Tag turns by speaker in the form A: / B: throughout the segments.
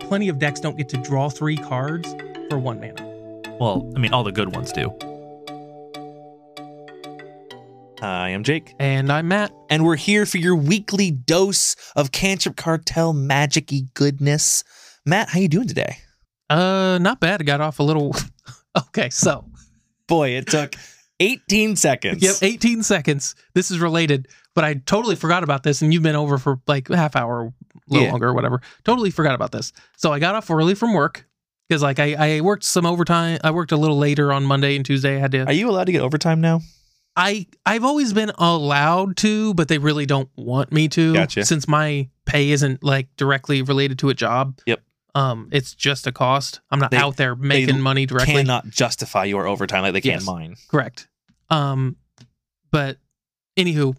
A: plenty of decks don't get to draw three cards for one mana.
B: Well, I mean, all the good ones do.
C: Hi, I'm Jake.
B: And I'm Matt.
C: And we're here for your weekly dose of Cantrip Cartel magic goodness. Matt, how you doing today?
B: Uh, not bad. I got off a little. okay, so
C: Boy, it took 18 seconds.
B: yep, 18 seconds. This is related, but I totally forgot about this, and you've been over for like a half hour, a little
C: Yeah.
B: longer, or whatever. Totally forgot about this. So I got off early from work because like I, I worked some overtime. I worked a little later on Monday and Tuesday. I had to.
C: Are you allowed to get overtime now?
B: I I've always been allowed to, but they really don't want me to.
C: Gotcha.
B: Since my pay isn't like directly related to a job.
C: Yep.
B: Um, it's just a cost. I'm not
C: They-
B: out there making money directly.
C: Cannot justify your overtime like they can
B: Yes.
C: mine.
B: Correct. Um, but anywho,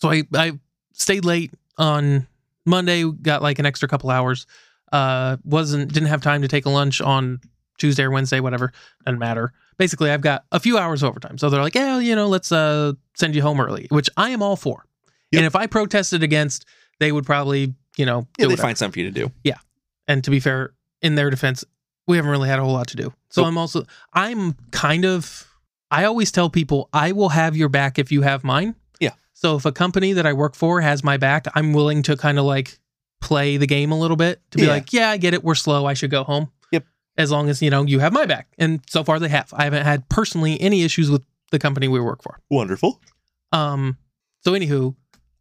B: so I I stayed late on Monday. Got like an extra couple hours. Uh, wasn't didn't have time to take a lunch on Tuesday or Wednesday, whatever. Doesn't matter. Basically, I've got a few hours of overtime. So they're like, yeah, you know, let's uh send you home early, which I am all for.
C: Yep.
B: And if I protested against, they would probably you know do
C: Yeah, they
B: whatever.
C: find something for you to do.
B: And to be fair, in their defense, we haven't really had a whole lot to do. So
C: Nope.
B: I'm also I'm kind of I always tell people I will have your back if you have mine.
C: Yeah.
B: So if a company that I work for has my back, I'm willing to kind of like play the game a little bit to be
C: Yeah.
B: like, yeah, I get it, we're slow, I should go home.
C: Yep.
B: As long as you know you have my back, and so far they have. I haven't had personally any issues with the company we work for.
C: Wonderful.
B: Um, so anywho,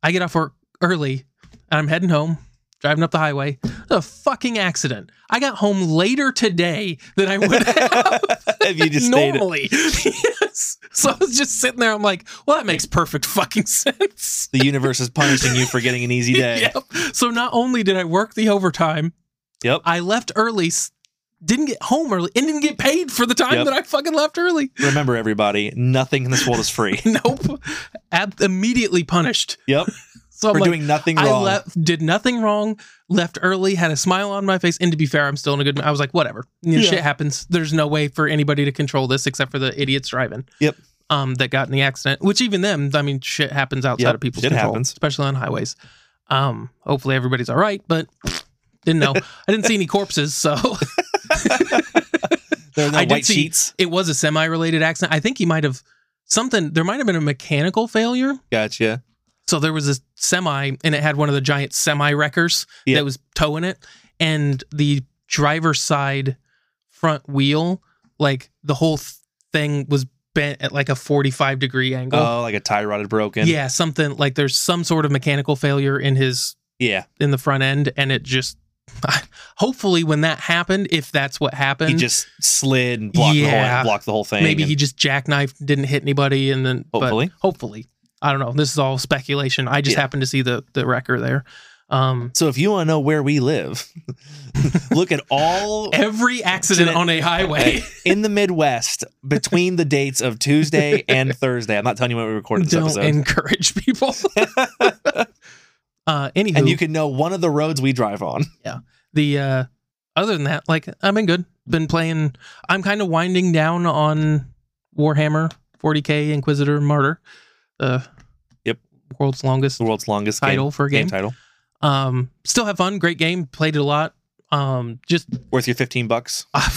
B: I get off work early and I'm heading home, driving up the highway. A fucking accident. I got home later today than I would have
C: if you just stayed.
B: normally. yes. So I was just sitting there. I'm like, well, that makes perfect fucking sense.
C: The universe is punishing you for getting an easy day.
B: Yep. So not only did I work the overtime,
C: Yep.
B: I left early, s- didn't get home early, and didn't get paid for the time
C: Yep.
B: that I fucking left early.
C: Remember, everybody, nothing in this world is free.
B: Nope. Ab- immediately punished.
C: Yep.
B: So I'm
C: We're
B: like,
C: doing nothing
B: I
C: wrong.
B: left, did nothing wrong, left early, had a smile on my face. And to be fair, I'm still in a good. I was like, whatever, You know,
C: Yeah.
B: shit happens. There's no way for anybody to control this except for the idiots driving.
C: Yep.
B: Um, that got in the accident. Which even them, I mean, shit happens outside
C: Yep,
B: of people's
C: shit
B: control,
C: happens.
B: especially on highways. Um, hopefully everybody's all right, but didn't know. I didn't see any corpses, so
C: there are no
B: I did
C: white
B: see-
C: sheets.
B: it was a semi-related accident. I think he might have something. There might have been a mechanical failure.
C: Gotcha.
B: So there was this semi, and it had one of the giant semi wreckers
C: Yeah.
B: that was towing it, and the driver's side front wheel, like the whole th- thing was bent at like a forty-five degree angle.
C: Oh, like a tie rod had broken.
B: yeah, something like there's some sort of mechanical failure in his
C: Yeah.
B: in the front end, and it just. Hopefully, when that happened, if that's what happened,
C: he just slid and blocked, the,
B: Yeah.
C: whole, blocked the whole thing.
B: maybe
C: and
B: he just jackknifed, didn't hit anybody, and then but-
C: hopefully.
B: hopefully. I don't know. This is all speculation. I just
C: Yeah.
B: happened to see the the wrecker there. Um,
C: So if you want to know where we live, look at all
B: every accident on a highway.
C: in the Midwest between the dates of Tuesday and Thursday. I'm not telling you when we recorded this
B: don't
C: episode.
B: encourage people. uh, anywho,
C: and you can know one of the roads we drive on.
B: the uh, other than that, like I've been good. Been playing. I'm kind of winding down on Warhammer 40k Inquisitor Martyr. Uh,
C: Yep.
B: world's longest
C: The world's longest game-
B: title for a
C: game,
B: game.
C: title.
B: Um, still have fun. Great game. Played it a lot. Um, just
C: Worth your 15 bucks.
B: Uh,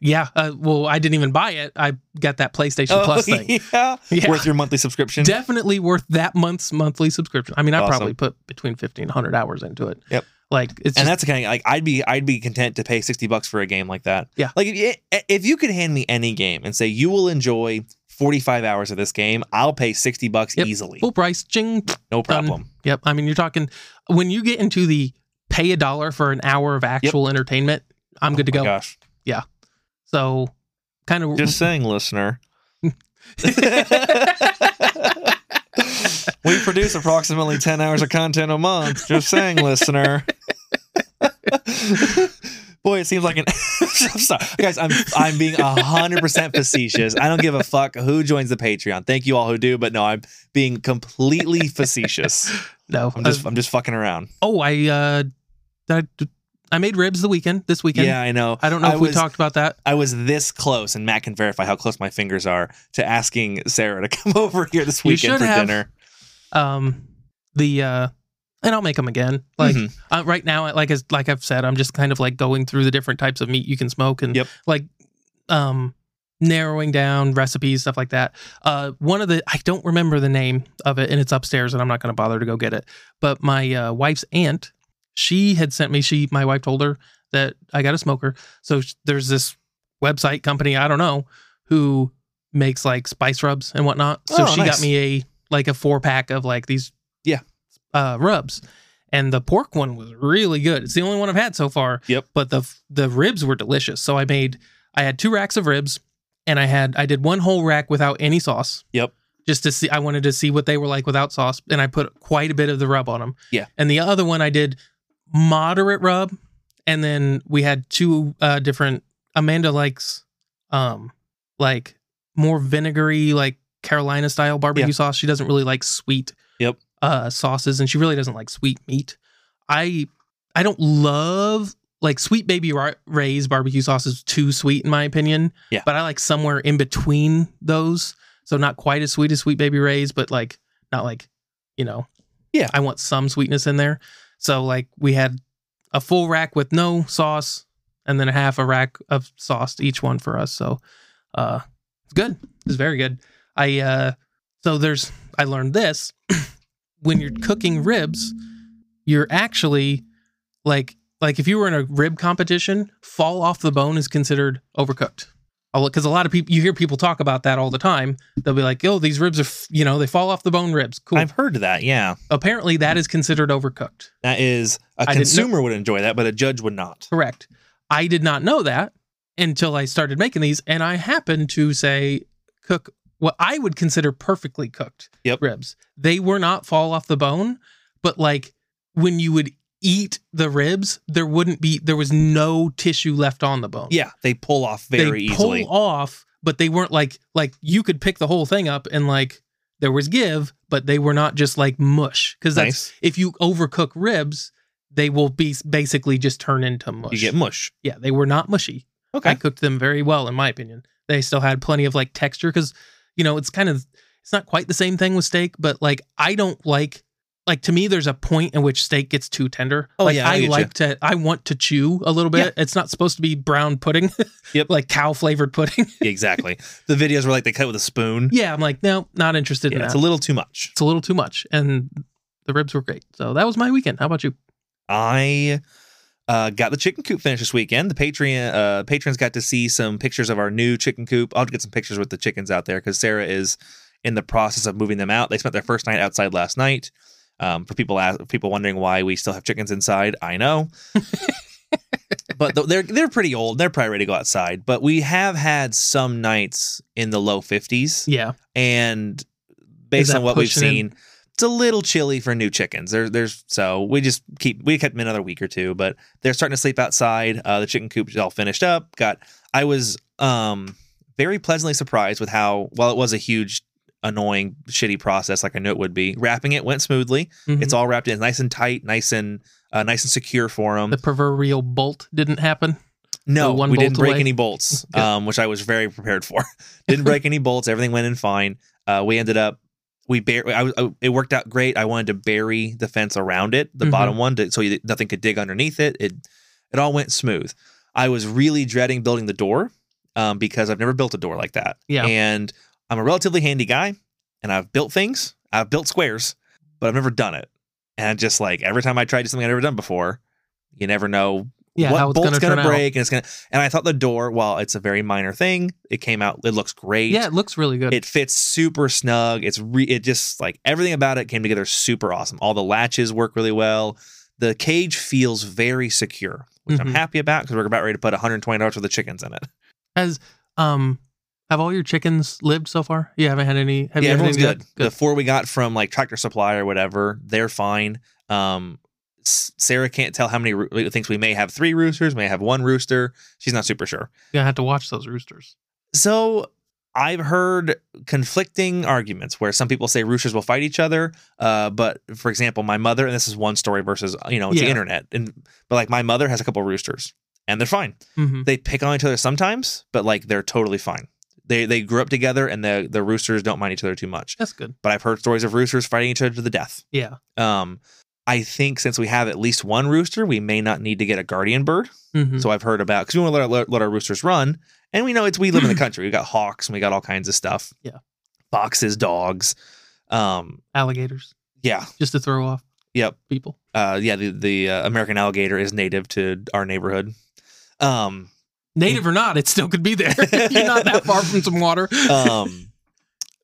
B: yeah. Uh, well, I didn't even buy it. I got that PlayStation
C: Oh,
B: Plus thing.
C: yeah.
B: Yeah.
C: Worth your monthly subscription.
B: Definitely worth that month's monthly subscription. I mean, I
C: Awesome.
B: probably put between 50 and 100 hours into it.
C: Yep.
B: Like, it's
C: and
B: just,
C: that's the kind of like I'd be I'd be content to pay 60 bucks for a game like that.
B: Yeah.
C: Like if, eh, if you could hand me any game and say you will enjoy 45 hours of this game, I'll pay 60 bucks
B: Yep.
C: easily.
B: full price. Ching. done.
C: No problem.
B: Yep. I mean, you're talking when you get into the pay a dollar for an hour of actual entertainment, I'm good to
C: Oh
B: go.
C: my Gosh.
B: So, kind of
C: Just saying, listener. we produce approximately 10 hours of content a month. Just saying, listener. Boy, it seems like an. I'm sorry, guys. I'm I'm being hundred percent facetious. I don't give a fuck who joins the Patreon. Thank you all who do, but no, I'm being completely facetious.
B: no.
C: I'm just
B: Uh,
C: I'm just fucking around.
B: oh, I, uh, I, I made ribs the weekend, this weekend.
C: Yeah, I know.
B: I don't know
C: I
B: if we
C: was-
B: talked about that.
C: I was this close, and Matt can verify how close my fingers are to asking Sarah to come over here this
B: You
C: weekend
B: should
C: for
B: have.
C: dinner.
B: um the uh and I'll make them again. Like
C: Mhm.
B: uh, right now, like as like I've said, I'm just kind of like going through the different types of meat you can smoke and
C: Yep.
B: like um narrowing down recipes stuff like that. Uh, one of the I don't remember the name of it, and it's upstairs, and I'm not going to bother to go get it. But my uh, wife's aunt, she had sent me. She my wife told her that I got a smoker. So sh- there's this website company I don't know who makes like spice rubs and whatnot. So
C: Oh,
B: she
C: nice.
B: got me a like a four pack of like these
C: Yeah.
B: uh, rubs, and the pork one was really good. It's the only one I've had so far.
C: Yep.
B: But the f- the ribs were delicious. So I made I had two racks of ribs, and I had I did one whole rack without any sauce.
C: Yep.
B: Just to see, I wanted to see what they were like without sauce, and I put quite a bit of the rub on them.
C: Yeah.
B: And the other one I did moderate rub, and then we had two uh, different. Amanda likes, um, like more vinegary, like Carolina style barbecue
C: Yeah.
B: sauce. She doesn't really like sweet.
C: Yep.
B: Uh, sauces, and she really doesn't like sweet meat. I I don't love like sweet baby Ra- Ray's barbecue sauce is too sweet in my opinion.
C: Yeah.
B: But I like somewhere in between those. So not quite as sweet as sweet baby Ray's, but like not like, you know.
C: Yeah.
B: I want some sweetness in there. So like we had a full rack with no sauce and then a half a rack of sauce to each one for us. So uh it's good. It's very good. I uh so there's I learned this when you're cooking ribs, you're actually like like if you were in a rib competition, fall off the bone is considered overcooked. Because a lot of people, you hear people talk about that all the time. They'll be like, "Oh, these ribs are, f- you know, they fall off the bone ribs." Cool.
C: I've heard that. Yeah,
B: Apparently, that
C: Hmm.
B: is considered overcooked.
C: that is a
B: I didn't know-
C: consumer would enjoy that, but a judge would not.
B: Correct. I did not know that until I started making these, and I happened to say cook what I would consider perfectly cooked
C: Yep.
B: ribs. They were not fall off the bone, but like when you would eat the ribs, there wouldn't be there was no tissue left on the bone.
C: Yeah, they pull off very
B: they pull
C: easily.
B: off, but they weren't like like you could pick the whole thing up and like there was give, but they were not just like mush because that's
C: nice.
B: if you overcook ribs, they will be basically just turn into mush.
C: You get mush.
B: Yeah, they were not mushy.
C: Okay.
B: I cooked them very well, in my opinion. They still had plenty of like texture because, you know, it's kind of, it's not quite the same thing with steak, but like I don't like, like to me, there's a point in which steak gets too tender.
C: Oh,
B: like,
C: yeah, I
B: I,
C: get you.
B: like to, I want to chew a little bit. It's not supposed to be brown pudding,
C: Yep.
B: like cow flavored pudding.
C: exactly. The videos were like they cut with a spoon.
B: yeah, I'm like, no, not interested in
C: Yeah,
B: that.
C: it's a little too much.
B: it's a little too much. And the ribs were great. So that was my weekend. How about you?
C: I uh, got the chicken coop finished this weekend. The Patreon uh, patrons got to see some pictures of our new chicken coop. I'll get some pictures with the chickens out there because Sarah is in the process of moving them out. They spent their first night outside last night. Um, for people ask, people wondering why we still have chickens inside, I know. but th- they're they're pretty old. They're probably ready to go outside. But we have had some nights in the low fifties
B: Yeah.
C: and based
B: that
C: on what we've
B: pushing it?
C: seen, it's a little chilly for new chickens. There, there's so we just keep we kept them another week or two, but they're starting to sleep outside. Uh, the chicken coop is all finished up. Got I was um very pleasantly surprised with how while it was a huge annoying shitty process like I knew it would be. Wrapping it went smoothly.
B: Mhm.
C: It's all wrapped in nice and tight, nice and uh, nice and secure for them.
B: the proverbial bolt didn't happen.
C: No,
B: The one
C: we
B: bolt
C: didn't break
B: away?
C: any bolts,
B: Good.
C: um, which I was very prepared for. didn't break any bolts. Everything went in fine. Uh, we ended up we bar- I, was- I, it worked out great. I wanted to bury the fence around it, the
B: Mhm.
C: bottom one, to, so you, nothing could dig underneath it. It it all went smooth. I was really dreading building the door um, because I've never built a door like that.
B: Yeah.
C: and I'm a relatively handy guy, and I've built things. I've built squares, but I've never done it. And just like every time I tried to do something I've never done before, you never know
B: Yeah,
C: what
B: how it's
C: bolt's
B: going to
C: gonna,
B: turn out.
C: break and it's gonna and I thought the door, while it's a very minor thing, it came out, it looks great.
B: Yeah, it looks really good.
C: It fits super snug. It's re it just like everything about it came together super awesome. All the latches work really well. The cage feels very secure, which
B: Mhm.
C: I'm happy about because we're about ready to put $120 worth of chickens in it.
B: um, have all your chickens lived so far? You haven't had any. Have you
C: yeah,
B: had
C: everyone's
B: any
C: good.
B: yet?
C: The four we got from like Tractor Supply or whatever, they're fine. Um, S- Sarah can't tell how many roo- thinks we may have three roosters, may have one rooster. She's not super sure.
B: You're gonna have to watch those roosters.
C: So I've heard conflicting arguments where some people say roosters will fight each other. Uh, but for example, my mother, and this is one story versus you know it's
B: Yeah.
C: the internet, and but like my mother has a couple roosters, and they're fine.
B: hmm
C: They pick on each other sometimes, but like they're totally fine. They they grew up together, and the the roosters don't mind each other too much.
B: That's good.
C: But I've heard stories of roosters fighting each other to the death.
B: Yeah,
C: Um, I think since we have at least one rooster, we may not need to get a guardian bird.
B: Mhm.
C: So I've heard about because we want to let our, let, let our roosters run, and we know it's we live in the country. We got hawks and we got all kinds of stuff.
B: Yeah.
C: foxes, dogs. Um,
B: Alligators,
C: yeah,
B: just to throw off
C: yep,
B: people.
C: uh, yeah. The the uh, American alligator is native to our neighborhood. Um,
B: Native or not, it still could be there. You're not that far from some water.
C: um,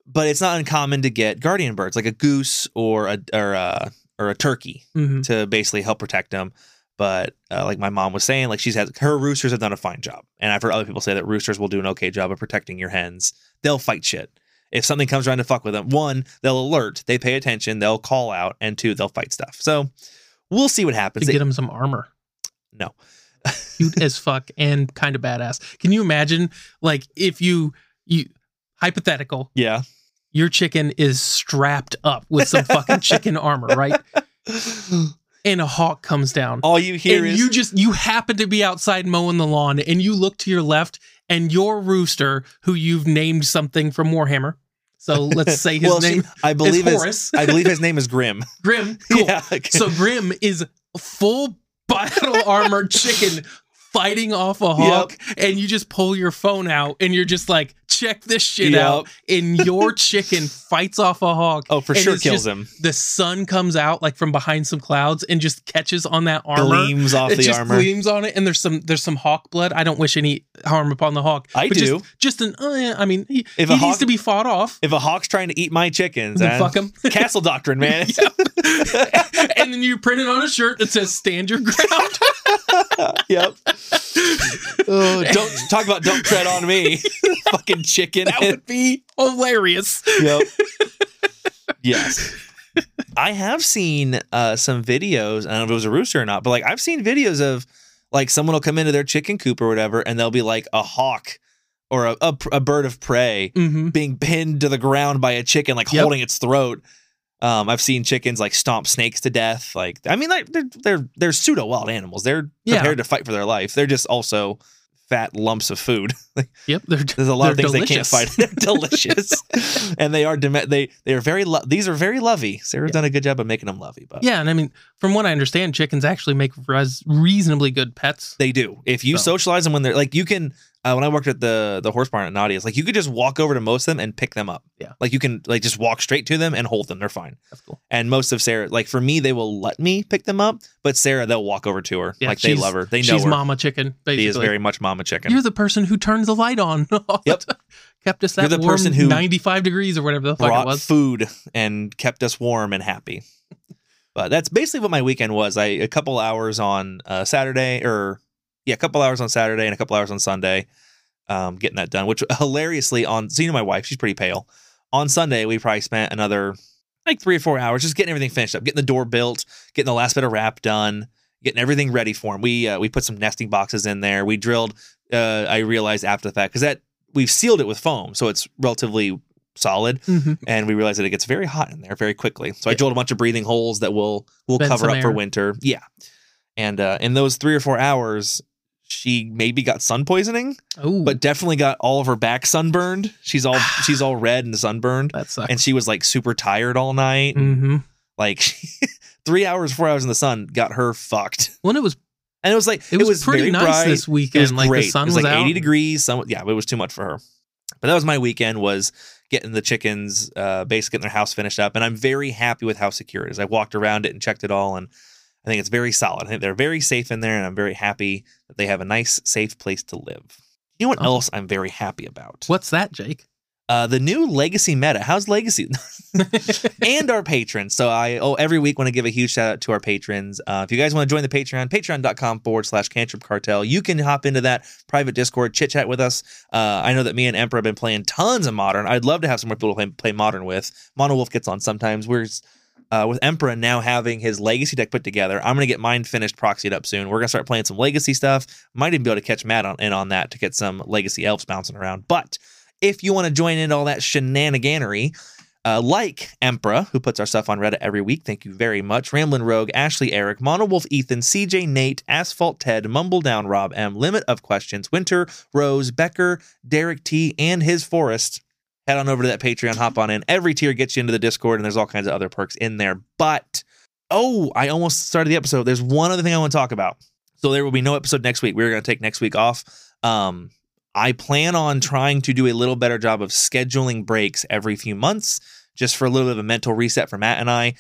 C: but it's not uncommon to get guardian birds like a goose or a or a or a turkey
B: Mhm.
C: to basically help protect them. But uh, like my mom was saying, like she's had her roosters have done a fine job, and I've heard other people say that roosters will do an okay job of protecting your hens. They'll fight shit if something comes around to fuck with them. One, they'll alert, they pay attention, they'll call out, and two, they'll fight stuff. So we'll see what
B: To
C: happens.
B: get them some armor.
C: No.
B: Cute as fuck and kind of badass. Can you imagine, like, if you, you, hypothetical,
C: yeah,
B: your chicken is strapped up with some fucking chicken armor, right? And a hawk comes down.
C: all you hear
B: and
C: Oh, is
B: you just you happen to be outside mowing the lawn and you look to your left and your rooster who you've named something from warhammer so let's say his
C: well, she-
B: name
C: I
B: is
C: believe his,
B: horace
C: I believe his name is Grim.
B: grim cool
C: Yeah.
B: so grim is full battle armored chicken fighting off a hawk and you just pull your phone out and you're just like check this shit
C: Yep.
B: out and your chicken fights off a hawk
C: Oh, for
B: And
C: sure
B: it's
C: kills
B: just
C: him.
B: the sun comes out like from behind some clouds and just catches on that armor
C: Gleams off
B: it
C: the
B: just
C: armor.
B: gleams on it, and there's some there's some hawk blood. I don't wish any harm upon the hawk.
C: I
B: but
C: do.
B: Just, just an. Uh, yeah, I mean, he,
C: If
B: he
C: a
B: needs
C: hawk-
B: to be fought off.
C: If a hawk's trying to eat my chickens,
B: Then
C: eh?
B: fuck him.
C: Castle doctrine, man.
B: and then you print it on a shirt that says "Stand your ground."
C: yep. Oh, don't talk about don't tread on me, fucking chicken.
B: that would be hilarious.
C: yep. Yes. I have seen uh, some videos. I don't know if it was a rooster or not, but like I've seen videos of like someone will come into their chicken coop or whatever, and they'll be like a hawk or a, a, a bird of prey
B: Mm-hmm.
C: being pinned to the ground by a chicken, like
B: Yep.
C: holding its throat. Um, I've seen chickens like stomp snakes to death. Like, I mean, like, they're they're they're pseudo wild animals. They're
B: Yeah.
C: prepared to fight for their life. They're just also fat lumps of food.
B: Yep, they're
C: There's a lot of
B: They're
C: things they can't
B: delicious.
C: fight. They're delicious, and they are deme- they they are very lo- these are very lovey. Sarah's
B: Yeah.
C: done a good job of making them lovey, but
B: yeah, and I mean, from what I understand, chickens actually make res- reasonably good pets.
C: They do. If you
B: So-
C: socialize them when they're like you can. Uh, when I worked at the the horse barn at Nadia's, like you could just walk over to most of them and pick them up.
B: Yeah.
C: like you can like just walk straight to them and hold them. They're fine.
B: That's cool.
C: And most of Sarah, like for me, they will let me pick them up, but Sarah, they'll walk over to her.
B: Yeah,
C: like they
B: she's-
C: love her. They know
B: She's
C: her.
B: mama chicken, basically.
C: she is very much mama chicken.
B: You're the person who turned the light on. all the
C: Yep.
B: time. Kept us that
C: You're the
B: warm
C: person who
B: 95 degrees or whatever the fuck it
C: brought
B: was.
C: food and kept us warm and happy. But that's basically what my weekend was. I a couple hours on uh, Saturday, or yeah, a couple hours on Saturday and a couple hours on Sunday, um, getting that done. Which hilariously on, so you know my wife, she's pretty pale. On Sunday, we probably spent another like three or four hours just getting everything finished up, getting the door built, getting the last bit of wrap done, getting everything ready for him. We uh, we put some nesting boxes in there. We drilled. Uh, I realized after the fact because that we've sealed it with foam, so it's relatively solid
B: Mhm.
C: and we realized that it gets very hot in there very quickly. So I
B: Yeah.
C: drilled a bunch of breathing holes that will will
B: Vent
C: cover
B: some
C: up for
B: air.
C: winter. Yeah, and uh, in those three or four hours, she maybe got sun poisoning,
B: Oh,
C: but definitely got all of her back sunburned. She's all she's all red and sunburned,
B: that sucks.
C: and she was like super tired all night.
B: hmm
C: Like three hours, four hours in the sun got her fucked.
B: When it was,
C: And it was like
B: it was, pretty
C: very
B: nice
C: bright.
B: this
C: It
B: weekend.
C: was
B: like
C: great.
B: the sun
C: it was,
B: was,
C: like
B: out.
C: 80 degrees. Sun, yeah, it was too much for her. But that was my weekend was getting the chickens, uh, basically getting their house finished up. And I'm very happy with how secure it is. I walked around it and checked it all. And I think it's very solid. I think they're very safe in there. And I'm very happy that they have a nice, safe place to live. You know what
B: Oh.
C: else I'm very happy about?
B: What's that, Jake?
C: Uh, the new Legacy meta. How's Legacy? and our patrons. So I oh every week want to give a huge shout out to our patrons. Uh, if you guys want to join the Patreon, patreon.com forward slash cantrip cartel. You can hop into that private Discord, chit chat with us. Uh, I know that me and Emperor have been playing tons of modern. I'd love to have some more people to play, play modern with. Mono Wolf gets on sometimes. We're s- uh, with Emperor now having his legacy deck put together. I'm gonna get mine finished, proxied up soon. We're gonna start playing some legacy stuff. Might even be able to catch Matt on in on that to get some legacy elves bouncing around. But if you want to join in all that shenaniganery, uh, like Emperor, who puts our stuff on Reddit every week. Thank you very much. Ramblin' Rogue, Ashley Eric, Monowolf Ethan, CJ Nate, Asphalt Ted, Mumble Down Rob M, Limit of Questions, Winter, Rose, Becker, Derek T, and his forest. Head on over to that Patreon, hop on in. Every tier gets you into the Discord, and there's all kinds of other perks in there. But Oh, I almost started the episode. There's one other thing I want to talk about. So there will be no episode next week. We're going to take next week off. Um, I plan on trying to do a little better job of scheduling breaks every few months, just for a little bit of a mental reset for Matt and I.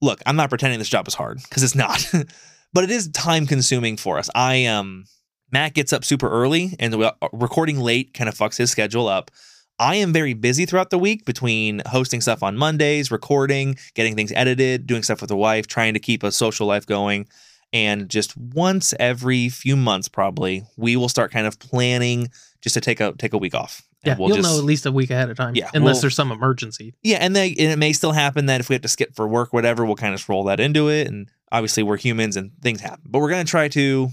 C: Look, I'm not pretending this job is hard because it's not, but it is time consuming for us. I um, Matt gets up super early, and we- recording late kind of fucks his schedule up. I am very busy throughout the week between hosting stuff on Mondays, recording, getting things edited, doing stuff with the wife, trying to keep a social life going. And just once every few months, probably, we will start kind of planning just to take a take a week off. And
B: Yeah,
C: we'll
B: you'll
C: just,
B: know at least a week ahead of time.
C: Yeah,
B: unless
C: we'll-
B: there's some emergency.
C: yeah, and they and it may still happen that if we have to skip for work, whatever, we'll kind of just roll that into it. And obviously, we're humans and things happen, but we're gonna try to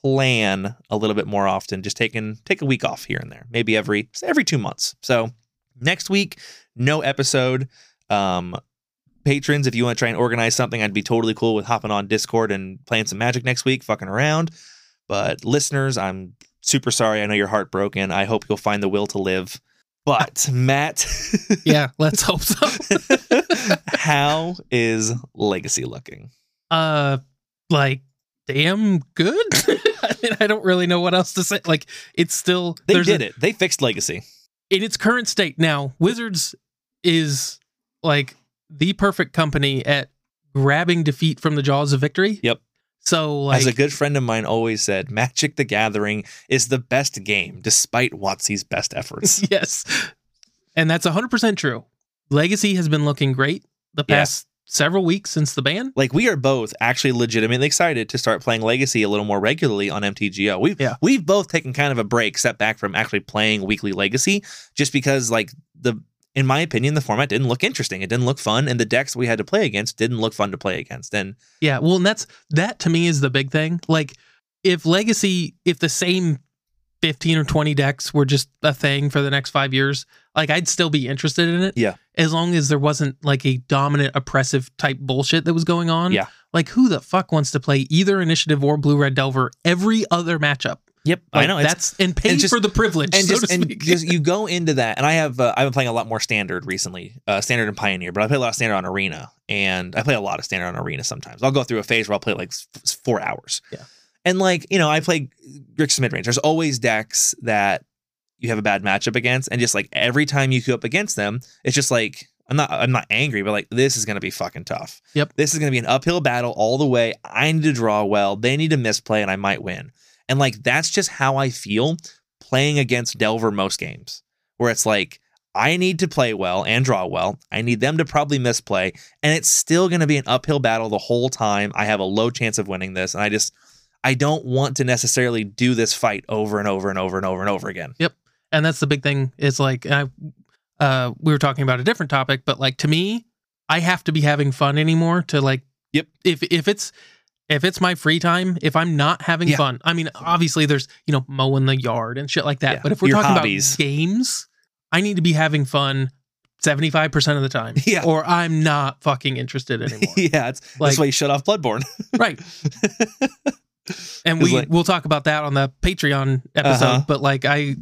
C: plan a little bit more often. Just taking take a week off here and there, maybe every every two months. So next week, no episode. Um, patrons, if you want to try and organize something, I'd be totally cool with hopping on Discord and playing some Magic next week, fucking around. But listeners, I'm super sorry. I know you're heartbroken. I hope you'll find the will to live. But Matt.
B: Yeah, let's hope so.
C: How is Legacy looking?
B: uh, like damn good. I mean, I don't really know what else to say. Like, it's still
C: They
B: there's a-
C: did it. They fixed Legacy.
B: in its current state now wizards is like the perfect company at grabbing defeat from the jaws of victory
C: Yep.
B: so like
C: As a good friend of mine always said, Magic the Gathering is the best game despite Watsy's best efforts.
B: yes and that's 100% true legacy has been looking great the
C: Yeah.
B: past several weeks since the ban
C: like we are both actually legitimately excited to start playing Legacy a little more regularly on MTGO. We've
B: Yeah.
C: we've both taken kind of a break, step back from actually playing weekly Legacy, just because like the in my opinion, the format didn't look interesting. It didn't look fun, and the decks we had to play against didn't look fun to play against. And
B: yeah well and that's that to me is the big thing like if legacy if the same 15 or 20 decks were just a thing for the next five years like i'd still be interested in it
C: Yeah.
B: as long as there wasn't like a dominant oppressive type bullshit that was going on
C: Yeah.
B: like who the fuck wants to play either initiative or blue red delver every other matchup
C: yep, I
B: Like,
C: know it's-
B: that's and pay
C: and just-
B: for the privilege
C: and
B: so
C: just,
B: to
C: and
B: speak.
C: just you go into that and i have uh, i've been playing a lot more standard recently uh standard and pioneer but i play a lot of standard on arena and i play a lot of standard on arena sometimes i'll go through a phase where i'll play like s- s- four hours
B: Yeah.
C: and like you know i play grixis midrange there's always decks that you have a bad matchup against and just like every time you go up against them it's just like i'm not i'm not angry but like this is gonna be fucking tough
B: Yep.
C: this is gonna be an uphill battle all the way i need to draw well they need to misplay and i might win and like that's just how i feel playing against Delver most games, where it's like, I need to play well and draw well. I need them to probably misplay, and it's still going to be an uphill battle the whole time. I have a low chance of winning this, and I just, I don't want to necessarily do this fight over and over and over and over and over again.
B: and that's the big thing is like and I, uh, we were talking about a different topic but like to me i have to be having fun anymore to like
C: Yep.
B: if if it's if it's my free time if i'm not having
C: Yeah.
B: fun i mean obviously there's you know mowing the yard and shit like that
C: Yeah.
B: but if we're
C: Your
B: talking
C: hobbies.
B: about games i need to be having fun 75% of the time
C: Yeah.
B: or i'm not fucking interested anymore
C: yeah, it's,
B: Like-
C: that's why you shut off Bloodborne.
B: right and
C: 'Cause,
B: we
C: like-
B: we'll talk about that on the patreon episode
C: Uh-huh.
B: but like i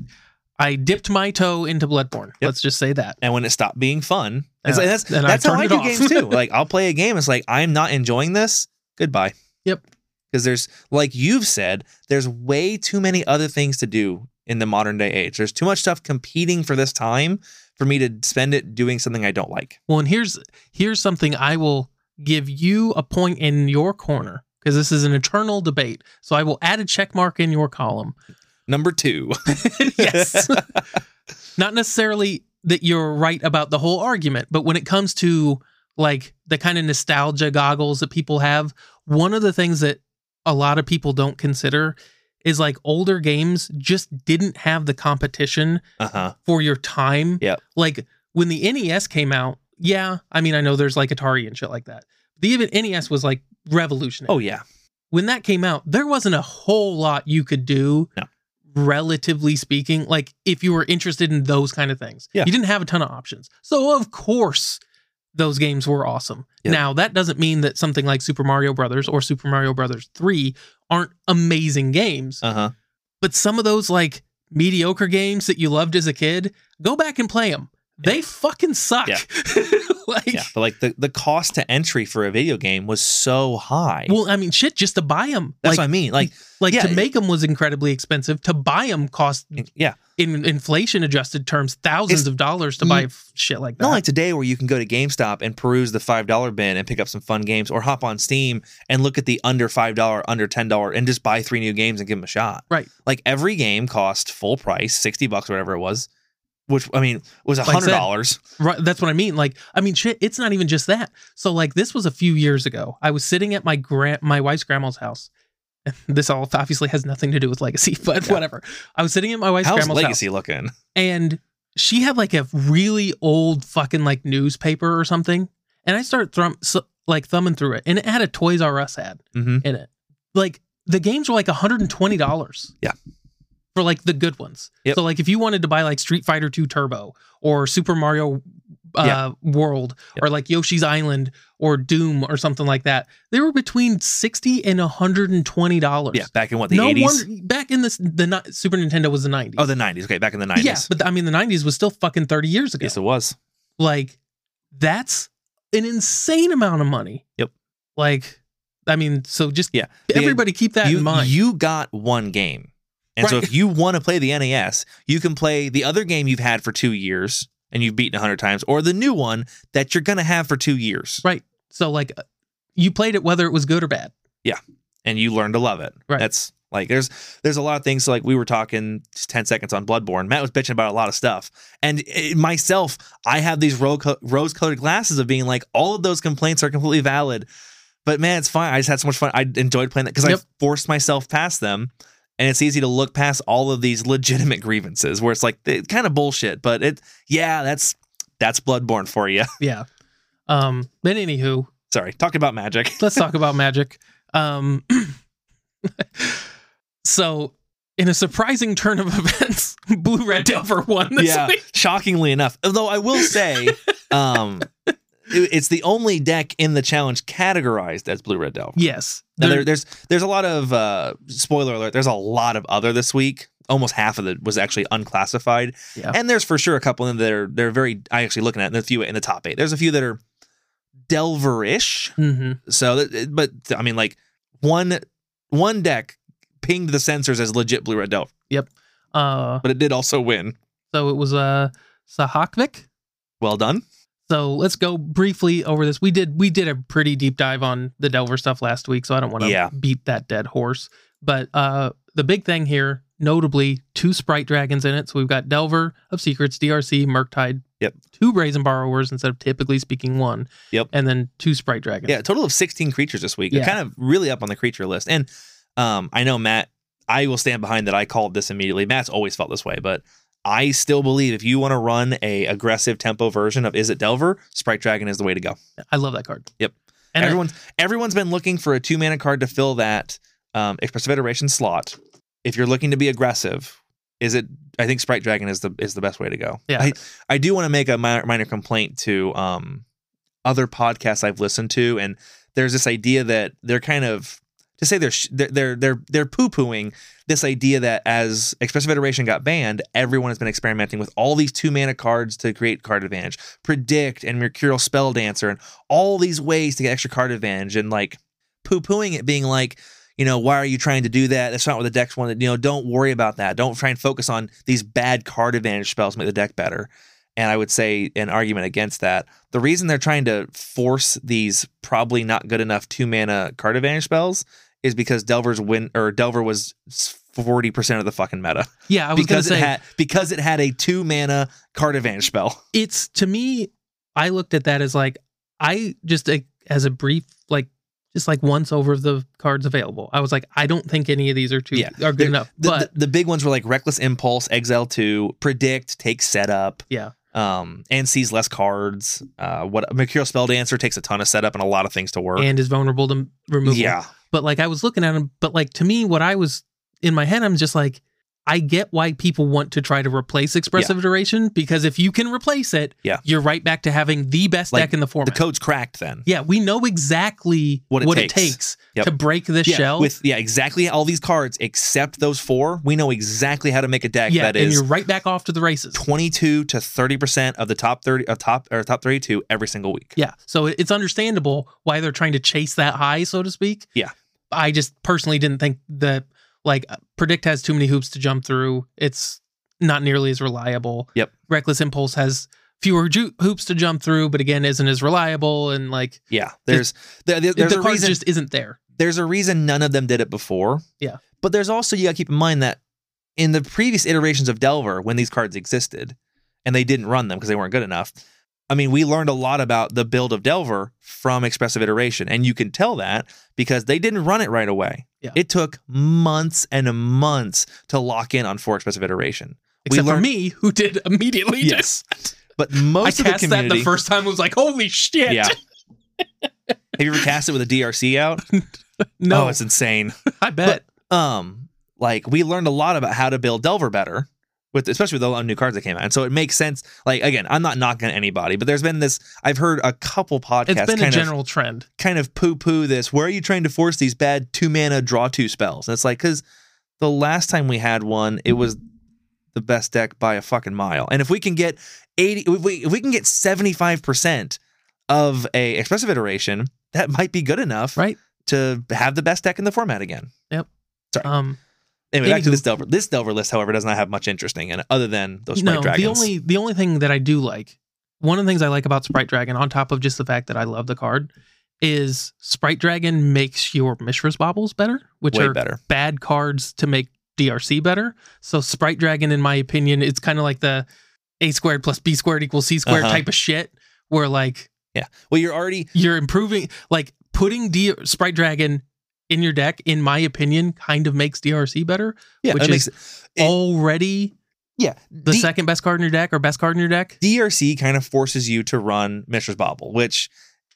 B: i dipped my toe into bloodborne let's just say that
C: and when it stopped being fun, it's
B: Yeah.
C: like, that's
B: Then I
C: that's how
B: turned
C: I
B: it
C: do
B: off.
C: games too. Like I'll play a game, it's like I'm not enjoying this. Goodbye.
B: Yep.
C: Because there's like you've said, there's way too many other things to do in the modern day age. There's too much stuff competing for this time for me to spend it doing something I don't like.
B: Well, and here's here's something I will give you a point in your corner because this is an eternal debate. So I will add a check mark in your column.
C: Number two.
B: yes. Not necessarily that you're right about the whole argument, but when it comes to like the kind of nostalgia goggles that people have, one of the things that a lot of people don't consider is like older games just didn't have the competition
C: Uh huh.
B: for your time.
C: Yep.
B: Like when the NES came out, yeah, I mean, I know there's like Atari and shit like that. The even NES was like revolutionary.
C: Oh yeah.
B: When that came out, there wasn't a whole lot you could do,
C: No.
B: relatively speaking, like if you were interested in those kind of things.
C: Yeah.
B: You didn't have a ton of options. So, of course, those games were awesome.
C: Yep.
B: Now, that doesn't mean that something like Super Mario Brothers or Super Mario Brothers 3 aren't amazing games
C: Uh huh.
B: but some of those like mediocre games that you loved as a kid, go back and play them. They fucking suck.
C: Yeah.
B: like,
C: Yeah, but like the, the cost to entry for a video game was so high.
B: well, I mean, shit, just to buy them.
C: that's
B: like,
C: what I mean. Like,
B: like
C: yeah,
B: to make them was incredibly expensive. To buy them cost
C: yeah,
B: in inflation adjusted terms thousands
C: It's-
B: of dollars to buy f- shit like that.
C: not like today where you can go to GameStop and peruse the five dollar bin and pick up some fun games, or hop on Steam and look at the under five dollar, under ten dollar, and just buy three new games and give them a shot.
B: Right.
C: Like every game cost full price, sixty bucks, or whatever it was, which I mean was
B: Like I
C: hundred
B: said,
C: dollars.
B: Right, that's what I mean. Like, I mean, shit, it's not even just that. So, like, this was a few years ago. I was sitting at my grand, my wife's grandma's house. This all obviously has nothing to do with legacy, but
C: Yeah.
B: whatever. I was sitting at my wife's
C: How's
B: grandma's
C: Legacy
B: house,
C: looking?
B: and she had like a really old fucking like newspaper or something. And I started thrum- so, like thumbing through it, and it had a Toys R Us ad
C: Mm-hmm.
B: in it. Like the games were like $120.
C: Yeah.
B: For like the good ones.
C: Yep.
B: So like if you wanted to buy like Street Fighter 2 Turbo or Super Mario uh
C: Yeah.
B: World
C: Yep.
B: or like Yoshi's Island or Doom or something like that, they were between 60 and $120.
C: Yeah, back in what the
B: no
C: eighties?
B: wonder back in this the ni- Super Nintendo was the 90s.
C: oh, the nineties. Okay, back in the nineties.
B: Yeah, but I mean the 90s was still fucking 30 years ago.
C: yes, it was.
B: Like that's an insane amount of money.
C: Yep.
B: Like I mean, so just
C: Yeah.
B: everybody keep that
C: you,
B: in mind.
C: You got one game. And so
B: Right.
C: if you want to play the NAS, you can play the other game you've had for two years and you've beaten 100 times, or the new one that you're going to have for two years.
B: So like uh, you played it whether it was good or bad.
C: And you learn to love it.
B: Right.
C: That's like, there's there's a lot of things. Like we were talking just 10 seconds on Bloodborne. Matt was bitching about a lot of stuff. And it, myself, I have these rose colored glasses of being like, all of those complaints are completely valid. But man, it's fine. I just had so much fun. I enjoyed playing that because
B: Yep.
C: I forced myself past them. And it's easy to look past all of these legitimate grievances where it's like they, kind of bullshit, but it yeah, that's that's bloodborne for you.
B: Yeah. Um but anywho,
C: Sorry, talking about magic.
B: let's talk about magic. Um so in a surprising turn of events, Blue Red Delver won this
C: Yeah.
B: week.
C: Shockingly enough, although I will say, um, it- it's the only deck in the challenge categorized as blue red delver.
B: Yes.
C: Now,
B: There-
C: there, there's there's a lot of uh, spoiler alert. There's a lot of other this week. Almost half of it was actually unclassified.
B: Yeah.
C: And there's for sure a couple in there. They're very. I actually looking at it, and a few in the top eight. There's a few that are Delver-ish.
B: Mhm.
C: So, that- but I mean, like one one deck pinged the sensors as legit blue red Delver,
B: Uh
C: but it did also win.
B: so it was uh Sahakvik.
C: Well done.
B: So let's go briefly over this. We did we did a pretty deep dive on the Delver stuff last week, so I don't want to
C: Yeah.
B: beat that dead horse. But uh the big thing here, notably, two sprite dragons in it. So we've got Delver of Secrets, DRC, Murktide,
C: Yep.
B: two brazen borrowers instead of typically speaking one.
C: Yep.
B: And then two sprite dragons.
C: Yeah, a total of 16 creatures this week.
B: Yeah.
C: Kind of really up on the creature list. And um, I know Matt, I will stand behind that I called this immediately. Matt's always felt this way, but I still believe if you want to run a aggressive tempo version of Is It Delver, Sprite Dragon is the way to go.
B: I love that card.
C: Yep.
B: And I-
C: everyone's everyone's been looking for a two mana card to fill that um, Expressive Iteration slot. If you're looking to be aggressive, is it? I think Sprite Dragon is the is the best way to go.
B: Yeah.
C: I, I do want to make a minor, minor complaint to um, other podcasts I've listened to, and there's this idea that they're kind of to say they're sh- they're they're they're, they're poo pooing this idea that as Expressive Iteration got banned, everyone has been experimenting with all these two mana cards to create card advantage, predict and Mercurial Spell Dancer, and all these ways to get extra card advantage and like poo pooing it, being like, you know, why are you trying to do that? That's not what the decks wanted. You know, don't worry about that. Don't try and focus on these bad card advantage spells to make the deck better. And I would say an argument against that. The reason they're trying to force these probably not good enough two mana card advantage spells is because Delver's win or Delver was forty percent of the fucking meta
B: yeah, I was gonna
C: because
B: say
C: it had because it had a two mana card advantage spell.
B: it's to me i looked at that as like i just like, as a brief like just like once over the cards available i was like i don't think any of these are too
C: Yeah.
B: are good
C: They're-
B: enough
C: the,
B: but
C: the, the big ones were like Reckless Impulse, Exile 2, Predict, Take Setup.
B: Yeah.
C: Um, and sees less cards. Uh, what Mercurial Spell Dancer takes a ton of setup and a lot of things to work.
B: and is vulnerable to removal
C: yeah.
B: but like i was looking at them but like to me what i was in my head i'm just like I get why people want to try to replace expressive iteration because if you can replace it,
C: Yeah.
B: you're right back to having the best
C: Like,
B: deck in the
C: The
B: format.
C: code's cracked then.
B: yeah, we know exactly
C: What it
B: takes,
C: takes. Yep.
B: to break this
C: Yeah,
B: shell.
C: with yeah, exactly all these cards except those four. We know exactly how to make a deck
B: yeah,
C: that
B: and
C: is
B: you're right back off to the races.
C: 22 to 30 percent of the top 30 of top or top 32 every single week.
B: Yeah, so it- it's understandable why they're trying to chase that high, so to speak.
C: Yeah.
B: I just personally didn't think that like predict has too many hoops to jump through. It's not nearly as reliable.
C: Yep.
B: Reckless impulse has fewer ju- hoops to jump through, but again, isn't as reliable and like
C: Yeah, there's there, there- there's
B: the
C: a
B: card
C: reason
B: just isn't there.
C: there's a reason none of them did it before.
B: Yeah.
C: but there's also you got to keep in mind that in the previous iterations of Delver, when these cards existed, and they didn't run them because they weren't good enough. I mean, we learned a lot about the build of Delver from expressive iteration, and you can tell that because they didn't run it right away.
B: Yeah.
C: It took months and months to lock in on four expressive iteration. We
B: Except for
C: learned-
B: me, who did immediately. Yes.
C: But most
B: I
C: of the
B: cast that
C: community,
B: the first time. was like, holy shit.
C: yeah. Have you ever cast it with a DRC out?
B: No,
C: oh, it's insane.
B: I bet.
C: um like we learned a lot about how to build Delver better with especially with a lot of new cards that came out. And so it makes sense. Like again, I'm not knocking anybody, but there's been this I've heard a couple podcasts
B: it's been a
C: kind of
B: general trend.
C: kind of poo-poo this. Where are you trying to force these bad two mana draw two spells? And it's like cause the last time we had one, it was the best deck by a fucking mile. And if we can get 80 if we, if we can get 75% of a expressive iteration, that might be good enough
B: Right.
C: to have the best deck in the format again.
B: Um,
C: Anyway, back to
B: Anywho.
C: this Delver. This Delver list, however, does not have much interesting in it other than those Sprite Dragons.
B: The only the only thing that I do like, one of the things I like about Sprite Dragon, on top of just the fact that I love the card, is Sprite Dragon makes your Mishra's Bobbles better, which
C: Way
B: are
C: better.
B: bad cards to make DRC better. So Sprite Dragon, in my opinion, it's kind of like the A squared plus B squared equals C squared
C: Uh-huh.
B: type of shit, where like
C: Well, you're already
B: you're improving, like putting D- Sprite Dragon in your deck, in my opinion, kind of makes DRC better.
C: yeah,
B: Which
C: that
B: is
C: makes- It-
B: already
C: yeah.
B: the
C: D-
B: second best card in your deck or best card in your deck.
C: DRC kind of forces you to run Mishra's Bobble, which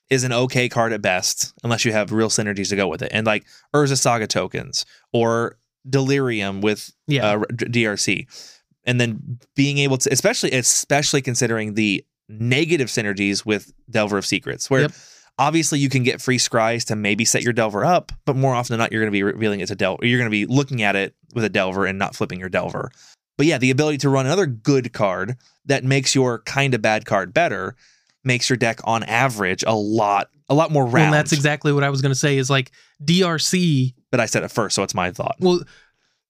C: is an okay card at best unless you have real synergies to go with it, and like Urza Saga tokens or Delirium with
B: Yeah.
C: uh, D- DRC, and then being able to, especially especially considering the negative synergies with Delver of Secrets, where
B: Yep.
C: obviously you can get free scries to maybe set your Delver up, but more often than not, you're going to be revealing it to Delver. You're going to be looking at it with a Delver and not flipping your Delver. But yeah, the ability to run another good card that makes your kind of bad card better makes your deck on average a lot a lot more round.
B: Well, that's exactly what I was going to say. Is like DRC.
C: but I said it first, so it's my thought.
B: Well,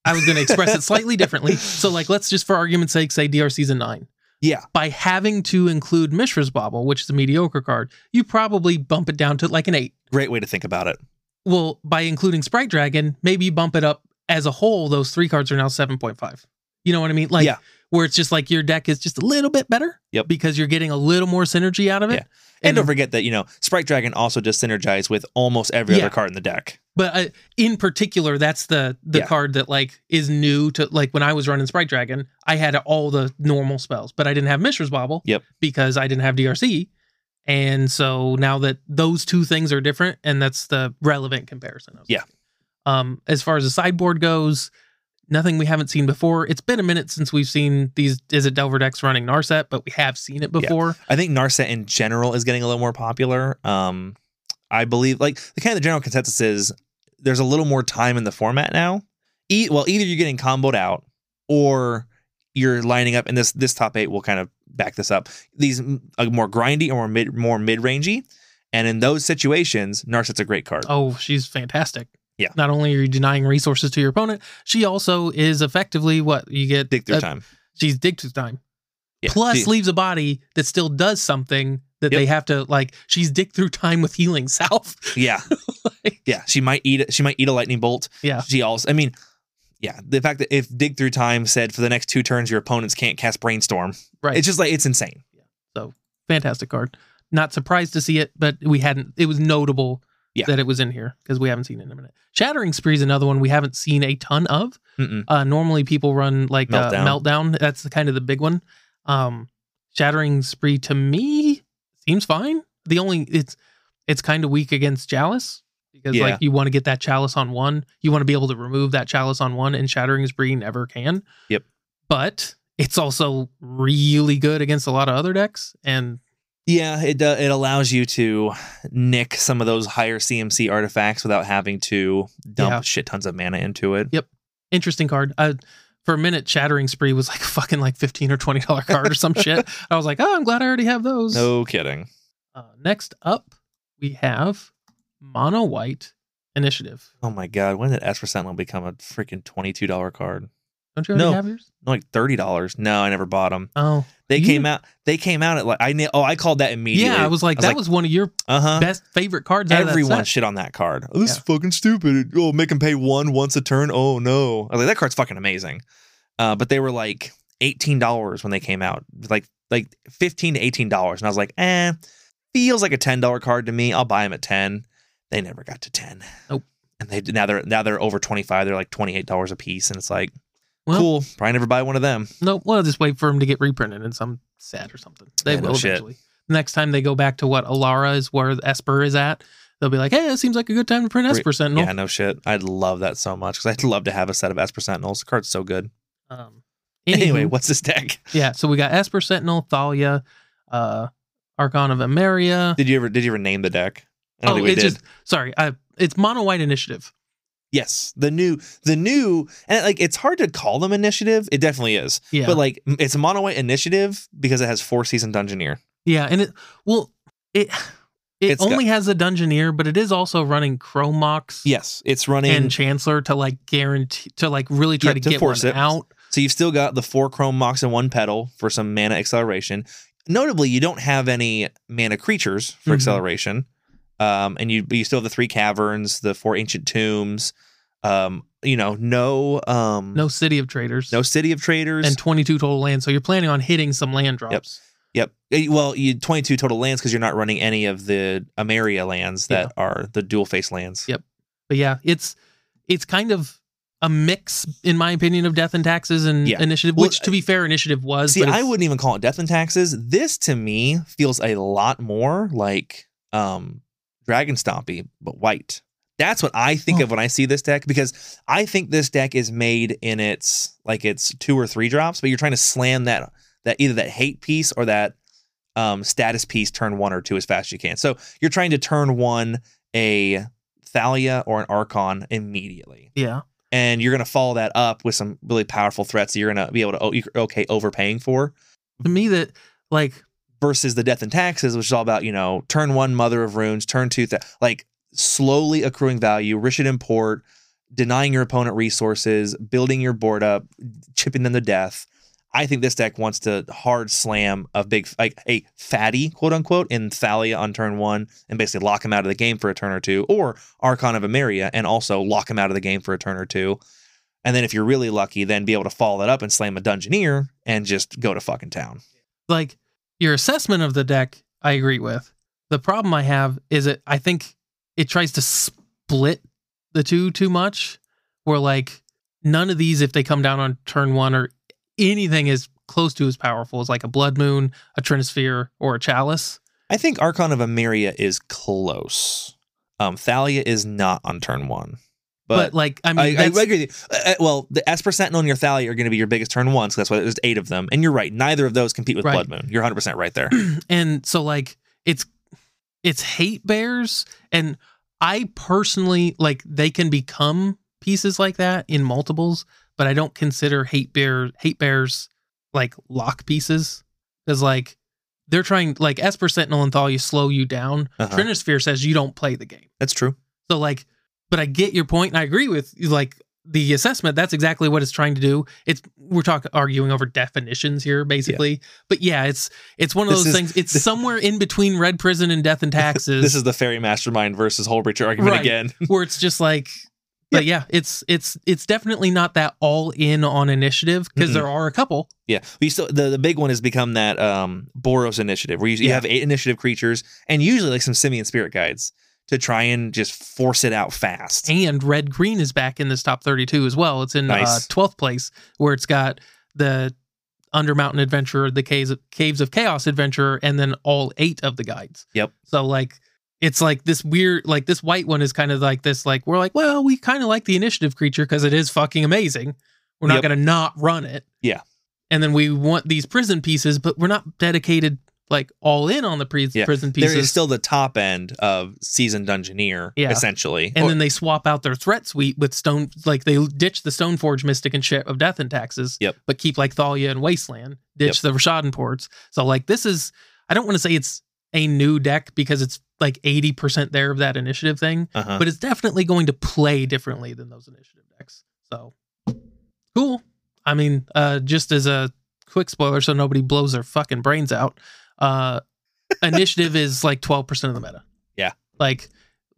B: I was going to express it slightly differently. So, like, let's just for argument's sake say DRC's a nine.
C: Yeah.
B: By having to include Mishra's Bobble, which is a mediocre card, you probably bump it down to like an eight.
C: Great way to think about it.
B: Well, by including Sprite Dragon, maybe you bump it up as a whole. Those three cards are now seven point five. You know what I mean? Like,
C: Yeah.
B: where it's just like your deck is just a little bit better.
C: Yep.
B: Because you're getting a little more synergy out of it.
C: Yeah. And, don't forget that, you know, Sprite Dragon also just synergized with almost every
B: Yeah.
C: other card in the deck.
B: but uh, in particular that's the the
C: Yeah.
B: card that like is new to like when i was running sprite dragon i had all the normal spells but i didn't have mishra's bobble
C: Yep.
B: because i didn't have drc and so now that those two things are different and that's the relevant comparison I was
C: Yeah.
B: making. um as far as the sideboard goes nothing we haven't seen before it's been a minute since we've seen these is it delver decks running narset but we have seen it before
C: I think Narset in general is getting a little more popular. Um, I believe like the kind of the general consensus is there's a little more time in the format now. E- well, either you're getting comboed out or you're lining up, and this this top eight will kind of back this up. These mm, are more grindy or more mid more mid rangey, and in those situations, Narset's a great card.
B: oh, she's fantastic.
C: Yeah.
B: Not only are you denying resources to your opponent, she also is effectively what you get.
C: Dig through
B: uh,
C: time.
B: She's dig through time.
C: Yeah.
B: Plus,
C: See,
B: leaves a body that still does something that
C: Yep.
B: they have to like. She's dig through time with healing salve.
C: yeah, yeah. She might eat. She might eat a lightning bolt.
B: Yeah.
C: She also. I mean, yeah. The fact that if dig through time said for the next two turns your opponents can't cast brainstorm,
B: Right.
C: It's just like it's insane.
B: fantastic card. Not surprised to see it, but we hadn't. It was notable
C: Yeah.
B: that it was in here because we haven't seen it in a minute. Shattering Spree is another one we haven't seen a ton of.
C: Mm-mm.
B: Uh, normally, people run like meltdown. Uh,
C: Meltdown.
B: meltdown. That's the kind of the big one. Um, Shattering Spree to me seems fine. The only it's it's kind of weak against Chalice. because
C: Yeah.
B: like you want to get that chalice on one. You want to be able to remove that chalice on one, and Shattering Spree never can.
C: Yep.
B: But it's also really good against a lot of other decks, and
C: Yeah, it do it allows you to nick some of those higher CMC artifacts without having to dump
B: Yeah.
C: shit tons of mana into it.
B: interesting card. I, for a minute, Shattering Spree was like a fucking like fifteen or twenty dollar card or some shit. I was like, oh, I'm glad I already have those.
C: No kidding.
B: Uh, next up, we have Mono White Initiative.
C: Oh my god, when did Esper Sentinel become a freaking twenty two dollar card?
B: Don't you already
C: No.
B: have yours?
C: No, Like thirty dollars? No, I never bought them.
B: Oh,
C: They
B: You-
C: came out. They came out at like I knew. Oh, I called that immediately.
B: yeah. I was like, that was one of your
C: uh huh.
B: best favorite cards. Out
C: Everyone
B: of that set.
C: shit on that card. Oh, this is fucking stupid. Oh, make him pay one once a turn. Oh no. I was like, that card's fucking amazing. Uh, but they were like eighteen dollars when they came out, like like fifteen to eighteen dollars, and I was like, eh, feels like a ten dollar card to me. I'll buy them at ten. They never got to ten.
B: Nope.
C: And they now they're now they're over twenty five. They're like twenty eight dollars a piece, and it's like,
B: Well-
C: cool. Probably never buy one of them.
B: No, well, just wait for them to get reprinted in some set or something. They
C: Yeah, no
B: will
C: shit.
B: eventually. The next time they go back to what Alara is, where Esper is at, they'll be like, hey, it seems like a good time to print
C: Re-
B: Esper Sentinel.
C: Yeah, no shit. I'd love that so much because I'd love to have a set of Esper Sentinels. The card's so good.
B: Um,
C: Anyway,
B: anywho,
C: what's this deck?
B: yeah. So we got Esper Sentinel, Thalia, uh, Archon of Emeria. Oh,
C: Did you ever did you ever name the deck? I don't think we
B: it's
C: did.
B: sorry. I, it's Mono White Initiative.
C: yes, the new the new and like it's hard to call them initiative. It definitely is,
B: Yeah.
C: but like m- it's mono white initiative because it has four season dungeoneer.
B: Yeah, and it well, it it
C: It's got-
B: only has a dungeoneer, but it is also running Chromox
C: Yes, it's running.
B: and Chancellor to like guarantee to like really try
C: Yeah,
B: to,
C: to
B: get
C: force
B: one
C: it. Mm-hmm.
B: out.
C: so you've still got the four chrome mox and one pedal for some mana acceleration. Notably, you don't have any mana creatures for
B: Mhm.
C: acceleration, um, and you you still have the three caverns, the four ancient tombs. Um, you know, no um,
B: No City of Traders.
C: no city of traders
B: and 22 total land. So you're planning on hitting some land drops.
C: Yep. Eh, Well, you 22 total lands because you're not running any of the Ameria lands that are the dual face lands.
B: Yep. But yeah, it's it's kind of a mix, in my opinion, of death and taxes and
C: Yeah.
B: initiative.
C: Well,
B: Which, to be fair, initiative was.
C: See,
B: but
C: I
B: it's-
C: wouldn't even call it death and taxes. This to me feels a lot more like um Dragon Stompy, but white. That's what I think of when I see this deck because I think this deck is made in its like it's two or three drops, but you're trying to slam that that either that hate piece or that um, status piece turn one or two as fast as you can. So you're trying to turn one a Thalia or an Archon immediately
B: Yeah.
C: and you're going to follow that up with some really powerful threats that you're going to be able to oh, you're okay overpaying for
B: To me, that like
C: versus the death and taxes which is all about you know turn one mother of runes turn two th- like slowly accruing value rich and import denying your opponent resources building your board up chipping them to death i think this deck wants to hard slam a big like a fatty quote unquote in thalia on turn one and basically lock him out of the game for a turn or two or archon of Emeria and also lock him out of the game for a turn or two and then if you're really lucky then be able to follow that up and slam a dungeoneer and just go to fucking town
B: like your assessment of the deck i agree with the problem i have is it i think it tries to split the two too much where like none of these if they come down on turn one or anything is close to as powerful as like a blood moon a trinisphere or a chalice
C: I think Archon of Emeria is close. Um, Thalia is not on turn one,
B: but,
C: but,
B: like i
C: I,
B: mean
C: I,
B: that's-
C: agree. With you. Uh, uh, well, the Esper Sentinel and your Thalia are going to be your biggest turn one, so that's why there's eight of them. And you're right; neither of those compete with
B: Right.
C: Blood Moon. You're 100 percent right there.
B: and so like it's it's hate bears and i personally like they can become pieces like that in multiples but i don't consider hate bear hate bears like lock pieces because like they're trying like esper sentinel and thalia slow you down
C: Uh-huh.
B: trinisphere says you don't play the game
C: That's true.
B: so like, but I get your point, and I agree with you, like the assessment. That's exactly what it's trying to do. It's we're talking arguing over definitions here, basically. But yeah, it's it's one of
C: This
B: those
C: is-
B: things. It's
C: this-
B: somewhere in between red prison and death and taxes,
C: This is the Fairy Mastermind versus Hole Breacher argument
B: Right.
C: again.
B: where it's just like. But yeah, it's it's it's definitely not that all in on initiative because
C: Mm-mm.
B: there are a couple.
C: Yeah, we still the, the big one has become that um Boros initiative where you, you
B: Yeah.
C: have eight initiative creatures and usually like some simian spirit guides to try and just force it out fast.
B: and red green is back in this top 32 as well it's in uh,
C: Nice.
B: 12th place where it's got the undermountain adventurer the caves of, caves of chaos adventurer and then all eight of the guides
C: Yep.
B: so like it's like this weird like this white one is kind of like this like we're like well we kind of like the initiative creature because it is fucking amazing we're not
C: Yep.
B: gonna not run it
C: Yeah.
B: and then we want these prison pieces but we're not dedicated like all in on the pre-
C: Yeah.
B: prison
C: There
B: pieces
C: is still the top end of seasoned dungeoneer,
B: Yeah.
C: essentially.
B: and
C: Or-
B: then they swap out their threat suite with stone like they ditch the stoneforge mystic and shit of death and taxes
C: Yep.
B: but keep like thalia and wasteland ditch the rashadan ports so like this is i don't want to say it's a new deck because it's like 80% there of that initiative thing
C: uh-huh.
B: but it's definitely going to play differently than those initiative decks so cool i mean uh just as a quick spoiler so nobody blows their fucking brains out uh initiative is like 12% of the meta
C: Yeah.
B: like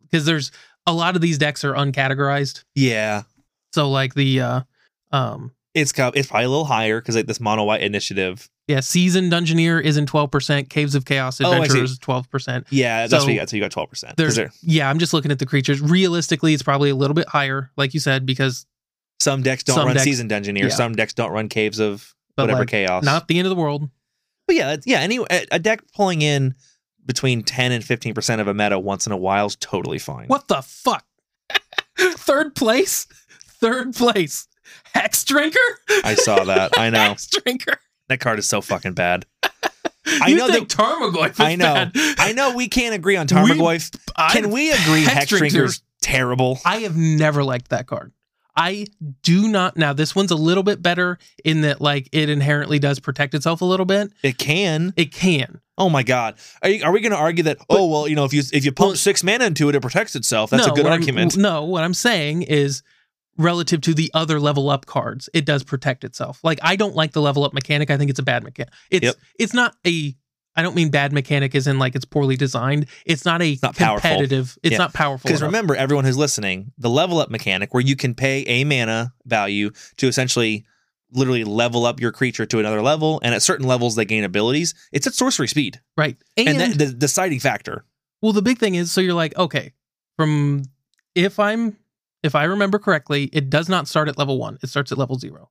B: because there's a lot of these decks are uncategorized
C: yeah.
B: so like the uh um
C: It's co- it's probably a little higher because like this mono white initiative.
B: yeah seasoned dungeoneer is in 12% caves of chaos
C: Oh, I see.
B: adventurer is 12%
C: Yeah, that's
B: So-
C: what you got. So you got twelve percent.
B: there's yeah i'm just looking at the creatures realistically it's probably a little bit higher like you said because
C: some decks don't
B: some
C: run
B: decks-
C: seasoned dungeoneer.
B: yeah.
C: Some decks don't run caves of
B: But,
C: whatever
B: like,
C: chaos.
B: not the end of the world
C: But yeah, it's- yeah. Any a a deck pulling in between ten and fifteen percent of a meta once in a while is totally fine.
B: What the fuck? Third place? Third place. Hex drinker?
C: I saw that. I know
B: Hex drinker.
C: that card is so fucking bad.
B: I you
C: know
B: know think Tarmogoyf is
C: I know.
B: bad.
C: I know we can't agree on
B: We-
C: Tarmogoyf. Can
B: I-
C: we agree
B: Hex
C: Hexdrinker's
B: Drinker's-
C: terrible?
B: I have never liked that card. I do not now. This one's a little bit better in that like it inherently does protect itself a little bit.
C: It can.
B: It can.
C: Oh my god. Are, you, are we going to argue that? oh well, you know, if you if you pump
B: Well-
C: six mana into it, it protects itself. That's
B: No,
C: a good
B: what I'm-
C: argument.
B: no, what I'm saying is relative to the other level up cards, it does protect itself. Like I don't like the level up mechanic. I think it's a bad mechanic. It's
C: Yep.
B: it's not a I don't mean bad mechanic as in like it's poorly designed. It's not a
C: not powerful.
B: competitive. It's
C: Yeah.
B: not powerful.
C: Because
B: enough.
C: remember, everyone who's listening, the level up mechanic where you can pay a mana value to essentially literally level up your creature to another level, and at certain levels they gain abilities. It's at sorcery speed,
B: right. And,
C: and, that the deciding factor.
B: well, the big thing is so you're like okay, from if I'm if I remember correctly, it does not start at level one. It starts at level zero.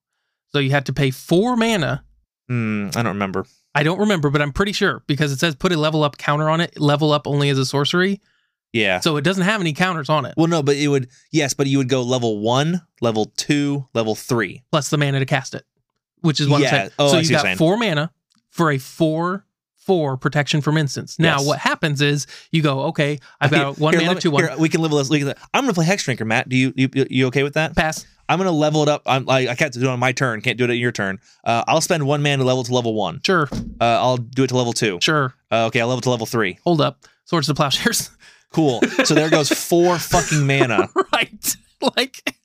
B: So you have to pay four mana
C: Hmm, I don't remember.
B: I don't remember, but I'm pretty sure because it says put a level up counter on it. Level up only as a sorcery,
C: Yeah.
B: so it doesn't have any counters on it.
C: Well, no, but it would yes, but you would go level one, level two, level three.
B: Plus the mana to cast it, which is what
C: Yeah.
B: I'm saying.
C: Oh, I
B: so
C: see
B: you
C: what you're
B: got
C: saying.
B: four mana for a four four protection from instance. Now
C: Yes.
B: what happens is you go okay, I've got one
C: Here,
B: mana
C: let me-
B: two one
C: here, we can level this. we can- I'm gonna play hex drinker, Matt. Do you you, you- you okay with that?
B: pass.
C: I'm gonna level it up. I'm I, I can't do it on my turn. Can't do it on your turn. Uh, I'll spend one man to level to level one.
B: Sure,
C: Uh, I'll do it to level two.
B: sure.
C: Uh, okay, I'll level to level three.
B: Hold up, swords to plowshares.
C: Cool. So there goes four fucking mana.
B: right. Like,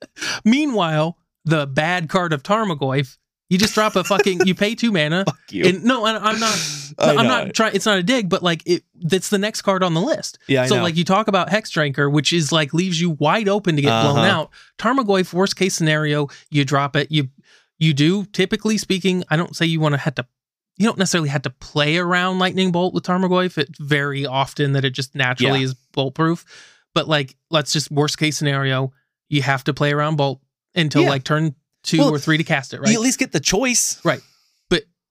B: meanwhile, the bad card of Tarmogoyf. You just drop a fucking. you pay two mana.
C: Fuck you.
B: And no, and I'm not.
C: I
B: No, I'm
C: know.
B: not trying. It's not a dig, but like it, that's the next card on the list.
C: Yeah, I
B: so
C: know.
B: like you talk about Hex Drinker, which is like leaves you wide open to get blown
C: Uh-huh.
B: out. Tarmogoyf, worst case scenario, you drop it. You you do typically speaking. I don't say you want to have to. You don't necessarily have to play around Lightning Bolt with Tarmogoyf. It's very often that it just naturally is bolt proof. But like, let's just worst case scenario, you have to play around Bolt until
C: Yeah.
B: like turn two
C: Well,
B: or three to cast it, right?
C: You at least get the choice.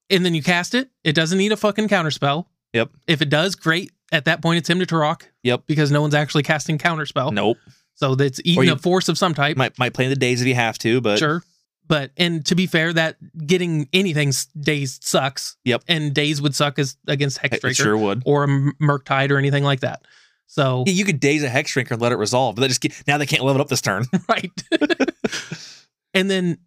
B: and then you cast it. It doesn't need a fucking counterspell.
C: Yep.
B: If it does, great. At that point, it's him to Turok.
C: Yep.
B: Because no one's actually casting counterspell.
C: Nope.
B: So that's
C: Or
B: eating
C: you-
B: a force of some type.
C: Might might play in the days if you have to, but
B: sure. But and to be fair, that getting anything s- days sucks.
C: Yep.
B: And days would suck as against
C: it,
B: Hexbreaker
C: it sure would.
B: or a M- Murktide or anything like that. So
C: Yeah, you could daze a hex shrinker and let it resolve, but they just get, now they can't level it up this turn.
B: right. and then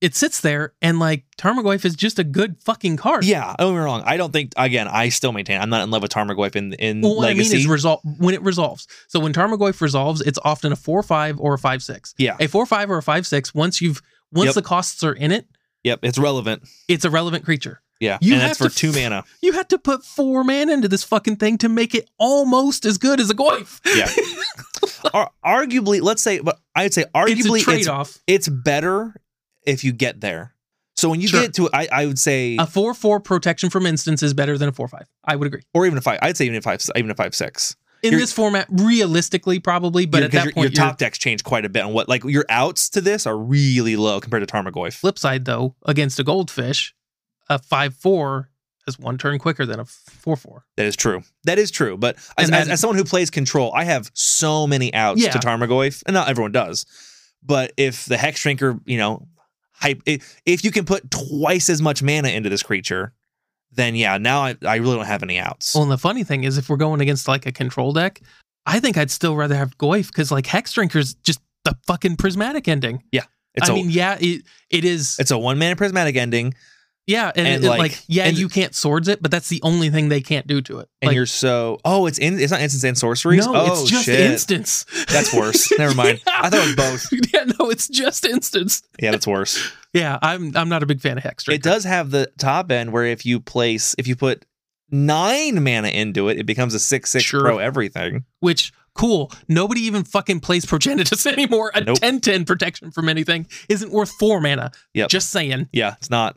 B: it sits there and like Tarmogoyf is just a good fucking card.
C: yeah, don't get me wrong. I don't think again. I still maintain I'm not in love with Tarmogoyf in in
B: Well, what
C: legacy.
B: I mean is resol- when it resolves. So when Tarmogoyf resolves, it's often a four five or a five six.
C: Yeah.
B: a four five or a five six. Once you've once
C: Yep.
B: the costs are in it,
C: yep, it's relevant.
B: it's a relevant creature.
C: Yeah,
B: You
C: and that's for
B: have to
C: two
B: f-
C: mana.
B: You had to put four man into this fucking thing to make it almost as good as a Goyf.
C: Yeah. Ar- arguably, let's say, but I'd say
B: it's
C: arguably
B: a
C: it's,
B: trade off.
C: it's better if you get there. So when you
B: Sure. Uh,
C: get to, I, I would say,
B: A four four protection from instance is better than a four five. I would agree
C: or even a five. I'd say even a five, even a five six.
B: in
C: You're-
B: this format. Realistically, probably, but
C: Your-
B: at
C: 'cause
B: that
C: your,
B: point,
C: your
B: your
C: top decks change quite a bit. On what like your outs to this are really low compared to Tarmogoyf.
B: flip side though against a goldfish, a five four is one turn quicker than a four four.
C: That is true. That is true. But as,
B: And
C: as,
B: then-
C: as someone who plays control, I have so many outs
B: Yeah.
C: to Tarmogoyf, and not everyone does. But if the hex shrinker, you know, hype, i- if you can put twice as much mana into this creature, then yeah, now I, I really don't have any outs.
B: Well, and the funny thing is, if we're going against like a control deck, I think I'd still rather have Goyf because like Hex Drinker's just the fucking prismatic ending.
C: it's
B: I
C: a
B: mean, yeah, it it is.
C: it's a one mana prismatic ending,
B: yeah, and,
C: and,
B: it- it,
C: like-
B: like, yeah,
C: and-
B: you can't swords it, but that's the only thing they can't do to it.
C: and
B: like,
C: you're so oh, it's in it's not instants and sorceries.
B: no,
C: oh
B: it's just
C: shit,
B: instance.
C: that's worse. Never mind.
B: Yeah.
C: I thought it was both.
B: yeah, no, it's just instance.
C: Yeah, that's worse.
B: Yeah, I'm I'm not a big fan of Hex
C: It
B: Drinker.
C: does have the top end where if you place, if you put nine mana into it, it becomes a six six
B: Sure.
C: pro everything.
B: which cool. Nobody even fucking plays Progenitus anymore. A
C: Nope.
B: 10-10 protection from anything isn't worth four mana.
C: Yep.
B: Just saying.
C: Yeah, it's not.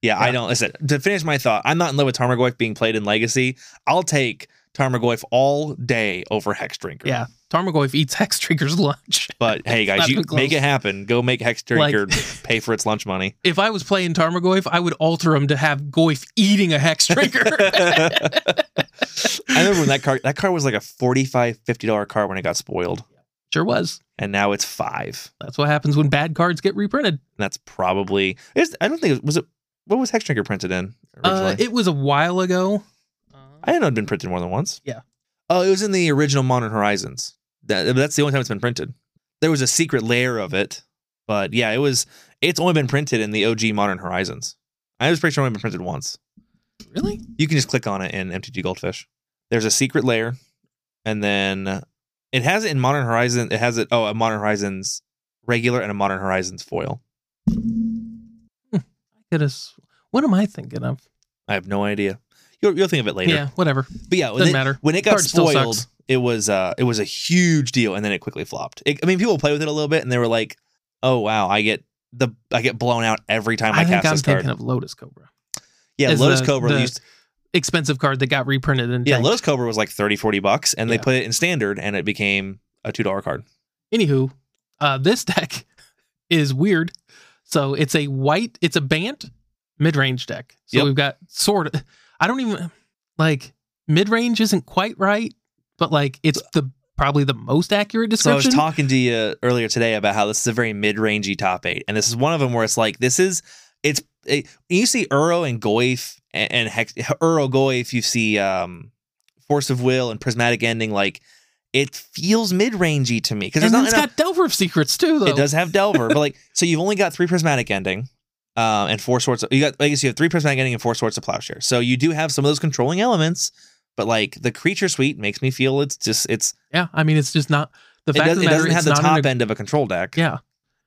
C: Yeah, I
B: Yeah.
C: don't listen. To finish my thought, I'm not in love with Tarmogoyf being played in Legacy. I'll take Tarmogoyf all day over Hex Drinker.
B: Yeah. Tarmogoyf eats Hex Drinker's lunch.
C: But hey guys,
B: Not
C: you
B: even close.
C: make it happen. Go make Hex
B: Like-
C: Drinker pay for its lunch money.
B: If I was playing Tarmogoyf, I would alter him to have Goyf eating a Hex Drinker.
C: I remember when that card that card was like a 45 50 dollar card when it got spoiled
B: sure was.
C: and now it's 5.
B: That's what happens when bad cards get reprinted.
C: And that's probably it's, I don't think it was it what was Hex Drinker printed in originally? Uh-huh.
B: Uh, it was a while ago.
C: I didn't know it'd been printed more than once.
B: Yeah.
C: Oh, it was in the original Modern Horizons. That, that's the only time it's been printed. There was a secret layer of it, but yeah, it was. It's only been printed in the OG Modern Horizons. I was pretty sure it's only been printed once.
B: Really?
C: You can just click on it in MTG Goldfish. There's a secret layer, and then it has it in Modern Horizon. It has it. Oh, a Modern Horizons regular and a Modern Horizons foil.
B: It is. What am I thinking of?
C: I have no idea. You'll, you'll think of it later. Oh,
B: Yeah, whatever.
C: But yeah, when
B: Doesn't
C: it,
B: matter.
C: when it got
B: Card still
C: spoiled,
B: sucks.
C: it was uh it was a huge deal, and then it quickly flopped. It, I mean, people play with it a little bit, and they were like, "Oh wow, I get the I get blown out every time I,
B: I think
C: cast
B: I'm
C: this card."
B: thinking of Lotus Cobra.
C: yeah,
B: is
C: Lotus
B: the-
C: Cobra
B: the
C: used
B: Expensive card that got reprinted in
C: yeah
B: Tank.
C: Lotus Cobra was like 30, 40 bucks, and they
B: Yeah.
C: put it in standard, and it became a two dollar card.
B: Anywho, uh, this deck is weird. So it's a white, it's a Bant mid range deck. So
C: Yep.
B: we've got sort of, I don't even, like, mid range isn't quite right, but like it's the probably the most accurate
C: So I was
B: description.
C: talking to you earlier today about how this is a very mid rangey top eight, and this is one of them where it's like this is it's it, you see Uro and Goif and, and Hex, Uro Goif, you see um Force of Will and Prismatic Ending, like it feels mid rangey to me because there's
B: and then
C: not
B: it's got
C: enough.
B: Delver of Secrets too, though.
C: It does have Delver, but like, so you've only got three prismatic ending, um, and four sorts. Of, you got, I guess you have three prismatic ending and four sorts of plowshare. So you do have some of those controlling elements, but like the creature suite makes me feel it's just it's
B: Yeah, I mean, it's just not the
C: it,
B: fact
C: does,
B: of
C: it
B: the matter,
C: doesn't have
B: it's
C: the
B: not an
C: top
B: ag-
C: end of a control deck.
B: Yeah.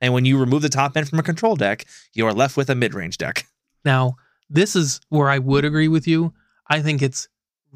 C: And when you remove the top end from a control deck, you are left with a mid range deck.
B: Now, this is where I would agree with you. I think it's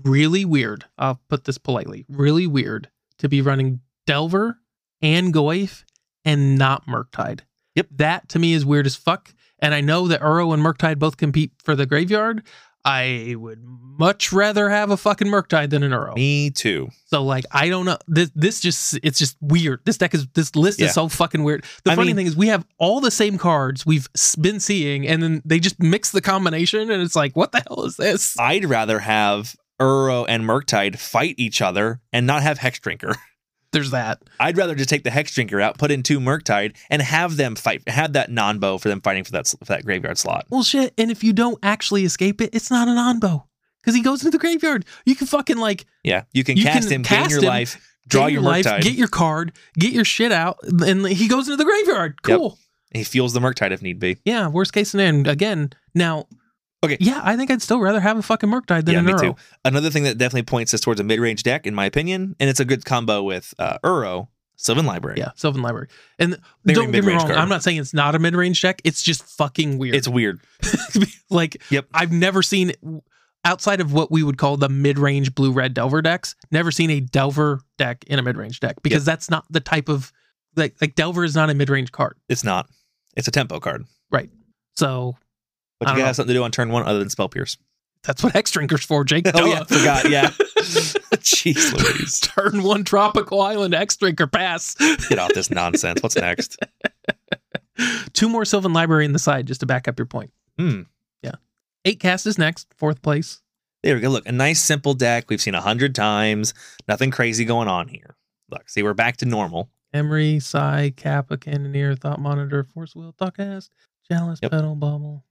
B: really weird. I'll put this politely really weird to be running Delver and Goyf and not Murktide.
C: Yep.
B: That to me is weird as fuck. And I know that Uro and Murktide both compete for the graveyard. I would much rather have a fucking Murktide than an Uro.
C: Me too.
B: So like I don't know this this just it's just weird. This deck is this list
C: Yeah.
B: is so fucking weird. The
C: I
B: funny
C: mean-
B: thing is we have all the same cards we've s- been seeing and then they just mix the combination and it's like what the hell is this?
C: I'd rather have Uro and Murktide fight each other and not have Hex Drinker.
B: There's that.
C: I'd rather just take the Hex Drinker out, put in two Murktide, and have them fight, have that non bow for them fighting for that, for that graveyard slot.
B: Well shit, and if you don't actually escape it, it's not an onbow cuz he goes into the graveyard. You can fucking like
C: Yeah. You can
B: You
C: cast
B: can
C: him, gain
B: cast
C: your
B: him,
C: life, draw
B: get
C: your,
B: life,
C: Murktide.
B: get your card, get your shit out and he goes into the graveyard.
C: Yep.
B: Cool.
C: he fuels the Murktide if need be.
B: Yeah, worst case scenario And again. Now
C: Okay.
B: Yeah, I think I'd still rather have a fucking Murktide than
C: Yeah,
B: an
C: me
B: Uro.
C: too. Another thing that definitely points us towards a mid range deck, in my opinion, and it's a good combo with uh, Uro, Sylvan Library.
B: Yeah, Sylvan Library. And
C: Very
B: don't get me
C: mid-range
B: wrong,
C: card.
B: I'm not saying it's not a mid range deck. It's just fucking weird.
C: It's weird.
B: like
C: Yep.
B: I've never seen outside of what we would call the mid range blue red Delver decks. Never seen a Delver deck in a mid range deck because that's not the type of like like Delver is not a mid range card.
C: It's not. It's a tempo card.
B: So
C: But
B: I
C: you
B: don't
C: gotta
B: know.
C: have something to do on turn one other than spell pierce.
B: that's what X drinkers for, Jake.
C: Oh yeah,
B: Duh.
C: forgot. Yeah. Jeez Louise.
B: Turn one tropical island X drinker pass.
C: Get off this nonsense. What's next?
B: Two more Sylvan Library in the side just to back up your point.
C: Hmm.
B: Yeah. Eight cast is next, fourth place.
C: There we go. Look, a nice simple deck we've seen a hundred times. Nothing crazy going on here. Look, see, we're back to normal.
B: Emery, Psy, Kappa, Cannoneer, Thought Monitor, Force Wheel, Thought Cast, Chalice,
C: Yep.
B: Pedal, Bubble.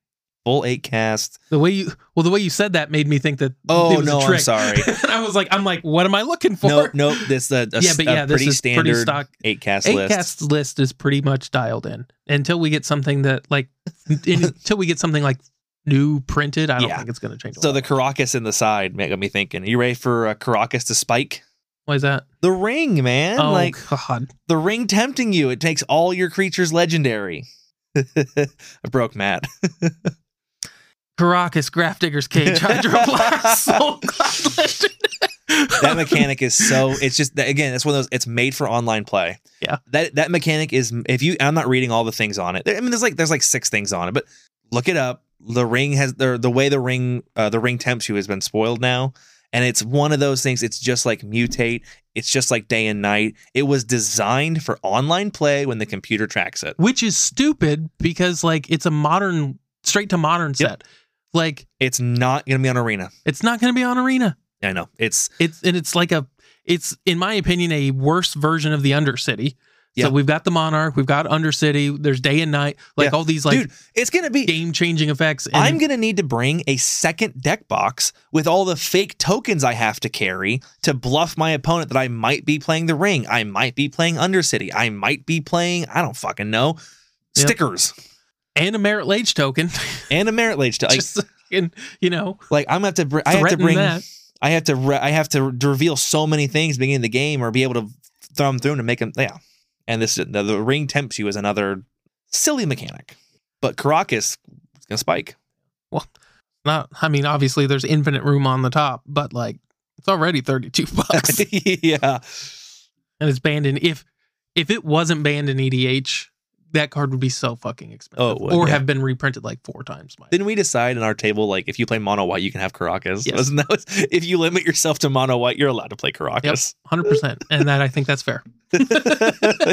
C: Full eight cast.
B: The way you well, the way you said that made me think that.
C: Oh
B: it was
C: no,
B: a
C: I'm
B: trick.
C: sorry.
B: and I was like, I'm like, what am I looking for?
C: nope, nope. This uh, a,
B: Yeah, but
C: a
B: yeah, this
C: pretty
B: is pretty
C: standard
B: stock-
C: eight cast
B: Eight
C: list.
B: cast list is pretty much dialed in until we get something that like in- until we get something like new printed. I don't
C: Yeah.
B: think it's going to change. a
C: So
B: lot.
C: the Caracas in the side ma- got me thinking. Are you ready for uh, Caracas to spike?
B: why is that?
C: The ring, man.
B: oh
C: like
B: God,
C: the ring tempting you. It takes all your creatures legendary. I broke Matt.
B: Caracas, Graph Digger's Cage, Hydroblast, Soul Cloud Legend.
C: That mechanic is so. It's just that again. It's one of those. It's made for online play.
B: Yeah.
C: That that mechanic is. If you, I'm not reading all the things on it. I mean, there's like there's like six things on it, but look it up. The ring has the the way the ring uh, the ring tempts you has been spoiled now, and it's one of those things. It's just like mutate. It's just like day and night. It was designed for online play when the computer tracks it.
B: which is stupid because like it's a modern straight to modern
C: Yep.
B: set. Like
C: It's not gonna be on arena.
B: it's not going to be on Arena.
C: I know. It's
B: It's and it's like a it's in my opinion a worse version of the Undercity.
C: Yeah.
B: So we've got the Monarch, we've got Undercity. There's day and night, like
C: Yeah.
B: all these like
C: Dude, it's gonna be.
B: game changing effects. And
C: I'm going to need to bring a second deck box with all the fake tokens I have to carry to bluff my opponent that I might be playing the ring. I might be playing Undercity. I might be playing, I don't fucking know,
B: Yep.
C: stickers
B: and a Merit Lage token,
C: and a merit lage. To, like,
B: just and, you know
C: like, I'm going to have to, br- I have to
B: threaten
C: bring,
B: that.
C: I have to, re- I have to, re- to reveal so many things beginning of the game or be able to throw them through 'em to make them, yeah. And this, the, the ring tempts you is another silly mechanic. But Caracas is going to spike.
B: Not I mean obviously there's infinite room on the top, but like it's already 32 bucks.
C: yeah.
B: and it's banned in if if it wasn't banned in EDH, that card would be so fucking expensive.
C: Oh, it would,
B: or
C: yeah.
B: have been reprinted like four times. Mike.
C: Didn't we decide in our table like if you play mono white you can have Caracas?
B: Yes.
C: Wasn't that was, if you limit yourself to mono white you're allowed to play Caracas?
B: Hundred percent, and that I think that's fair.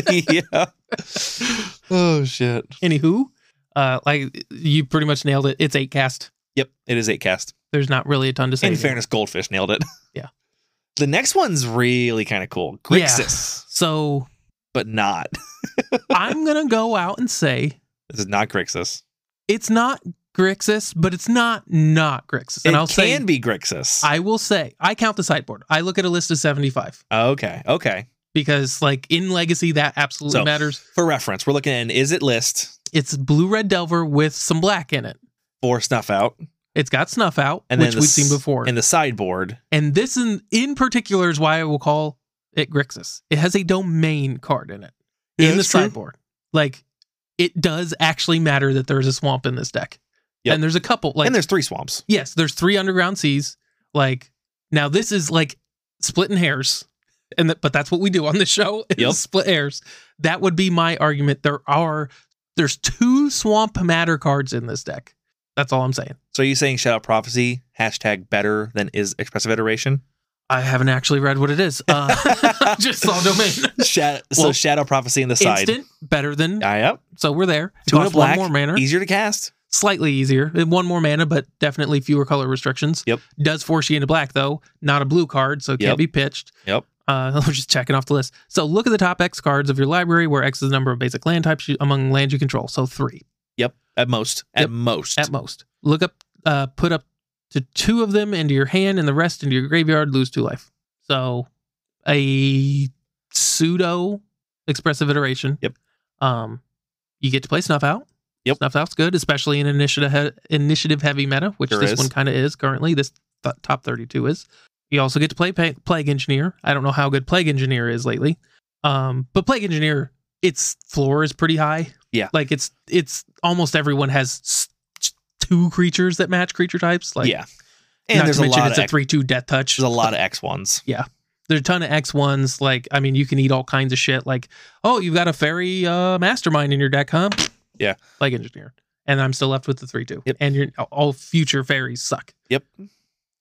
C: yeah. Oh shit.
B: Anywho, uh, like you pretty much nailed it. It's eight cast.
C: Yep, it is eight cast.
B: There's not really a ton to say.
C: In
B: anymore.
C: fairness, Goldfish nailed it.
B: Yeah.
C: The next one's really kind of cool.
B: Yeah.
C: Grixis,
B: So
C: but not.
B: I'm gonna go out and say
C: This is not Grixis.
B: it's not Grixis, but it's not not Grixis. And
C: it
B: I'll
C: can
B: say
C: be Grixis.
B: I will say I count the sideboard. I look at a list of 75
C: okay. Okay.
B: because like in Legacy that absolutely
C: So-
B: matters.
C: For reference, we're looking at an is it list
B: It's blue red delver with some black in it.
C: for snuff out.
B: It's got snuff out,
C: And
B: which
C: then the
B: we've seen
C: s-
B: before.
C: In
B: And,
C: the sideboard.
B: this in, in particular is why I will call it Grixis. It has a domain card in it in the sideboard. Like it does actually matter that there's a swamp in this deck.
C: Yep.
B: And there's a couple like
C: and there's three swamps.
B: yes, there's three underground seas. Like now this is like splitting hairs. And that but that's what we do on the show is
C: Yep.
B: split hairs. That would be my argument. There are there's two swamp matter cards in this deck. That's all I'm saying.
C: So are you saying Shadow Prophecy hashtag better than is expressive iteration?
B: I haven't actually read what it is. Uh, I just saw domain.
C: Shadow, so
B: Well,
C: Shadow Prophecy in the side.
B: Instant, better than.
C: Ah, yep.
B: So we're there.
C: Two and a
B: Costs one
C: black,
B: more mana.
C: Easier to cast.
B: Slightly easier. Uh, One more mana, but definitely fewer color restrictions.
C: Yep.
B: Does force you into black, though. Not a blue card, so it
C: Yep.
B: can't be pitched.
C: Yep.
B: Uh, I'm just checking off the list. So look at the top X cards of your library, where X is the number of basic land types you, among land you control. So three
C: Yep. At most. At
B: Yep.
C: most.
B: at most. Look up, uh, put up to two of them into your hand and the rest into your graveyard, lose two life. So a pseudo expressive iteration.
C: Yep.
B: Um, you get to play Snuff Out.
C: Yep.
B: Snuff Out's good, especially in initiative he- initiative heavy meta, which
C: Sure
B: this
C: is.
B: one kind of is currently. This th- top 32 is. You also get to play pa- Plague Engineer. I don't know how good Plague Engineer is lately. Um, but Plague Engineer, its floor is pretty high.
C: Yeah.
B: Like it's it's almost everyone has s- two creatures that match creature types. Like
C: yeah. And
B: not
C: there's
B: to
C: a,
B: mention
C: lot of
B: it's a
C: X,
B: three two death touch.
C: there's a lot of X ones.
B: There's a ton of X ones. Like I mean, you can eat all kinds of shit. Like oh, you've got a fairy uh, mastermind in your deck, huh?
C: Yeah.
B: Plague Engineer, and I'm still left with the three two.
C: Yep.
B: And your all future fairies suck.
C: Yep.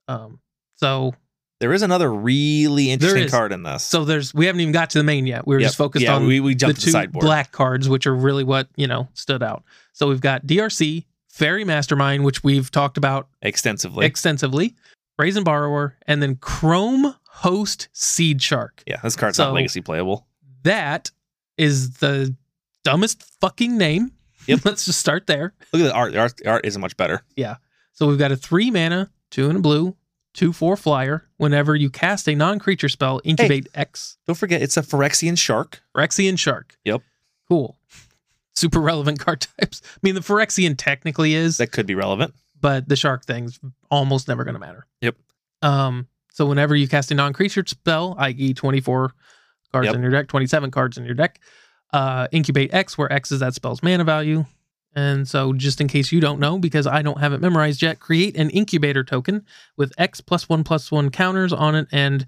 B: Um. So
C: There is another really interesting
B: is.
C: card in this.
B: so there's we haven't even got to the main yet. We were
C: Yep.
B: just focused
C: yeah,
B: on
C: we, we
B: the
C: jumped to the
B: two
C: sideboard.
B: black cards, which are really what you know stood out. So we've got DRC Fairy Mastermind, which we've talked about
C: extensively.
B: extensively, Brazen Borrower, and then Chrome Host Seed Shark.
C: yeah, this card's
B: So-
C: not legacy playable.
B: That is the dumbest fucking name.
C: Yep.
B: Let's just start there.
C: Look at the art. The art, the art isn't much better.
B: So we've got a three mana, two and a blue, two four flyer. Whenever you cast a non creature spell, incubate X
C: Don't forget, it's a Phyrexian shark.
B: Phyrexian Shark.
C: Yep.
B: Cool. Super relevant card types. I mean, the Phyrexian technically is,
C: That could be relevant.
B: but the shark thing's almost never going to matter.
C: Yep.
B: Um. So whenever you cast a non-creature spell, i.e., twenty-four cards
C: Yep.
B: in your deck, twenty-seven cards in your deck, uh, incubate X, where X is that spell's mana value. And so, just in case you don't know, because I don't have it memorized yet, create an incubator token with X plus one plus one counters on it, and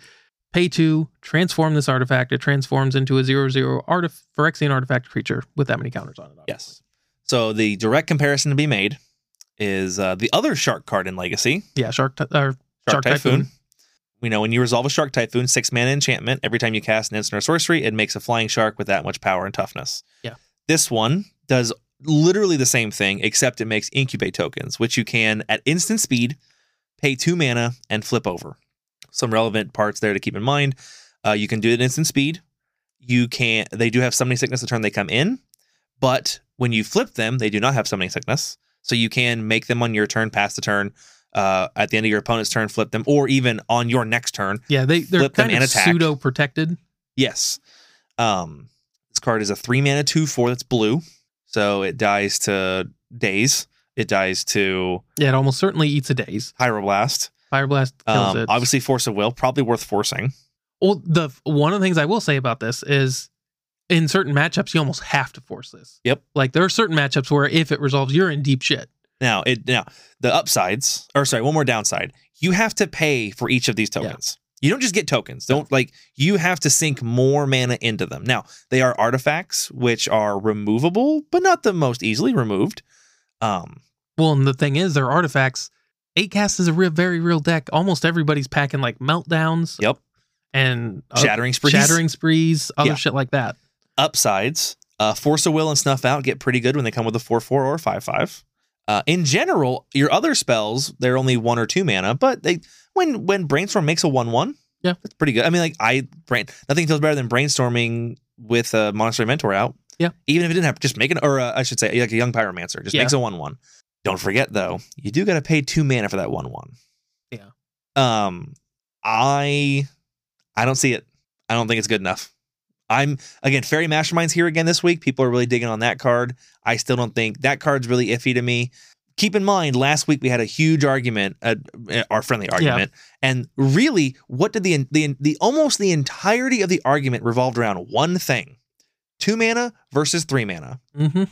B: pay two, transform this artifact. It transforms into a zero-zero artif- Phyrexian artifact creature with that many counters on it.
C: Yes. So the direct comparison to be made is uh, the other shark card in Legacy,
B: Yeah. Shark. T- or Shark
C: Shark,
B: Typhoon.
C: Typhoon. We know when you resolve a Shark Typhoon, six mana enchantment, every time you cast an instant or sorcery, it makes a flying shark with that much power and toughness.
B: Yeah.
C: This one does literally the same thing, except it makes incubate tokens, which you can at instant speed pay two mana and flip over. Some relevant parts there to keep in mind. Uh, you can do it at instant speed. You can they do have summoning sickness the turn they come in, but when you flip them, they do not have summoning sickness. So you can make them on your turn, pass the turn, uh, at the end of your opponent's turn, flip them, or even on your next turn.
B: Yeah, they they're
C: Flip them
B: kind of
C: and attack.
B: pseudo protected.
C: Yes. Um, this card is a three mana two four that's blue, so it dies to days. It dies to
B: Yeah, it almost certainly eats a daze.
C: pyroblast.
B: Fire blast kills
C: Um,
B: it.
C: obviously, force of will probably worth forcing.
B: well, the one of the things I will say about this is, in certain matchups, you almost have to force this.
C: Yep.
B: Like there are certain matchups where if it resolves, you're in deep shit.
C: Now it now the upsides, or sorry, one more downside. You have to pay for each of these
B: Yeah.
C: tokens. You don't just get tokens. Don't like you have to sink more mana into them. Now they are artifacts which are removable, but not the most easily removed. Um,
B: Well, and the thing is, there are artifacts. Eight cast is a real, very real deck. Almost everybody's packing like meltdowns.
C: Yep.
B: And uh,
C: shattering sprees.
B: shattering sprees, other
C: Yeah.
B: shit like that.
C: upsides. Uh, Force of Will and Snuff Out get pretty good when they come with a 4 4 or 5 5. Uh, in general, your other spells, they're only one or two mana, but they when when Brainstorm makes a 1 1,
B: Yeah.
C: that's pretty good. I mean, like, I brain nothing feels better than brainstorming with a Monastery Mentor out.
B: Yeah.
C: Even if it didn't have, just make an, or uh, I should say, like a Young Pyromancer, just
B: Yeah.
C: makes a 1 1. Don't forget, though, you do got to pay two mana for that 1 1.
B: Yeah.
C: Um, I I don't see it. I don't think it's good enough. I'm again Fairy Mastermind's here again this week. People are really digging on that card. I still don't think that card's really iffy to me. Keep in mind, last week we had a huge argument, uh, uh, our friendly argument, and really, what did the the the almost the entirety of the argument revolved around one thing: two mana versus three mana.
B: Mm-hmm.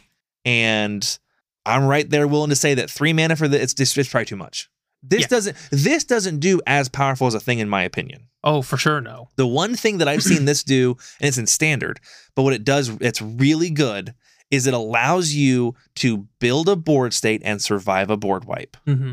C: And I'm right there, willing to say that three mana for the it's just it's probably too much. This
B: Yeah.
C: doesn't this doesn't do as powerful as a thing in my opinion.
B: Oh, for sure, no.
C: The one thing that I've seen this do, and it's in standard, but what it does, it's really good, is it allows you to build a board state and survive a board wipe.
B: Mm-hmm.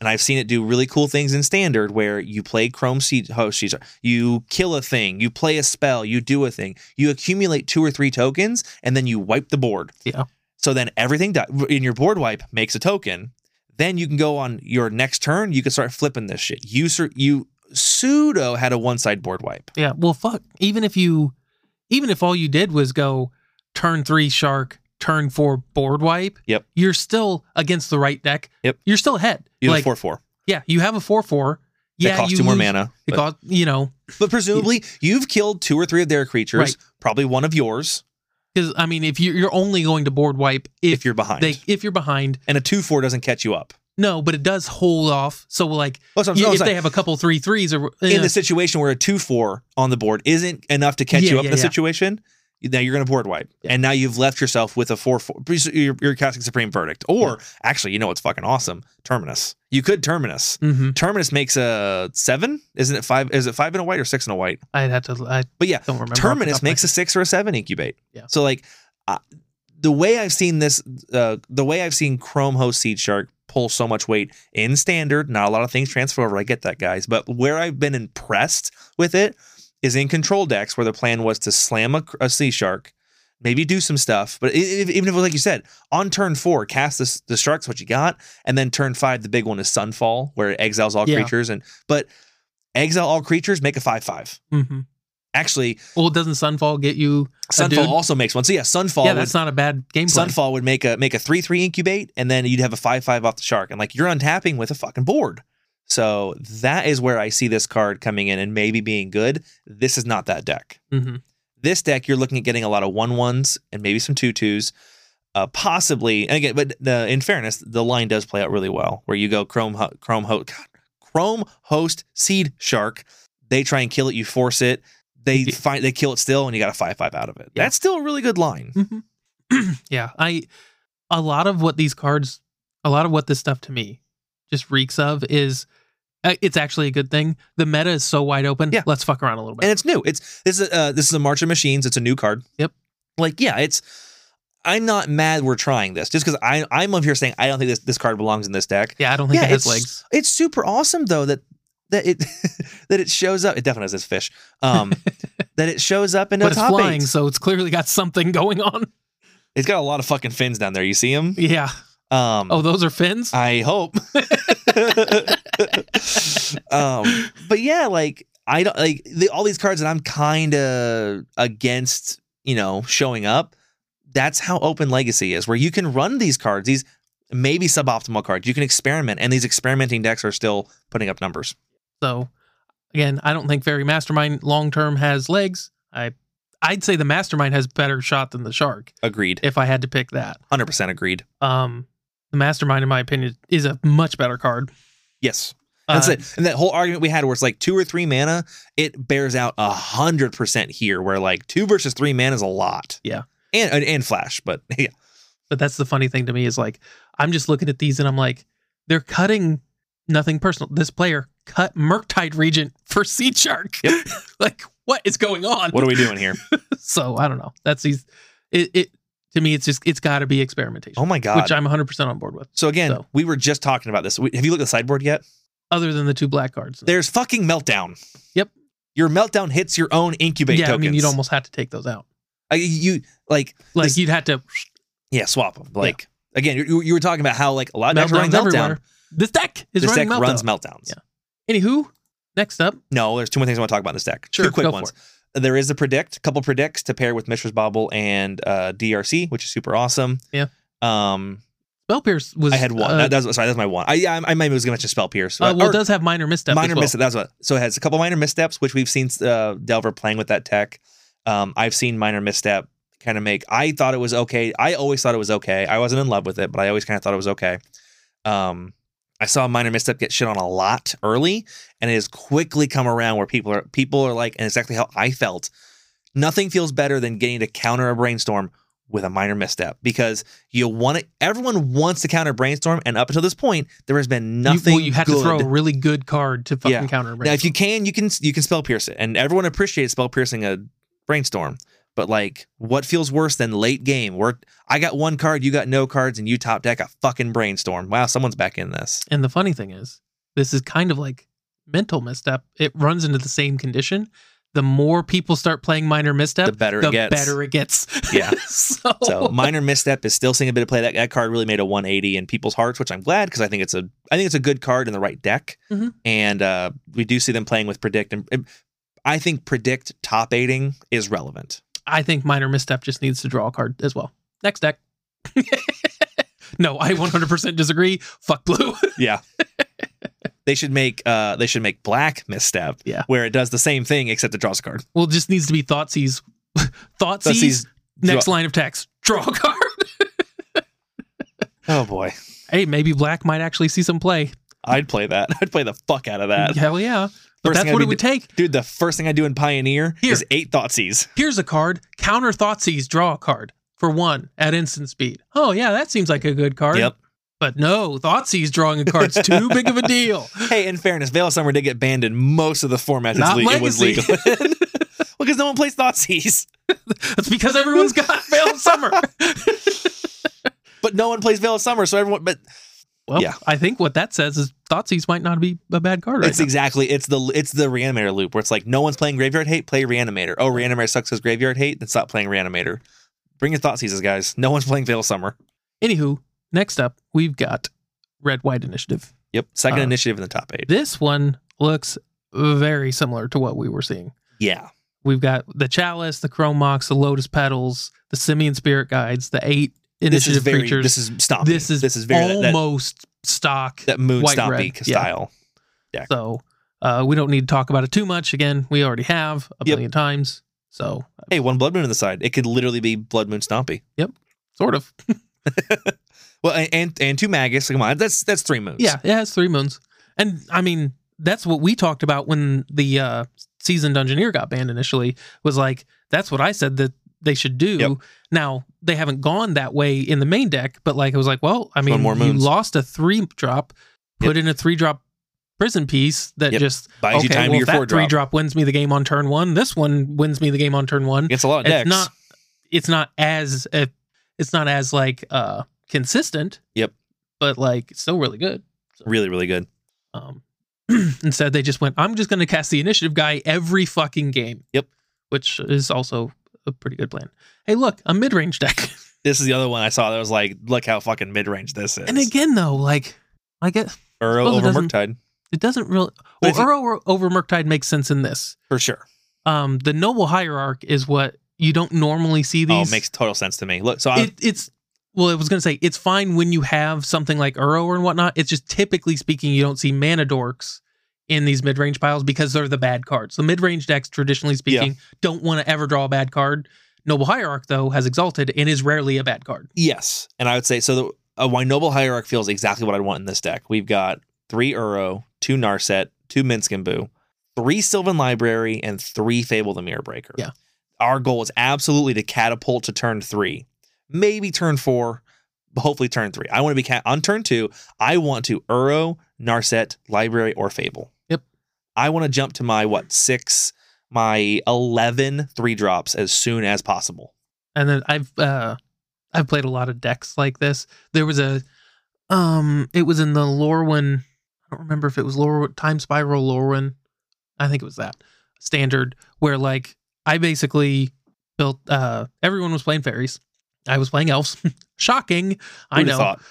C: And I've seen it do really cool things in standard where you play Chrome Seed Host, she's- you kill a thing, you play a spell, you do a thing, you accumulate two or three tokens, and then you wipe the board.
B: Yeah.
C: So then everything di- in your board wipe makes a token. Then you can go on your next turn, you can start flipping this shit. You, sur- you pseudo had a one side board wipe.
B: Yeah. Well, fuck. Even if you, even if all you did was go turn three shark, turn four board wipe.
C: Yep.
B: You're still against the right deck.
C: Yep.
B: You're still ahead.
C: You have
B: like,
C: a four four.
B: yeah, you have a four four.
C: That
B: Yeah,
C: costs
B: you
C: two more
B: lose-
C: mana.
B: It
C: But,
B: cost you know
C: but presumably you've killed two or three of their creatures,
B: Right.
C: probably one of yours
B: because I mean if you you're only going to board wipe
C: if,
B: if,
C: you're behind.
B: they if you're behind
C: and a two four doesn't catch you up.
B: no but it does hold off so like
C: Oh, so I'm,
B: you-
C: oh,
B: if
C: sorry.
B: they have a couple three threes or eh,
C: in the situation where a two four on the board isn't enough to catch
B: Yeah,
C: you up
B: yeah,
C: in the
B: yeah.
C: situation, now you're going to board wipe,
B: Yeah.
C: and now you've left yourself with a four four. You're, you're casting supreme verdict, or actually, you know what's fucking awesome? Terminus. You could terminus.
B: mhm.
C: Terminus makes a seven, isn't it? Five? Is it five and a white or six and a white?
B: I'd have to I
C: But yeah,
B: don't remember off the top
C: Terminus
B: of my
C: makes a six or a seven incubate.
B: Yeah.
C: So like, I the way I've seen this, uh, the way I've seen Chrome Host Seed Shark pull so much weight in standard, not a lot of things transfer over. I get that, guys. But where I've been impressed with it is in control decks where the plan was to slam a, a Sea Shark, maybe do some stuff. But i- i- even if, like you said, on turn four, cast this, destructs what you got, and then turn five, the big one is Sunfall, where it exiles all
B: Yeah.
C: creatures. And but exile all creatures, make a five five.
B: hmm
C: Actually,
B: Well, doesn't Sunfall get you? dude.
C: Sunfall also makes one. So yeah, Sunfall.
B: yeah,
C: would-
B: that's not a bad game plan.
C: Sunfall would make a make a three three incubate, and then you'd have a five five off the shark, and like you're untapping with a fucking board. So that is where I see this card coming in and maybe being good. This is not that deck.
B: Mhm.
C: This deck you're looking at getting a lot of one ones and maybe some two twos, uh, possibly. And again, but the, in fairness, the line does play out really well. Where you go Chrome ho- Chrome host Chrome host seed shark, they try and kill it, you force it. They
B: Yeah.
C: find they kill it still, and you got a five five out of it.
B: Yeah.
C: That's still a really good line.
B: Mhm. yeah, I a lot of what these cards, a lot of what this stuff to me just reeks of is uh, it's actually a good thing. The meta is so wide open.
C: Yeah.
B: let's fuck around a little
C: and
B: bit.
C: it's new. It's this is uh, this is a March of Machines. It's a new card.
B: Yep.
C: Like yeah, it's. I'm not mad we're trying this just because I I'm up here saying I don't think this this card belongs in this deck.
B: yeah, I don't think
C: yeah,
B: it has
C: it's-
B: legs.
C: It's super awesome though that that it that it shows up. It definitely has this fish. Um, that it shows up in
B: but
C: a
B: it's
C: top
B: flying,
C: eight.
B: so it's clearly got something going on.
C: It's got a lot of fucking fins down there. You see them?
B: Yeah.
C: Um,
B: Oh, those are fins.
C: I hope. um, but yeah, like I don't like the, all these cards that I'm kind of against, you know, showing up. That's how open legacy is, where you can run these cards, these maybe suboptimal cards. You can experiment, and these experimenting decks are still putting up numbers.
B: So again, I don't think very mastermind long term has legs. I I'd say the mastermind has better shot than the shark
C: Agreed,
B: if I had to pick that.
C: hundred percent agreed.
B: Um the mastermind in my opinion is a much better card.
C: Yes, that's
B: Uh,
C: it. And that whole argument we had, where it's like two or three mana, it bears out hundred percent here, where like two versus three mana is a lot.
B: Yeah.
C: and and, and flash, but yeah,
B: But that's the funny thing to me is like I'm just looking at these and I'm like they're cutting nothing personal. This player cut Murktide Regent for Sea Shark. like what is going on?
C: what are we doing here?
B: so I don't know. That's these it, it to me it's just it's got to be experimentation,
C: Oh my god!
B: which I'm 100% on board with.
C: So again,
B: So-
C: we were just talking about this. We, have you looked at the sideboard yet?
B: Other than the two black cards.
C: There's fucking meltdown.
B: Yep.
C: Your meltdown hits your own incubate
B: yeah,
C: tokens.
B: I mean, you'd almost have to take those out.
C: I- you like
B: Like
C: This-
B: you'd have to
C: yeah swap them. Like again, you, you were talking about how like a lot of decks are
B: meltdowns
C: running uh, meltdown.
B: everywhere. This deck is
C: This deck
B: running meltdown.
C: runs meltdowns.
B: Yeah. Anywho, next up,
C: No, there's two more things I want to talk about in this deck.
B: sure,
C: two quick
B: go
C: ones.
B: for it.
C: There is the predict, couple predicts to pair with Mishra's Bobble and uh, DRC, which is super awesome.
B: Yeah.
C: Um,
B: Bell Pierce was.
C: I had one.
B: Uh,
C: that, that was, sorry, that's my one. I yeah, I, I maybe was gonna mention Spell Pierce.
B: uh, well,
C: Or-
B: it does have minor misstep.
C: minor
B: as well.
C: misstep. That's what. So it has a couple minor missteps, which we've seen uh, Delver playing with that tech. Um, I've seen minor misstep kind of make. I thought it was okay. I always thought it was okay. I wasn't in love with it, but I always kind of thought it was okay. Um, I saw minor misstep get shit on a lot early, and it has quickly come around where people are people are like, and exactly how I felt. Nothing feels better than getting to counter a brainstorm with a minor misstep because you want to. Everyone wants to counter brainstorm, and up until this point, there has been
B: You-
C: nothing.
B: well, you had
C: good
B: to throw a really good card to fucking
C: Yeah.
B: counter.
C: now, if you can, you can you can spell pierce it, and everyone appreciates spell piercing a brainstorm. But like, what feels worse than late game where I got one card, you got no cards, and you top deck a fucking brainstorm? Wow, someone's back in this.
B: and the funny thing is, this is kind of like mental misstep. It runs into the same condition. The more people start playing minor misstep,
C: The better it gets.
B: better it gets.
C: Yeah.
B: so,
C: So minor misstep is still seeing a bit of play. That, that card really made a 180 in people's hearts, which I'm glad because I think it's a I think it's a good card in the right deck.
B: Mhm.
C: And uh, we do see them playing with predict, and and I think predict top aiding is relevant.
B: I think minor misstep just needs to draw a card as well. Next deck. no, I 100% disagree. Fuck blue.
C: Yeah. they should make uh they should make black misstep.
B: Yeah.
C: Where it does the same thing except it draws a card.
B: well, it just needs to be thoughtsies. thoughtsies.
C: Thus he's-
B: next line of text. Draw a card.
C: oh boy.
B: hey, maybe black might actually see some play.
C: I'd play that. I'd play the fuck out of that.
B: Hell yeah. But
C: First thing
B: that's
C: I'd
B: what
C: be
B: it would take.
C: Dude, the first thing I do in Pioneer
B: Here.
C: is eight Thoughtseize.
B: Here's a card. Counter Thoughtseize. Draw a card. For one, at instant speed. Oh, yeah, that seems like a good card.
C: Yep.
B: But no, Thoughtseize drawing a card's too big of a deal.
C: Hey, in fairness, Veil of Summer did get banned in most of the formats it's
B: Not
C: le- it was
B: Legacy.
C: legal. well, because no one plays Thoughtseize.
B: That's because everyone's got Veil of Summer.
C: But no one plays Veil of Summer, so everyone but
B: Well,
C: Yeah.
B: I think what that says is Thoughtseize might not be a bad card right
C: it's
B: now.
C: exactly it's the it's the reanimator loop where it's like no one's playing graveyard hate, play reanimator. Oh, reanimator sucks as graveyard hate, then stop playing reanimator. Bring your thought seasons, guys. No one's playing Veil Summer.
B: Anywho, next up we've got Red White Initiative.
C: Yep. Second
B: Uh,
C: initiative in the top eight.
B: This one looks very similar to what we were seeing.
C: Yeah.
B: We've got the Chalice, the Chromox, the Lotus Petals, the Simeon Spirit Guides, the eight
C: This is
B: initiative
C: very.
B: creatures.
C: This is stompy.
B: This is
C: this is very that- that,
B: almost stock.
C: that, moon
B: white
C: stompy
B: red. Yeah.
C: style.
B: So uh, we don't need to talk about it too much. Again, we already have a
C: Yep.
B: million times. So
C: Hey, one blood moon on the side. It could literally be blood moon stompy.
B: sort of.
C: Well, and and, and two magus. Come on, that's that's three moons.
B: Yeah, it has three moons. And I mean, that's what we talked about when the uh seasoned Dungeoneer got banned initially, was like, that's what I said that they should do.
C: Yep.
B: Now they haven't gone that way in the main deck, but like it was like, well, I mean
C: more
B: you
C: moons.
B: lost a three drop, put in a three drop prison piece that
C: Yep.
B: just
C: buys you
B: okay,
C: time
B: well,
C: to your
B: if that
C: four
B: three
C: drop.
B: drop wins me the game on turn one, this one wins me the game on turn one.
C: It's a lot of
B: And it's
C: decks.
B: not it's not as uh, it's not as like uh consistent.
C: Yep.
B: But like it's still really good.
C: really, really good.
B: Um, instead, they just went, I'm just going to cast the initiative guy every fucking game.
C: Yep.
B: Which is also a pretty good plan. Hey, look, a mid range deck.
C: This is the other one I saw that was like, look how fucking mid range this is.
B: and again, though, like, I guess
C: Uro
B: suppose it
C: over
B: doesn't-
C: Murktide
B: it doesn't really. Well,
C: But if you-
B: Uro over Murktide makes sense in this.
C: for sure.
B: Um, the Noble Hierarch is what you don't normally see
C: Oh,
B: these.
C: it makes total sense to me. Look, so I'm
B: it, it's. Well, I was going to say it's fine when you have something like Uro and whatnot. It's just typically speaking, you don't see mana dorks in these mid range piles because they're the bad cards. The mid range decks, traditionally speaking, don't want to ever draw a bad card. Noble Hierarch, though, has Exalted and is rarely a bad card.
C: Yes, and I would say so. The, uh, why Noble Hierarch feels exactly what I want in this deck. We've got three Uro, two Narset, two Minskin Boo, three Sylvan Library, and three Fable the Mirror Breaker.
B: Yeah.
C: our goal is absolutely to catapult to turn three, maybe turn four, but hopefully turn three. I want to be cat on turn two. I want to Uro, Narset, Library, or Fable.
B: Yep.
C: I want to jump to my what six, my 11 three drops as soon as possible.
B: And then I've uh, I've played a lot of decks like this. There was a um, it was in the Lorwyn. I don't remember if it was Lorwyn Time Spiral Lorwyn. I think it was that standard where like I basically built. Uh, everyone was playing fairies. I was playing elves. Shocking, I
C: Who'da
B: know.
C: thought?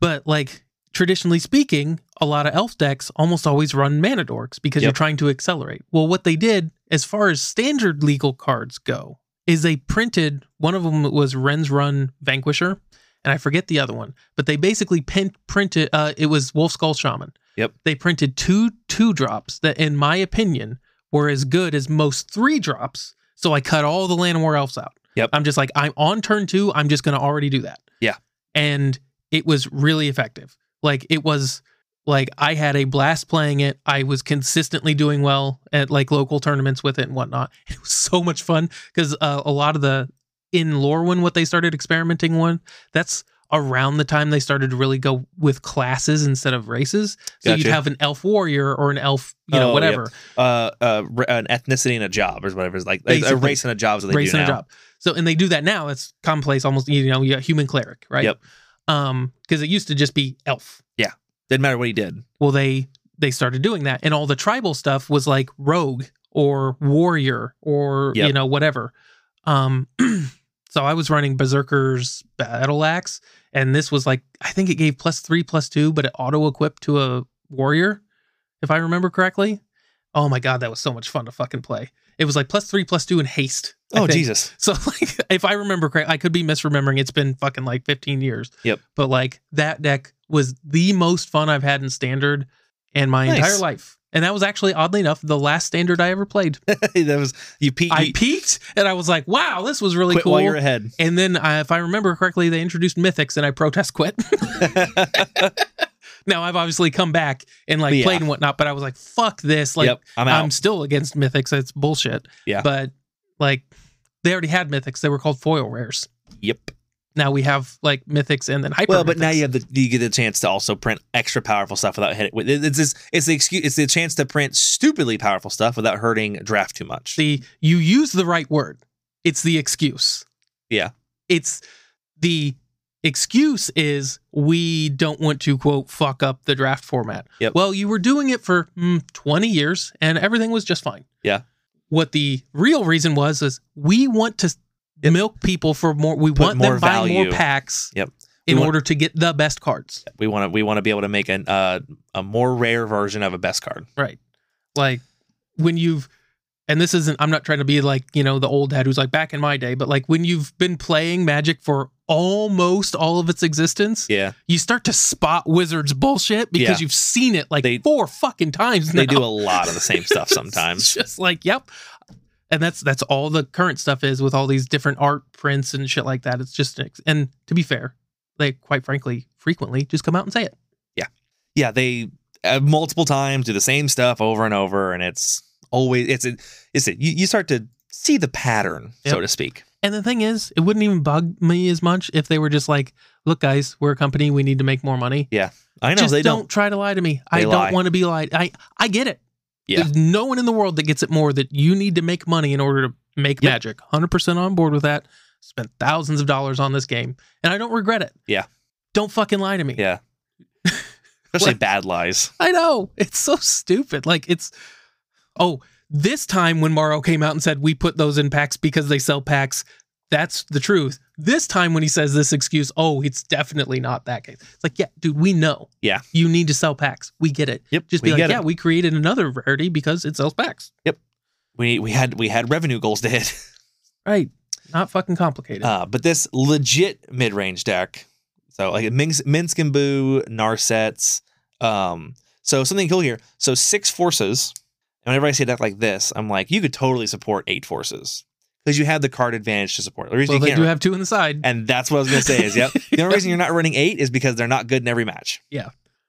B: But like traditionally speaking, a lot of elf decks almost always run mana dorks because you're
C: Yep.
B: trying to accelerate. Well, what they did as far as standard legal cards go is they printed one of them was Ren's Run Vanquisher, and I forget the other one, but they basically pin, printed uh, it was Wolf Skull Shaman.
C: Yep.
B: They printed two two drops that, in my opinion, were as good as most three drops. So I cut all the Llanowar elves out.
C: Yep.
B: I'm just like I'm on turn two. I'm just going to already do that.
C: Yeah.
B: And it was really effective. Like it was like I had a blast playing it. I was consistently doing well at like local tournaments with it and whatnot. It was so much fun because uh, a lot of the in Lorwyn what they started experimenting with that's around the time they started to really go with classes instead of races. So you'd
C: Gotcha.
B: have an elf warrior or an elf, you
C: Oh,
B: know,
C: yep.
B: whatever
C: uh, uh, r- an ethnicity and a job or whatever. It's like a- a
B: Basically.
C: race and a job is what they
B: race
C: do
B: and
C: now.
B: a job. So and they do that now. It's commonplace almost. You know, you got human cleric, right?
C: Yep.
B: Um, because it used to just be elf.
C: Didn't matter what he did.
B: well they they started doing that and all the tribal stuff was like rogue or warrior or
C: Yep.
B: you know whatever um so i was running berserker's battle axe and this was like i think it gave plus three plus two but it auto equipped to a warrior if i remember correctly oh my god that was so much fun to fucking play it was like plus three plus two and haste I
C: Oh
B: think.
C: Jesus!
B: So like if I remember correct, I could be misremembering. It's been fucking like 15 years.
C: Yep.
B: But like that deck was the most fun I've had in standard in my
C: Nice.
B: entire life. And that was actually oddly enough the last standard I ever played.
C: that was you. Pe-
B: I
C: you
B: peaked and I was like, wow, this was really
C: quit
B: cool.
C: while you're ahead.
B: and then I, if I remember correctly, they introduced mythics and I protest quit. now I've obviously come back and like
C: Yeah.
B: played and whatnot, but I was like, fuck this. Like um,
C: yep, I'm out.
B: I'm still against mythics. It's bullshit.
C: Yeah.
B: But like they already had mythics. They were called foil rares.
C: yep.
B: Now we have like mythics and then hyper.
C: Well, but now
B: mythics.
C: you have the you get the chance to also print extra powerful stuff without hitting. with- It's it's, it's the excuse. It's the chance to print stupidly powerful stuff without hurting draft too much.
B: see you use the right word. It's the excuse.
C: Yeah.
B: It's the excuse is we don't want to quote fuck up the draft format.
C: Yep.
B: Well, you were doing it for mm, 20 years and everything was just fine.
C: Yeah.
B: What the real reason was is we want to
C: Yep.
B: milk people for more. We
C: Put
B: want
C: more
B: them buying more
C: value.
B: packs.
C: Yep.
B: In
C: We want-
B: order to get the best cards,
C: We want to we want to be able to make an uh, a more rare version of a best card.
B: right? Like when you've, and this isn't. I'm not trying to be like you know the old dad who's like back in my day, but like when you've been playing Magic for almost all of its existence,
C: Yeah,
B: you start to spot Wizards bullshit because
C: Yeah.
B: you've seen it like
C: They-
B: four fucking times.
C: they
B: now.
C: do a lot of the same stuff sometimes.
B: It's just like, yep. And that's that's all the current stuff is with all these different art prints and shit like that. It's just an ex- and to be fair, they quite frankly frequently just come out and say it.
C: yeah they uh, multiple times do the same stuff over and over and it's always it's a, it's a, you, you start to see the pattern so
B: Yep.
C: to speak
B: And the thing is, it wouldn't even bug me as much if they were just like, "Look, guys, we're a company. We need to make more money.
C: i know
B: just
C: they
B: don't,
C: don't,
B: try to lie to me. I
C: They lie.
B: don't want to be lied. I I get it.
C: Yeah.
B: There's no one in the world that gets it more that you need to make money in order to make
C: Yep.
B: magic. 100% on board with that. Spent thousands of dollars on this game and I don't regret it.
C: Yeah.
B: Don't fucking lie to me.
C: yeah especially
B: What?
C: bad lies
B: I know. It's so stupid. Like it's oh, this time when Morrow came out and said we put those in packs because they sell packs, that's the truth. This time when he says this excuse, oh, it's definitely not that case. It's like, yeah, dude, we know.
C: Yeah.
B: You need to sell packs. We get it.
C: yep
B: Just
C: we
B: be like,
C: get
B: yeah,
C: it.
B: we created another rarity because it sells packs.
C: we we had we had revenue goals to hit
B: Right. Not fucking complicated.
C: uh but this legit mid-range deck so like Minsk, Minsk and Boo, narsets um so something cool here so six forces and whenever i see a deck like this i'm like you could totally support eight forces because you have the card advantage to support the reason
B: well,
C: you
B: they
C: can't
B: do have two in the side.
C: And that's what I was gonna say is yep. The only reason you're not running eight is because they're not good in every match.
B: Yeah.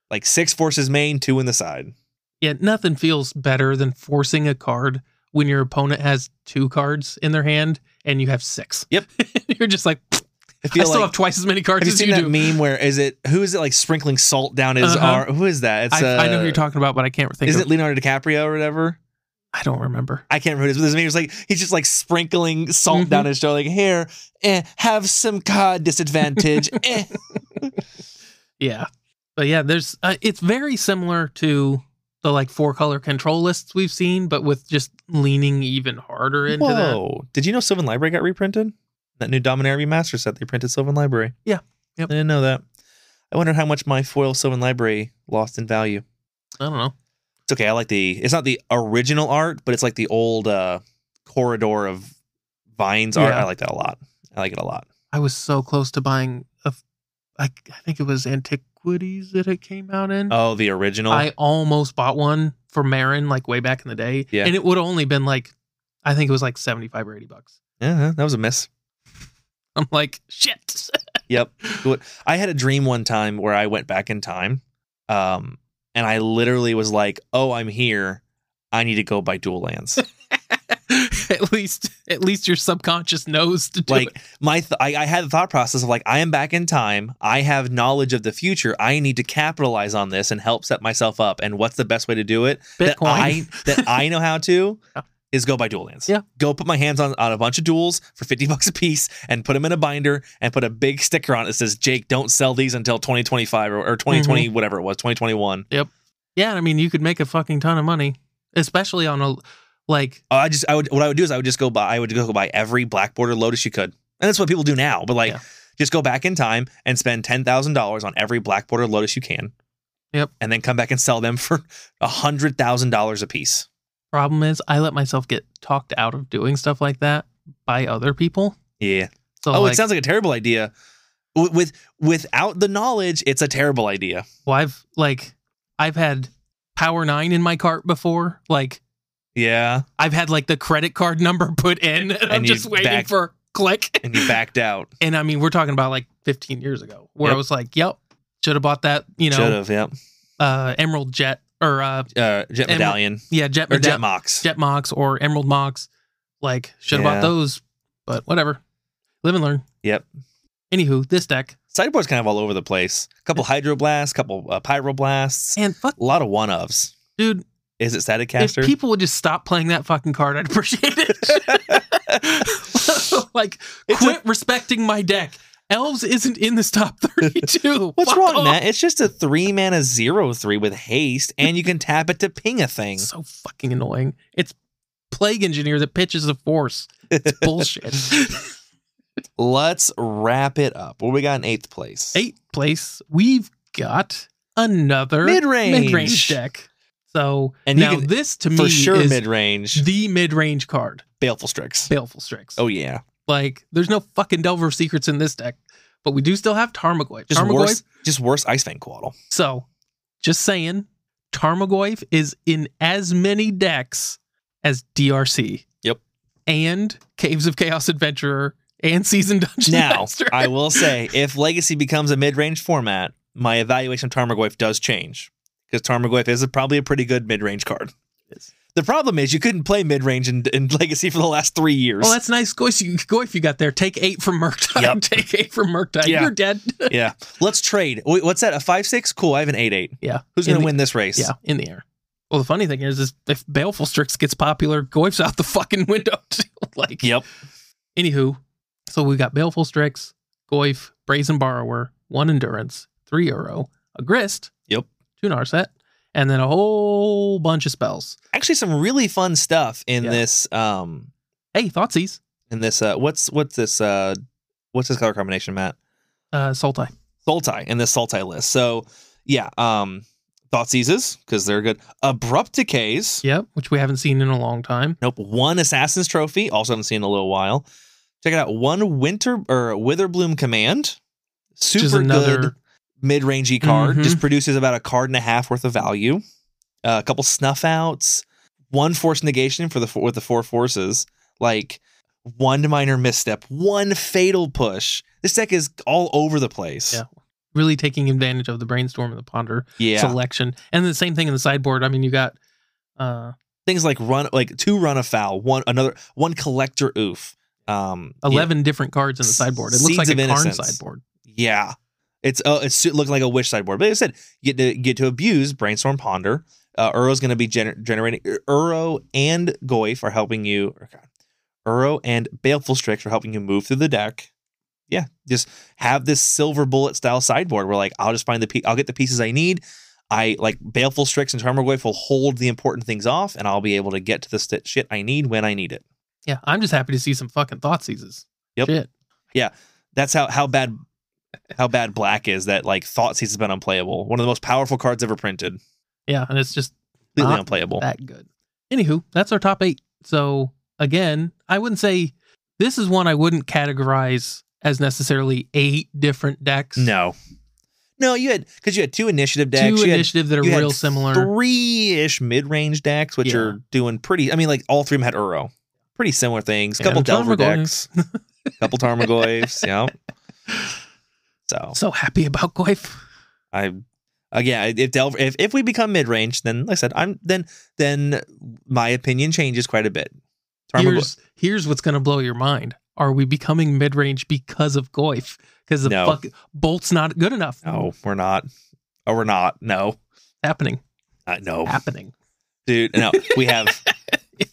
C: Like six forces main, two in the side.
B: Yeah, nothing feels better than forcing a card when your opponent has two cards in their hand and you have six.
C: Yep.
B: You're just like,
C: I
B: I
C: feel
B: still
C: like
B: have twice as many cards
C: have you
B: as
C: seen
B: you
C: that
B: do.
C: meme where is it who is it like sprinkling salt down his
B: Uh-huh.
C: arm? Who is that? It's
B: I, I know who
C: uh,
B: you're talking about, but I can't think
C: Is
B: of
C: it Leonardo DiCaprio or whatever?
B: I don't remember.
C: I can't remember who it is, but this meme is like he's just like sprinkling salt
B: Mhm.
C: down his shoulder, like here, eh, have some card disadvantage. eh.
B: Yeah. But yeah, there's, uh, it's very similar to the like four color control lists we've seen, but with just leaning even harder into that.
C: Whoa. Did you know Sylvan Library got reprinted? That new Dominaria remaster set, they printed Sylvan Library.
B: Yeah. Yep.
C: I didn't know that. I wonder how much my foil Sylvan Library lost in value.
B: I don't know.
C: It's okay. I like the, it's not the original art, but it's like the old uh, corridor of vines art.
B: Yeah.
C: I like that a lot. I like it a lot.
B: I was so close to buying a, f- I, I think it was Antiquities that it came out in.
C: Oh, the original?
B: I almost bought one for Marin like way back in the day.
C: Yeah.
B: And it would only been like, I think it was like 75 or 80 bucks.
C: yeah, Uh-huh, that was a miss.
B: I'm like, shit.
C: Yep. What- I had a dream one time where I went back in time, um, and I literally was like, "Oh, I'm here. I need to go buy dual lands."
B: at least, at least your subconscious knows to do
C: like
B: it.
C: my th- I, I had the thought process of like i am back in time i have knowledge of the future i need to capitalize on this and help set myself up and what's the best way to do it that
B: Bitcoin.
C: i that i know how to
B: Yeah.
C: is go buy dual lands
B: Yeah.
C: go put my hands on, on a bunch of duels for 50 bucks a piece and put them in a binder and put a big sticker on it that says jake don't sell these until 2025 or, or
B: Mm-hmm.
C: 2020 whatever it was 2021
B: yeah. I mean, you could make a fucking ton of money, especially on a, like,
C: Uh, i just i would what i would do is i would just go buy i would go buy every black border lotus you could and that's what people do now but like
B: Yeah.
C: just go back in time and spend $10,000 on every black border lotus you can
B: Yep.
C: and then come back and sell them for $100,000 a piece
B: problem is I let myself get talked out of doing stuff like that by other people.
C: yeah
B: So,
C: oh
B: like,
C: it sounds like a terrible idea with, with without the knowledge it's a terrible idea
B: well, I've, like, I've had Power Nine in my cart before. Like,
C: yeah
B: I've had like the credit card number put in, and, I'm
C: you
B: just waiting
C: back-
B: for click.
C: and you backed out
B: And I mean, we're talking about like 15 years ago, where
C: Yep.
B: I was like, "Yep, should have bought that." You
C: should
B: know,
C: have yep
B: uh, Emerald Jet or uh,
C: uh, jet
B: Em-
C: medallion
B: yeah, Jet
C: or jet
B: Jet,
C: mox
B: Jet Mox or Emerald Mox. Like, should have
C: Yeah.
B: bought those, but whatever. Live and learn.
C: Yep.
B: Anywho, this deck
C: sideboard's kind of all over the place a couple hydroblasts couple uh, pyroblasts
B: and fuck,
C: a lot of one ofs
B: dude.
C: is it static caster
B: If people would just stop playing that fucking card, I'd appreciate it. like,
C: It's a-
B: quit respecting my deck. Elves isn't in this top 32.
C: What's
B: Fuck
C: wrong,
B: off.
C: Matt? It's just a three mana zero three with haste, and you can tap it to ping a thing.
B: It's so fucking annoying. It's Plague Engineer that pitches a force. It's bullshit.
C: Let's wrap it up. What we got in eighth place?
B: Eighth place, we've got another
C: Mid-range.
B: mid-range deck. So
C: And you
B: now
C: can-
B: this to
C: for
B: me
C: sure
B: is
C: mid range.
B: the mid-range card,
C: Baleful Strix.
B: Baleful Strix.
C: Oh yeah,
B: Like there's no fucking Delver of Secrets in this deck, but we do still have Tarmogoyf.
C: just
B: Tarmogoyf
C: worse. Just worse. Ice Fang Quaddle.
B: So, just saying, Tarmogoyf is in as many decks as DRC.
C: Yep.
B: And Caves of Chaos Adventurer and Season Dungeon
C: Now
B: Master.
C: I will say, if Legacy becomes a mid range format, my evaluation of Tarmogoyf does change because Tarmogoyf is a, probably a pretty good mid range card. The problem is you couldn't play mid range in, in Legacy for the last three years.
B: Oh, that's nice, Goyf. You, Goyf, you got there. Take eight from Murktide.
C: Yep.
B: Take eight from Murktide.
C: Yeah.
B: You're dead.
C: yeah, let's trade. Wait, what's that? A five six? Cool. I have an eight eight.
B: Yeah.
C: Who's
B: In
C: going to
B: the-
C: win this race?
B: Yeah, in the air. Well, the funny thing is, is if Baleful Strix gets popular, Goyf's out the fucking window. too. like,
C: Yep.
B: Anywho, so we got Baleful Strix, Goyf, Brazen Borrower, one Endurance, three Euro, a Grist,
C: Yep.
B: two Narset, and then a whole bunch of spells.
C: Actually, some really fun stuff in
B: Yeah.
C: this. Um,
B: Hey, Thoughtseize,
C: in this. Uh, what's what's this? Uh, what's this color combination, Matt?
B: uh, Sultai.
C: Sultai in this Sultai list. So yeah, um Thought Seizes, because they're good. Abrupt Decays.
B: Yep, which we haven't seen in a long time.
C: Nope. One Assassin's Trophy. Also haven't seen in a little while. Check it out. One Winter or Witherbloom Command.
B: Which is
C: Super good
B: another.
C: mid-rangey card.
B: Mhm.
C: Just produces about a card and a half worth of value. Uh, a couple snuff outs. One force negation for the four, with the four forces. Like one minor misstep. One fatal push. This deck is all over the place.
B: Yeah. Really taking advantage of the brainstorm and the ponder
C: Yeah.
B: selection, and the same thing in the sideboard. I mean, you got uh,
C: things like run like two run afoul, one another one collector oof. Um yeah.
B: eleven different cards in the sideboard. It looks
C: Seeds
B: like
C: of
B: a Karn
C: Innocence.
B: sideboard.
C: Yeah. It's uh, it's it looked like a wish sideboard. But like I said, you get to get to abuse brainstorm ponder. Uh Uro's going to be gener- generating Uro and Goyf are helping you or God, Uro and Baleful Strix are helping you move through the deck. Yeah, just have this silver bullet style sideboard where like I'll just find the pe- I'll get the pieces I need. I like Baleful Strix and Tarmogoyf will hold the important things off and I'll be able to get to the st- shit I need when I need it.
B: Yeah, I'm just happy to see some fucking Thoughtseizes.
C: Yep.
B: Shit.
C: That's how how bad how bad black is that like thought seeds has been unplayable. One of the most powerful cards ever printed.
B: Yeah, and it's just
C: Completely
B: Not
C: unplayable.
B: Uh-huh. that good. Anywho, that's our top eight. So again, I wouldn't say this is one I wouldn't categorize as necessarily eight different decks.
C: No. No, you had because you had two initiative
B: two
C: decks. you had,
B: initiative that are
C: you had
B: real similar.
C: Three-ish mid-range decks, which
B: Yeah.
C: are doing pretty I mean, like all three of them had Uro. Pretty similar things.
B: Yeah,
C: couple
B: and
C: Delver decks.
B: Tarmogoyfs.
C: couple Tarmogoyfs. yeah. So
B: So happy about Goyf.
C: I again, if Delver, if if we become mid range, then like I said, I'm then then my opinion changes quite a bit. Tarmogoyf,
B: Here's here's what's gonna blow your mind. Are we becoming mid range because of Goyf? Because the
C: No.
B: fuck Bolt's not good enough.
C: no, we're not. Oh, we're not. No,
B: Happening.
C: uh, no,
B: Happening.
C: dude. No, we have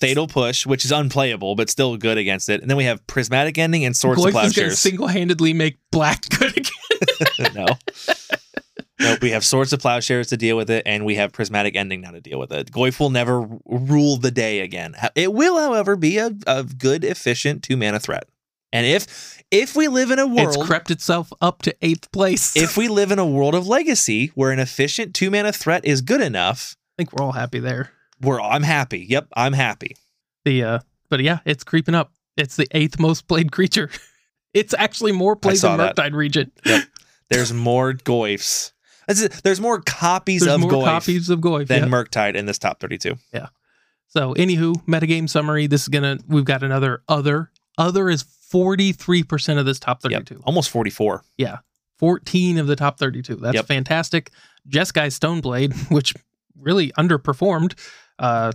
C: Fatal Push, which is unplayable but still good against it, and then we have Prismatic Ending and Swords of
B: Goyf is gonna
C: Plowshares.
B: single handedly make black good again.
C: no. Nope, we have Swords of Plowshares to deal with it, and we have Prismatic Ending now to deal with it. Goyf will never r- rule the day again. Ho- It will, however, be a, a good, efficient two mana threat. And if if we live in a
B: It's
C: world,
B: crept itself up to eighth place.
C: if we live in a world of legacy where an efficient two mana threat is good enough,
B: I think we're all happy there.
C: we're I'm happy. Yep, I'm happy.
B: the uh but yeah it's creeping up it's the eighth most played creature it's actually more played
C: saw
B: than
C: that.
B: Murktide region
C: There's more Goyfs. That's it. There's more copies
B: there's
C: of
B: more
C: Goyf
B: copies of Goyf
C: than
B: yeah.
C: Murktide in this top 32.
B: so anywho metagame summary this is gonna we've got another other other is 43% of this top
C: Yep,
B: 32
C: almost 44.
B: 14 of the top 32 that's
C: Yep.
B: fantastic Jeskai Stoneblade which really underperformed uh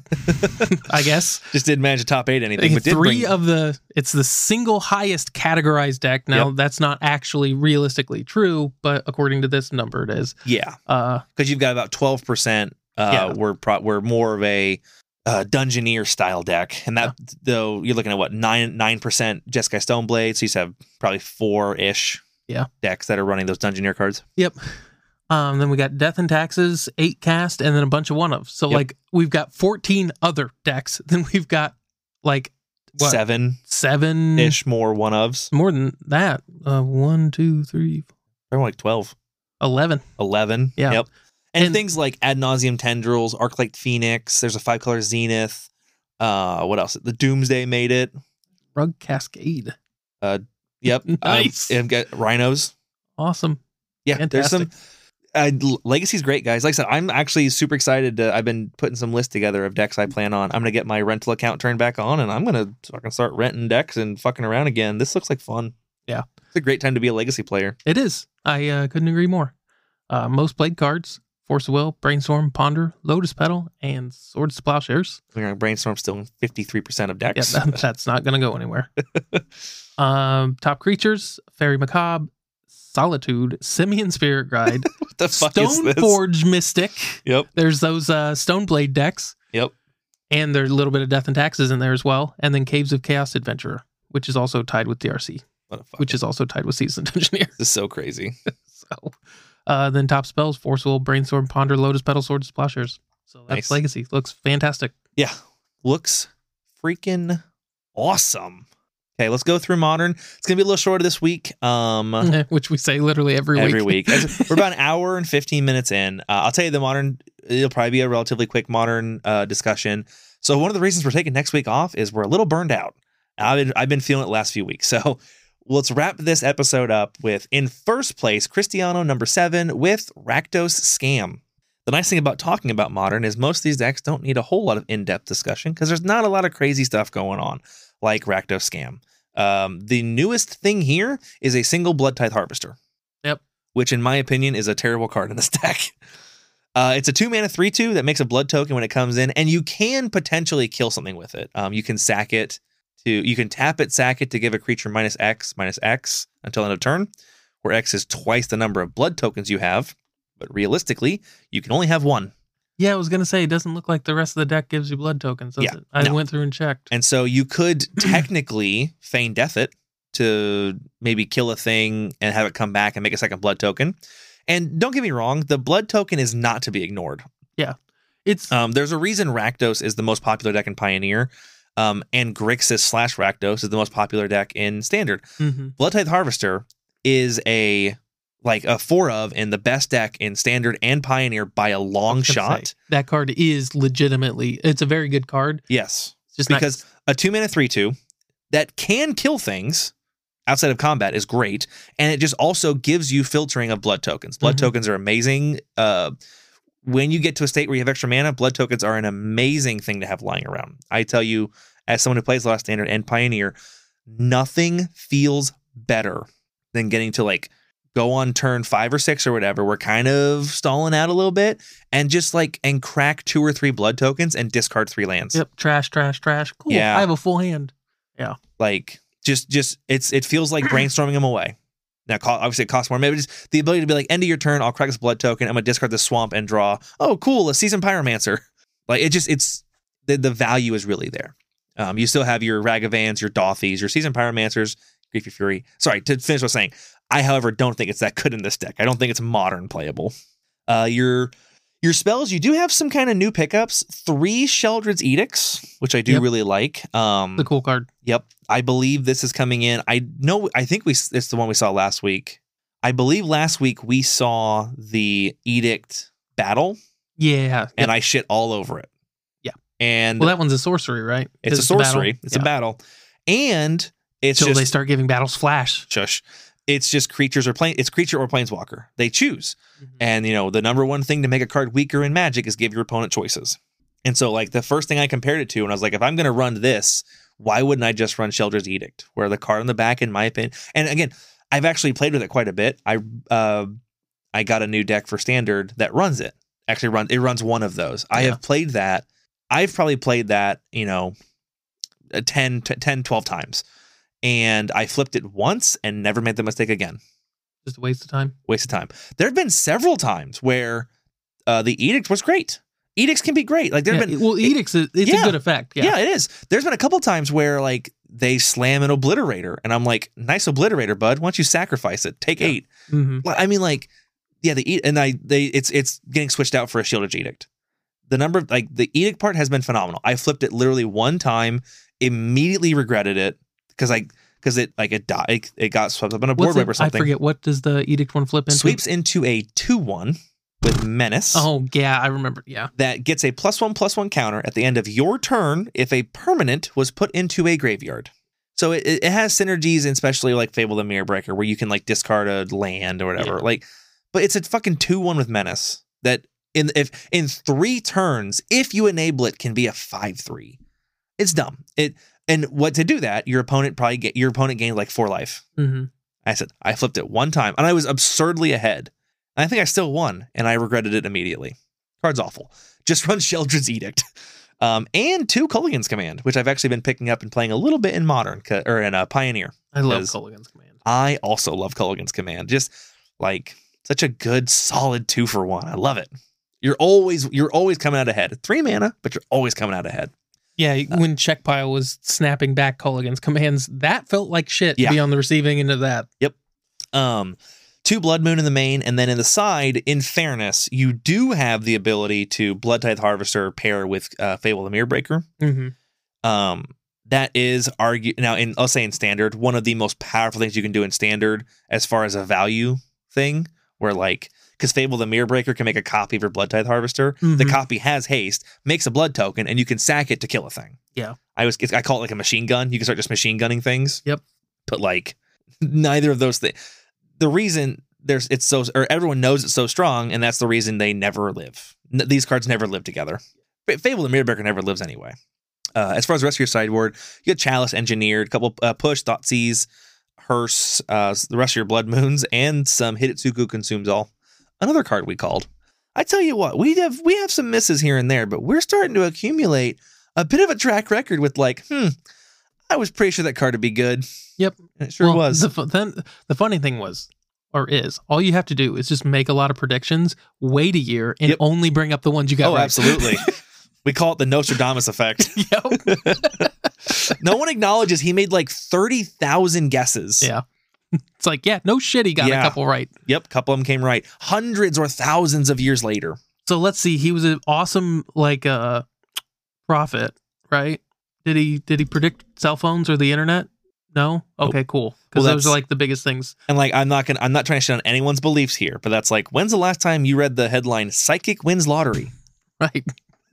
B: I guess
C: Just didn't manage to top eight anything, but did
B: three
C: bring,
B: of the it's the single highest categorized deck now that's not actually realistically true but according to this number it is
C: yeah,
B: uh
C: because you've got about 12 percent. Uh,
B: Yeah.
C: we're pro- we're more of a uh, dungeoneer style deck, and that though you're looking at what nine nine percent Jeskai Stoneblade, so you have probably four ish
B: Yeah.
C: decks that are running those dungeoneer cards.
B: yep um then we got death and taxes eight cast and then a bunch of one of so
C: Yep.
B: like we've got 14 other decks then we've got like What? Mm.
C: seven
B: seven
C: ish more one ofs.
B: more than that. Uh, one, two, three, four,
C: They're like 12,
B: eleven.
C: 11.
B: Yeah.
C: Yep. And,
B: And-
C: things like ad nauseum tendrils, arc light phoenix. There's a five color zenith. Uh, what else? The doomsday made it.
B: Rug Cascade.
C: Yep.
B: Nice.
C: Um, I've got rhinos.
B: Awesome.
C: Yeah,
B: Fantastic.
C: there's some. Uh, L- Legacy's great, guys. Like I said, I'm actually super excited. To, I've been putting some lists together of decks I plan on. I'm gonna get my rental account turned back on, and I'm gonna fucking start renting decks and fucking around again. This looks like fun.
B: Yeah.
C: it's a great time to be a Legacy player.
B: It is. I uh, couldn't agree more. Uh, most played cards Force of Will, Brainstorm, Ponder, Lotus Petal, and Swords to Plowshares.
C: We're gonna brainstorm still 53 percent of
B: Yeah,
C: decks.
B: that- that's not going to go anywhere. um, top creatures Fairy Macabre, Solitude, Simeon Spirit Guide,
C: what the fuck is this?
B: Stoneforge Mystic.
C: Yep.
B: There's those uh, Stoneblade decks.
C: Yep.
B: And there's a little bit of Death and Taxes in there as well. And then Caves of Chaos Adventurer, which is also tied with DRC,
C: What the fuck?
B: which is also tied with Seasoned Engineer.
C: this is so crazy.
B: So uh, then top spells, Force Will, Brainstorm, Ponder, Lotus Petal, Swords, Splashers. So that's
C: Nice.
B: Legacy. Looks fantastic.
C: Yeah, looks freaking awesome. Okay, let's go through modern. It's gonna be a little shorter this week. Um,
B: Which we say literally every,
C: every
B: week.
C: week. As- We're about an hour and 15 minutes in. Uh, I'll tell you the modern, it'll probably be a relatively quick modern uh, discussion. So, one of the reasons we're taking next week off is we're a little burned out. I've been, I've been feeling it the last few weeks. So, let's wrap this episode up with in first place, Cristiano number seven with Rakdos Scam. The nice thing about talking about modern is most of these decks don't need a whole lot of in depth discussion because there's not a lot of crazy stuff going on like Rakdos Scam. Um, the newest thing here is a single Blood Tithe Harvester which in my opinion is a terrible card in this deck. Uh, it's a two mana three two that makes a blood token when it comes in, and you can potentially kill something with it. Um, you can sack it to you can tap it, sack it to give a creature minus X minus X until end of turn, where X is twice the number of blood tokens you have. But realistically, you can only have one.
B: Yeah, I was gonna say it doesn't look like the rest of the deck gives you blood tokens. Does
C: Yeah,
B: it? I
C: no.
B: went through and checked.
C: And so you could technically feign death it to maybe kill a thing and have it come back and make a second blood token. And don't get me wrong, the blood token is not to be ignored.
B: It's
C: Um, there's a reason Rakdos is the most popular deck in Pioneer, um, and Grixis slash Rakdos is the most popular deck in Standard.
B: mhm.
C: Blood Tithe Harvester is a like a four of in the best deck in Standard and Pioneer by a long
B: Gonna say,
C: shot.
B: That card is legitimately it's a very good card.
C: Yes,
B: It's just not-
C: because a two mana three two that can kill things outside of combat is great, and it just also gives you filtering of blood tokens. Blood
B: Mhm.
C: tokens are amazing. Uh, when you get to a state where you have extra mana, blood tokens are an amazing thing to have lying around. I tell you, as someone who plays Lost Standard and Pioneer, nothing feels better than getting to like go on turn five or six or whatever. We're kind of stalling out a little bit and just like and crack two or three blood tokens and discard three lands
B: yep, trash, trash, trash. Cool.
C: Yeah.
B: I have a full hand.
C: like just just it's it feels like brainstorming them away. Now, co- obviously, it costs more. Maybe just the ability to be like, end of your turn, I'll crack this blood token. I'm gonna discard this swamp and draw. Oh, cool, a seasoned pyromancer. Like it just it's the the value is really there. Um, you still have your Ragavans, your Dothies, your seasoned pyromancers, Griefy Fury. Sorry to finish what I was saying. I, however, don't think it's that good in this deck. I don't think it's modern playable. Uh, your your spells, you do have some kind of new pickups. Three Sheldred's Edicts, which I do
B: Yep.
C: really like. Um,
B: The cool card.
C: Yep, I believe this is coming in. I know. I think we. It's the one we saw last week. I believe last week we saw the edict battle,
B: Yeah.
C: and I shit all over it.
B: Yeah.
C: and
B: well, that one's a sorcery, right?
C: it's a
B: battle.
C: sorcery. It's
B: Yeah.
C: a battle, and it's
B: Till
C: just
B: they start giving battles flash.
C: shush. It's just creatures or plane. It's creature or planeswalker. They choose.
B: Mm-hmm.
C: And you know, the number one thing to make a card weaker in Magic is give your opponent choices. And so, like the first thing I compared it to, and I was like, if I'm going to run this, why wouldn't I just run Sheldra's Edict, where the card on the back, in my opinion, and again, I've actually played with it quite a bit. I uh, I got a new deck for Standard that runs it. Actually, runs it runs one of those. I
B: Yeah.
C: have played that. I've probably played that, you know, uh, 10, t- 10, 12 times. And I flipped it once and never made the mistake again
B: Just a waste of time.
C: waste of time. There have been several times where uh, the edict was great. Edicts can be great. Like there have
B: Yeah, e,
C: been,
B: well, edicts. is it's
C: Yeah.
B: a good effect.
C: yeah. it is. There's been a couple times where like they slam an obliterator, and I'm like, nice obliterator, bud. Why don't you sacrifice it? Take
B: Yeah.
C: eight.
B: hmm
C: Like, I mean, like, yeah, the edict, and I they it's it's getting switched out for a shielded edict. The number of like the edict part has been phenomenal. I flipped it literally one time. immediately regretted it because I because it like it died it, it got swept up in a board
B: What's
C: wipe
B: it-
C: or something.
B: I forget what does the edict one flip into?
C: Sweeps into a two one with menace.
B: Oh yeah, I remember. Yeah.
C: That gets a plus one plus one counter at the end of your turn if a permanent was put into a graveyard. So it, it it has synergies, and especially like Fable the Mirror Breaker, where you can like discard a land or whatever.
B: Yeah.
C: Like, but it's a fucking two one with menace that in if in three turns, if you enable it, can be a five three. It's dumb. It and what to do that your opponent probably get your opponent gained like four life.
B: hmm
C: I said, I flipped it one time and I was absurdly ahead. And I think I still won and I regretted it immediately. Card's awful. Just run Sheldred's Edict. Um, and two Culligan's Command, which I've actually been picking up and playing a little bit in Modern 'ca- or in uh, Pioneer.
B: I love
C: Because-
B: Culligan's command.
C: I also love Culligan's Command. Just like such a good, solid two for one. I love it. You're always you're always coming out ahead. Three mana, but you're always coming out ahead.
B: Yeah, when Checkpile was snapping back Culligan's commands, that felt like shit
C: Yeah.
B: to be on the receiving end of that.
C: um two blood moon in the main and then in the side in fairness you do have the ability to blood tithe harvester pair with uh, fable the mirror breaker
B: Mm-hmm.
C: um that is argue now in i'll say in standard one of the most powerful things you can do in standard as far as a value thing where like because fable the mirror breaker can make a copy of your blood tithe harvester the
B: Mhm.
C: copy has haste makes a blood token and you can sack it to kill a thing
B: Yeah.
C: i was i call it like a machine gun you can start just machine gunning things
B: Yep.
C: but like neither of those things the reason there's it's so or everyone knows it's so strong and that's the reason they never live N- these cards never live together Fa- fable the mirror breaker never lives anyway uh, as far as the rest of your sideboard, you got Chalice engineered, couple uh, push, Thoughtseize, Hearse, uh, the rest of your Blood Moons, and some Hidetsuku consumes all. Another card we called. I tell you what, we have we have some misses here and there, but we're starting to accumulate a bit of a track record with like, hmm, I was pretty sure that card would be good.
B: Yep.
C: And it sure
B: Well,
C: was.
B: The, fu- then, the funny thing was, or is, all you have to do is just make a lot of predictions, wait a year, and
C: Yep.
B: only bring up the ones you got
C: oh,
B: right.
C: absolutely. we call it the Nostradamus effect.
B: yep.
C: no one acknowledges he made like thirty thousand guesses.
B: Yeah. It's like, yeah, no shit, he got
C: Yeah.
B: a couple right.
C: Yep, couple of them came right. Hundreds or thousands of years later.
B: So let's see. He was an awesome like uh prophet, right? Did he did he predict cell phones or the internet? No. Okay, cool. Because
C: Well,
B: those
C: that's-
B: are like the biggest things.
C: And like I'm not gonna I'm not trying to shit on anyone's beliefs here, but that's like when's the last time you read the headline Psychic wins lottery?
B: Right.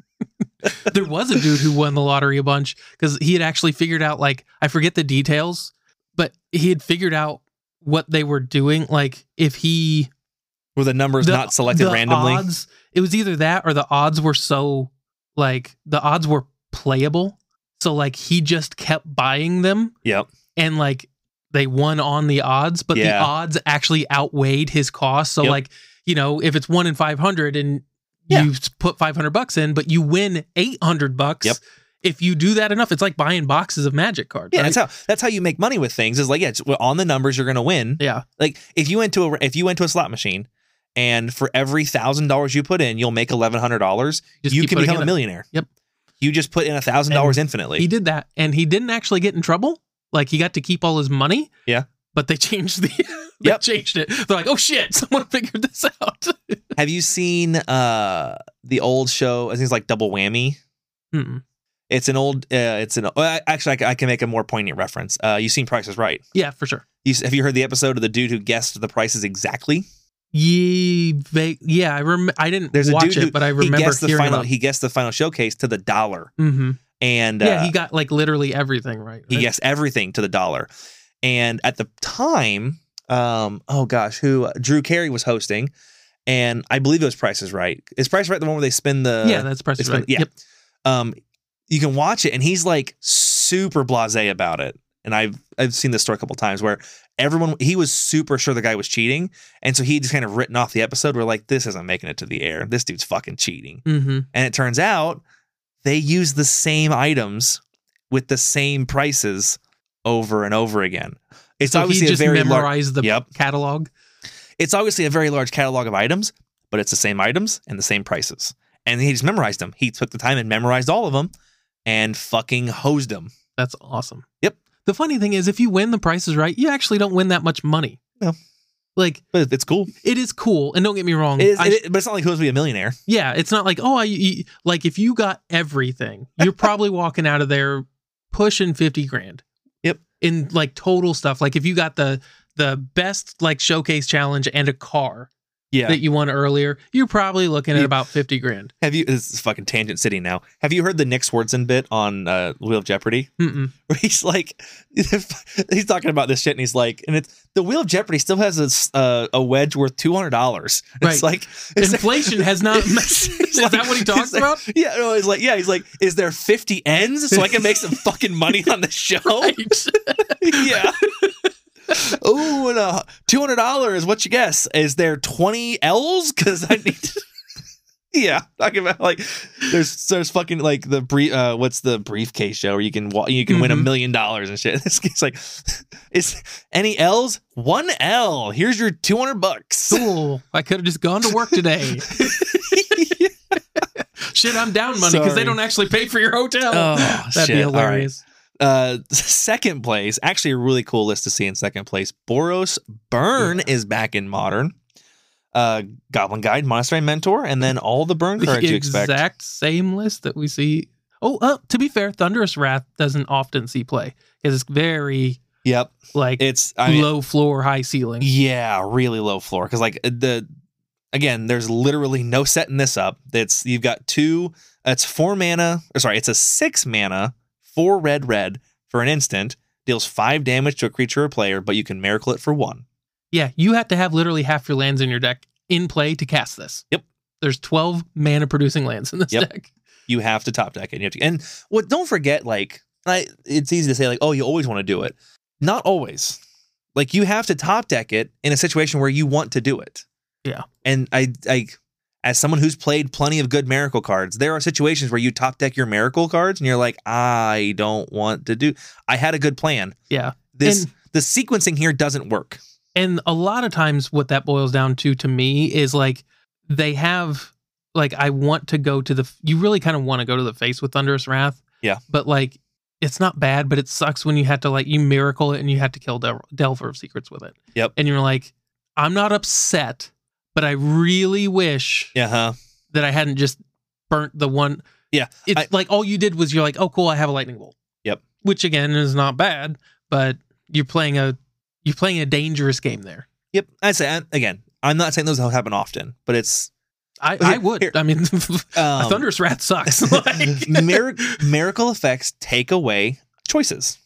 B: there was a dude who won the lottery a bunch because he had actually figured out like I forget the details, but he had figured out what they were doing. Like if he
C: Where the numbers
B: The-
C: not selected
B: the
C: randomly.
B: odds- it was either that or the odds were so like the odds were playable. So like he just kept buying them
C: Yep.
B: and like they won on the odds, but the
C: Yeah.
B: odds actually outweighed his cost. So
C: Yep.
B: like, you know, if it's one in 500 and
C: Yeah.
B: you s- put 500 bucks in, but you win 800 bucks.
C: Yep.
B: If you do that enough, it's like buying boxes of magic cards.
C: Yeah,
B: right?
C: that's how that's how you make money with things. Is like yeah, it's on the numbers you're gonna win.
B: yeah.
C: Like if you went to a if you went to a slot machine and for every thousand dollars you put in, you'll make eleven hundred dollars.
B: Just
C: You
B: keep
C: can
B: putting
C: become a
B: in it.
C: millionaire.
B: Yep.
C: You just put in a thousand dollars infinitely.
B: He did that and he didn't actually get in trouble. Like he got to keep all his money.
C: Yeah.
B: But they changed the, they
C: Yep.
B: changed it. They're like, oh shit, someone figured this out.
C: Have you seen uh the old show? I think it's like Double Whammy.
B: Hmm.
C: It's an old. Uh, it's an. Well, actually, I, c- I can make a more poignant reference. Uh, you've seen Price is Right.
B: Yeah, for sure.
C: You, s- have you heard the episode of the dude who guessed the prices exactly?
B: Ye, va- yeah, I rem- I didn't
C: There's a
B: watch
C: dude who-
B: it, but I remember
C: he guessed the
B: hearing
C: final.
B: about-
C: He guessed the final showcase to the dollar,
B: Mhm.
C: and uh,
B: yeah, he got like literally everything right.
C: he guessed everything to the dollar. And at the time, um, oh gosh, who Drew Carey was hosting, and I believe it was Price is Right. Is Price is Right the one where they spin the?
B: yeah, that's
C: uh, it's
B: Preston
C: been-
B: right.
C: yeah.
B: Yep.
C: um, you can watch it, and he's like super blasé about it. And I've I've seen this story a couple times where everyone he was super sure the guy was cheating, and so he just kind of written off the episode. We're like, this isn't making it to the air. This dude's fucking cheating.
B: hmm
C: And it turns out they use the same items with the same prices over and over again. It's
B: So he
C: obviously a
B: just
C: very large.
B: memorized the
C: Yep.
B: catalog.
C: It's obviously a very large catalog of items, but it's the same items and the same prices. And he just memorized them. He took the time and memorized all of them and fucking hosed them.
B: That's awesome.
C: Yep.
B: The funny thing is, if you win the Price is Right, you actually don't win that much money.
C: No.
B: Like
C: But it's cool.
B: it is cool, and don't get me wrong.
C: It is,
B: I-
C: it is- but it's not like who's be a millionaire.
B: yeah, it's not like oh, I you- like if you got everything, you're probably walking out of there pushing 50 grand.
C: Yep.
B: In like total stuff. Like if you got the the best like showcase challenge and a car
C: Yeah.
B: that you won earlier, you're probably looking at
C: Yeah.
B: about 50 grand.
C: Have you? This is fucking tangent city now. Have you heard the Nick Swardson bit on uh, Wheel of Jeopardy?
B: Mm-mm.
C: Where he's like, he's talking about this shit, and he's like, and it's the Wheel of Jeopardy still has a s- uh, a wedge worth two hundred dollars.
B: Right.
C: It's like it's
B: Inflation has not.
C: It's-
B: is
C: it's like-
B: that what he talks
C: it's like-
B: about?
C: Yeah, no, he's like, yeah, he's like, is there fifty ends so I can make some fucking money on the show?
B: Right.
C: yeah. oh, and uh, two hundred dollars. What you guess? Is there twenty L's? Because I need. To... yeah, talking about like there's there's fucking like the brief. Uh, what's the briefcase show where you can wa- you can win a
B: Mhm.
C: million dollars and shit. This kid's like, is any L's? One L. Here's your two hundred bucks.
B: Cool. I could have just gone to work today. Shit, I'm down money because they
C: Sorry.
B: don't actually pay for your hotel.
C: Oh,
B: That'd be
C: shit. All right.
B: hilarious.
C: Uh, second place, actually a really cool list to see in second place. Boros Burn is back in modern. Uh, Goblin Guide, Monastery Mentor, and then all the burn cards
B: The
C: you expect.
B: exact same list that we see. Oh, uh, to be fair, Thunderous Wrath doesn't often see play because it's very
C: Yep,
B: like
C: it's I mean,
B: low floor, high ceiling.
C: yeah, really low floor because like uh, the again, there's literally no setting this up. It's you've got two. It's four mana. Or sorry, it's a six mana, four red red for an instant. Deals five damage to a creature or player, but you can miracle it for one.
B: Yeah, you have to have literally half your lands in your deck in play to cast this.
C: Yep.
B: There's 12 mana producing lands in this
C: Yep.
B: deck.
C: you have to top deck it. You have to, and what? Don't forget, like, and I, it's easy to say, like, oh, you always want to do it. Not always. Like, you have to top deck it in a situation where you want to do it.
B: Yeah.
C: And I, I, as someone who's played plenty of good miracle cards, there are situations where you top deck your miracle cards, and you're like, I don't want to do. I had a good plan.
B: Yeah.
C: This
B: And-
C: the sequencing here doesn't work.
B: And a lot of times, what that boils down to to me is like they have, like, I want to go to the, you really kind of want to go to the face with Thunderous Wrath.
C: Yeah.
B: But like, it's not bad, but it sucks when you had to, like, you miracle it and you had to kill Del- Delver of Secrets with it.
C: Yep.
B: And you're like, I'm not upset, but I really wish
C: Yeah. Huh.
B: that I hadn't just burnt the one.
C: Yeah,
B: It's
C: I-
B: like all you did was you're like, oh, cool, I have a lightning bolt.
C: Yep.
B: Which again is not bad, but you're playing a, you're playing a dangerous game there.
C: Yep. I say and again. I'm not saying those don't happen often, but it's
B: I,
C: Here-
B: I would.
C: here.
B: I mean, a
C: um,
B: thunderous wrath sucks. like,
C: Mir- miracle effects take away choices.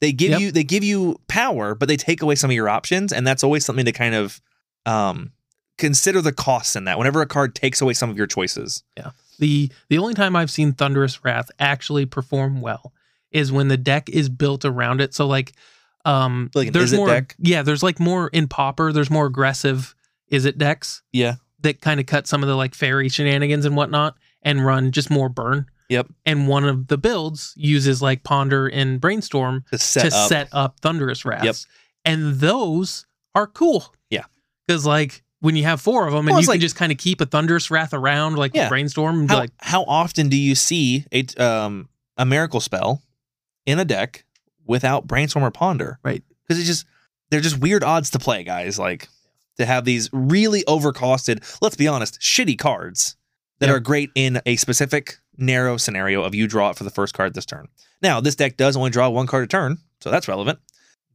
C: They give
B: Yep.
C: you they give you power, but they take away some of your options, and that's always something to kind of um, consider the costs in that. Whenever a card takes away some of your choices,
B: the the only time I've seen thunderous wrath actually perform well is when the deck is built around it. So like, um,
C: Like an
B: there's
C: is it
B: more.
C: deck?
B: Yeah, there's like more in popper. There's more aggressive. Is it decks?
C: Yeah.
B: that kind of cut some of the like fairy shenanigans and whatnot, and run just more burn.
C: Yep.
B: And one of the builds uses like ponder and brainstorm
C: to set
B: to
C: up,
B: set up thunderous wraths.
C: Yep.
B: And those are cool.
C: Yeah.
B: Because like when you have four of them
C: Well,
B: and
C: it's
B: you can
C: like-
B: just kind of keep a thunderous wrath around like with
C: Yeah.
B: brainstorm and be
C: how,
B: like
C: how often do you see a um, a miracle spell in a deck without brainstorm or ponder?
B: Right.
C: because it's just they're just weird odds to play, guys. Like to have these really overcosted, let's be honest, shitty cards that
B: Yeah.
C: are great in a specific narrow scenario of you draw it for the first card this turn. Now this deck does only draw one card a turn, so that's relevant.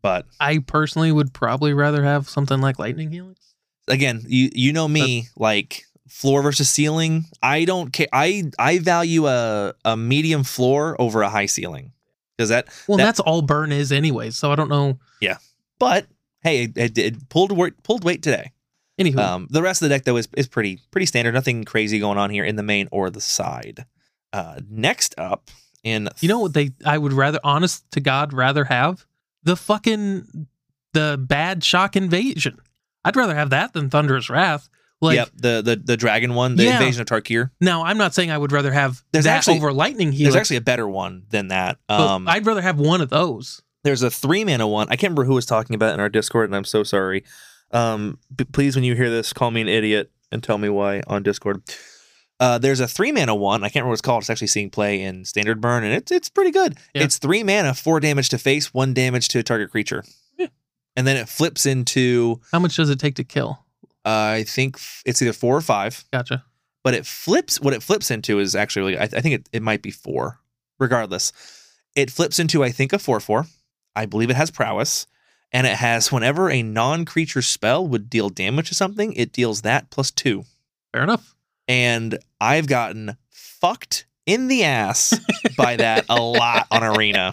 C: But
B: I personally would probably rather have something like lightning helix.
C: again, you you know me, like floor versus ceiling. I don't care. I I value a a medium floor over a high ceiling because that.
B: Well,
C: That-
B: that's all burn is anyways, so I don't know.
C: But hey, it, it, it pulled weight pulled weight today.
B: Anywho,
C: Um, the rest of the deck though is is pretty pretty standard. Nothing crazy going on here in the main or the side. Uh, next up in
B: you know what they I would rather honest to God rather have the fucking the bad shock invasion. I'd rather have that than thunderous wrath. Like
C: yep the the the dragon one, the
B: Yeah.
C: invasion of Tarkir.
B: now, I'm not saying I would rather have
C: There's
B: that
C: actually-
B: over lightning helix.
C: There's actually a better one than that.
B: But
C: Um,
B: I'd rather have one of those.
C: there's a three mana one. I can't remember who was talking about it in our Discord, and I'm so sorry. Um, b- please, when you hear this, call me an idiot and tell me why on Discord. Uh, there's a three mana one. I can't remember what it's called. It's actually seeing play in Standard Burn, and it's it's pretty good.
B: Yeah.
C: It's three mana, four damage to face, one damage to a target creature,
B: Yeah.
C: and then it flips into
B: How much does it take to kill?
C: uh, I think f- it's either four or five.
B: Gotcha.
C: but it flips what it flips into is actually really, I, I think it, it might be four regardless It flips into, I think, a 4 4. I believe it has prowess. And it has whenever a non creature spell would deal damage to something, it deals that plus two.
B: Fair enough.
C: And I've gotten fucked in the ass by that a lot on Arena.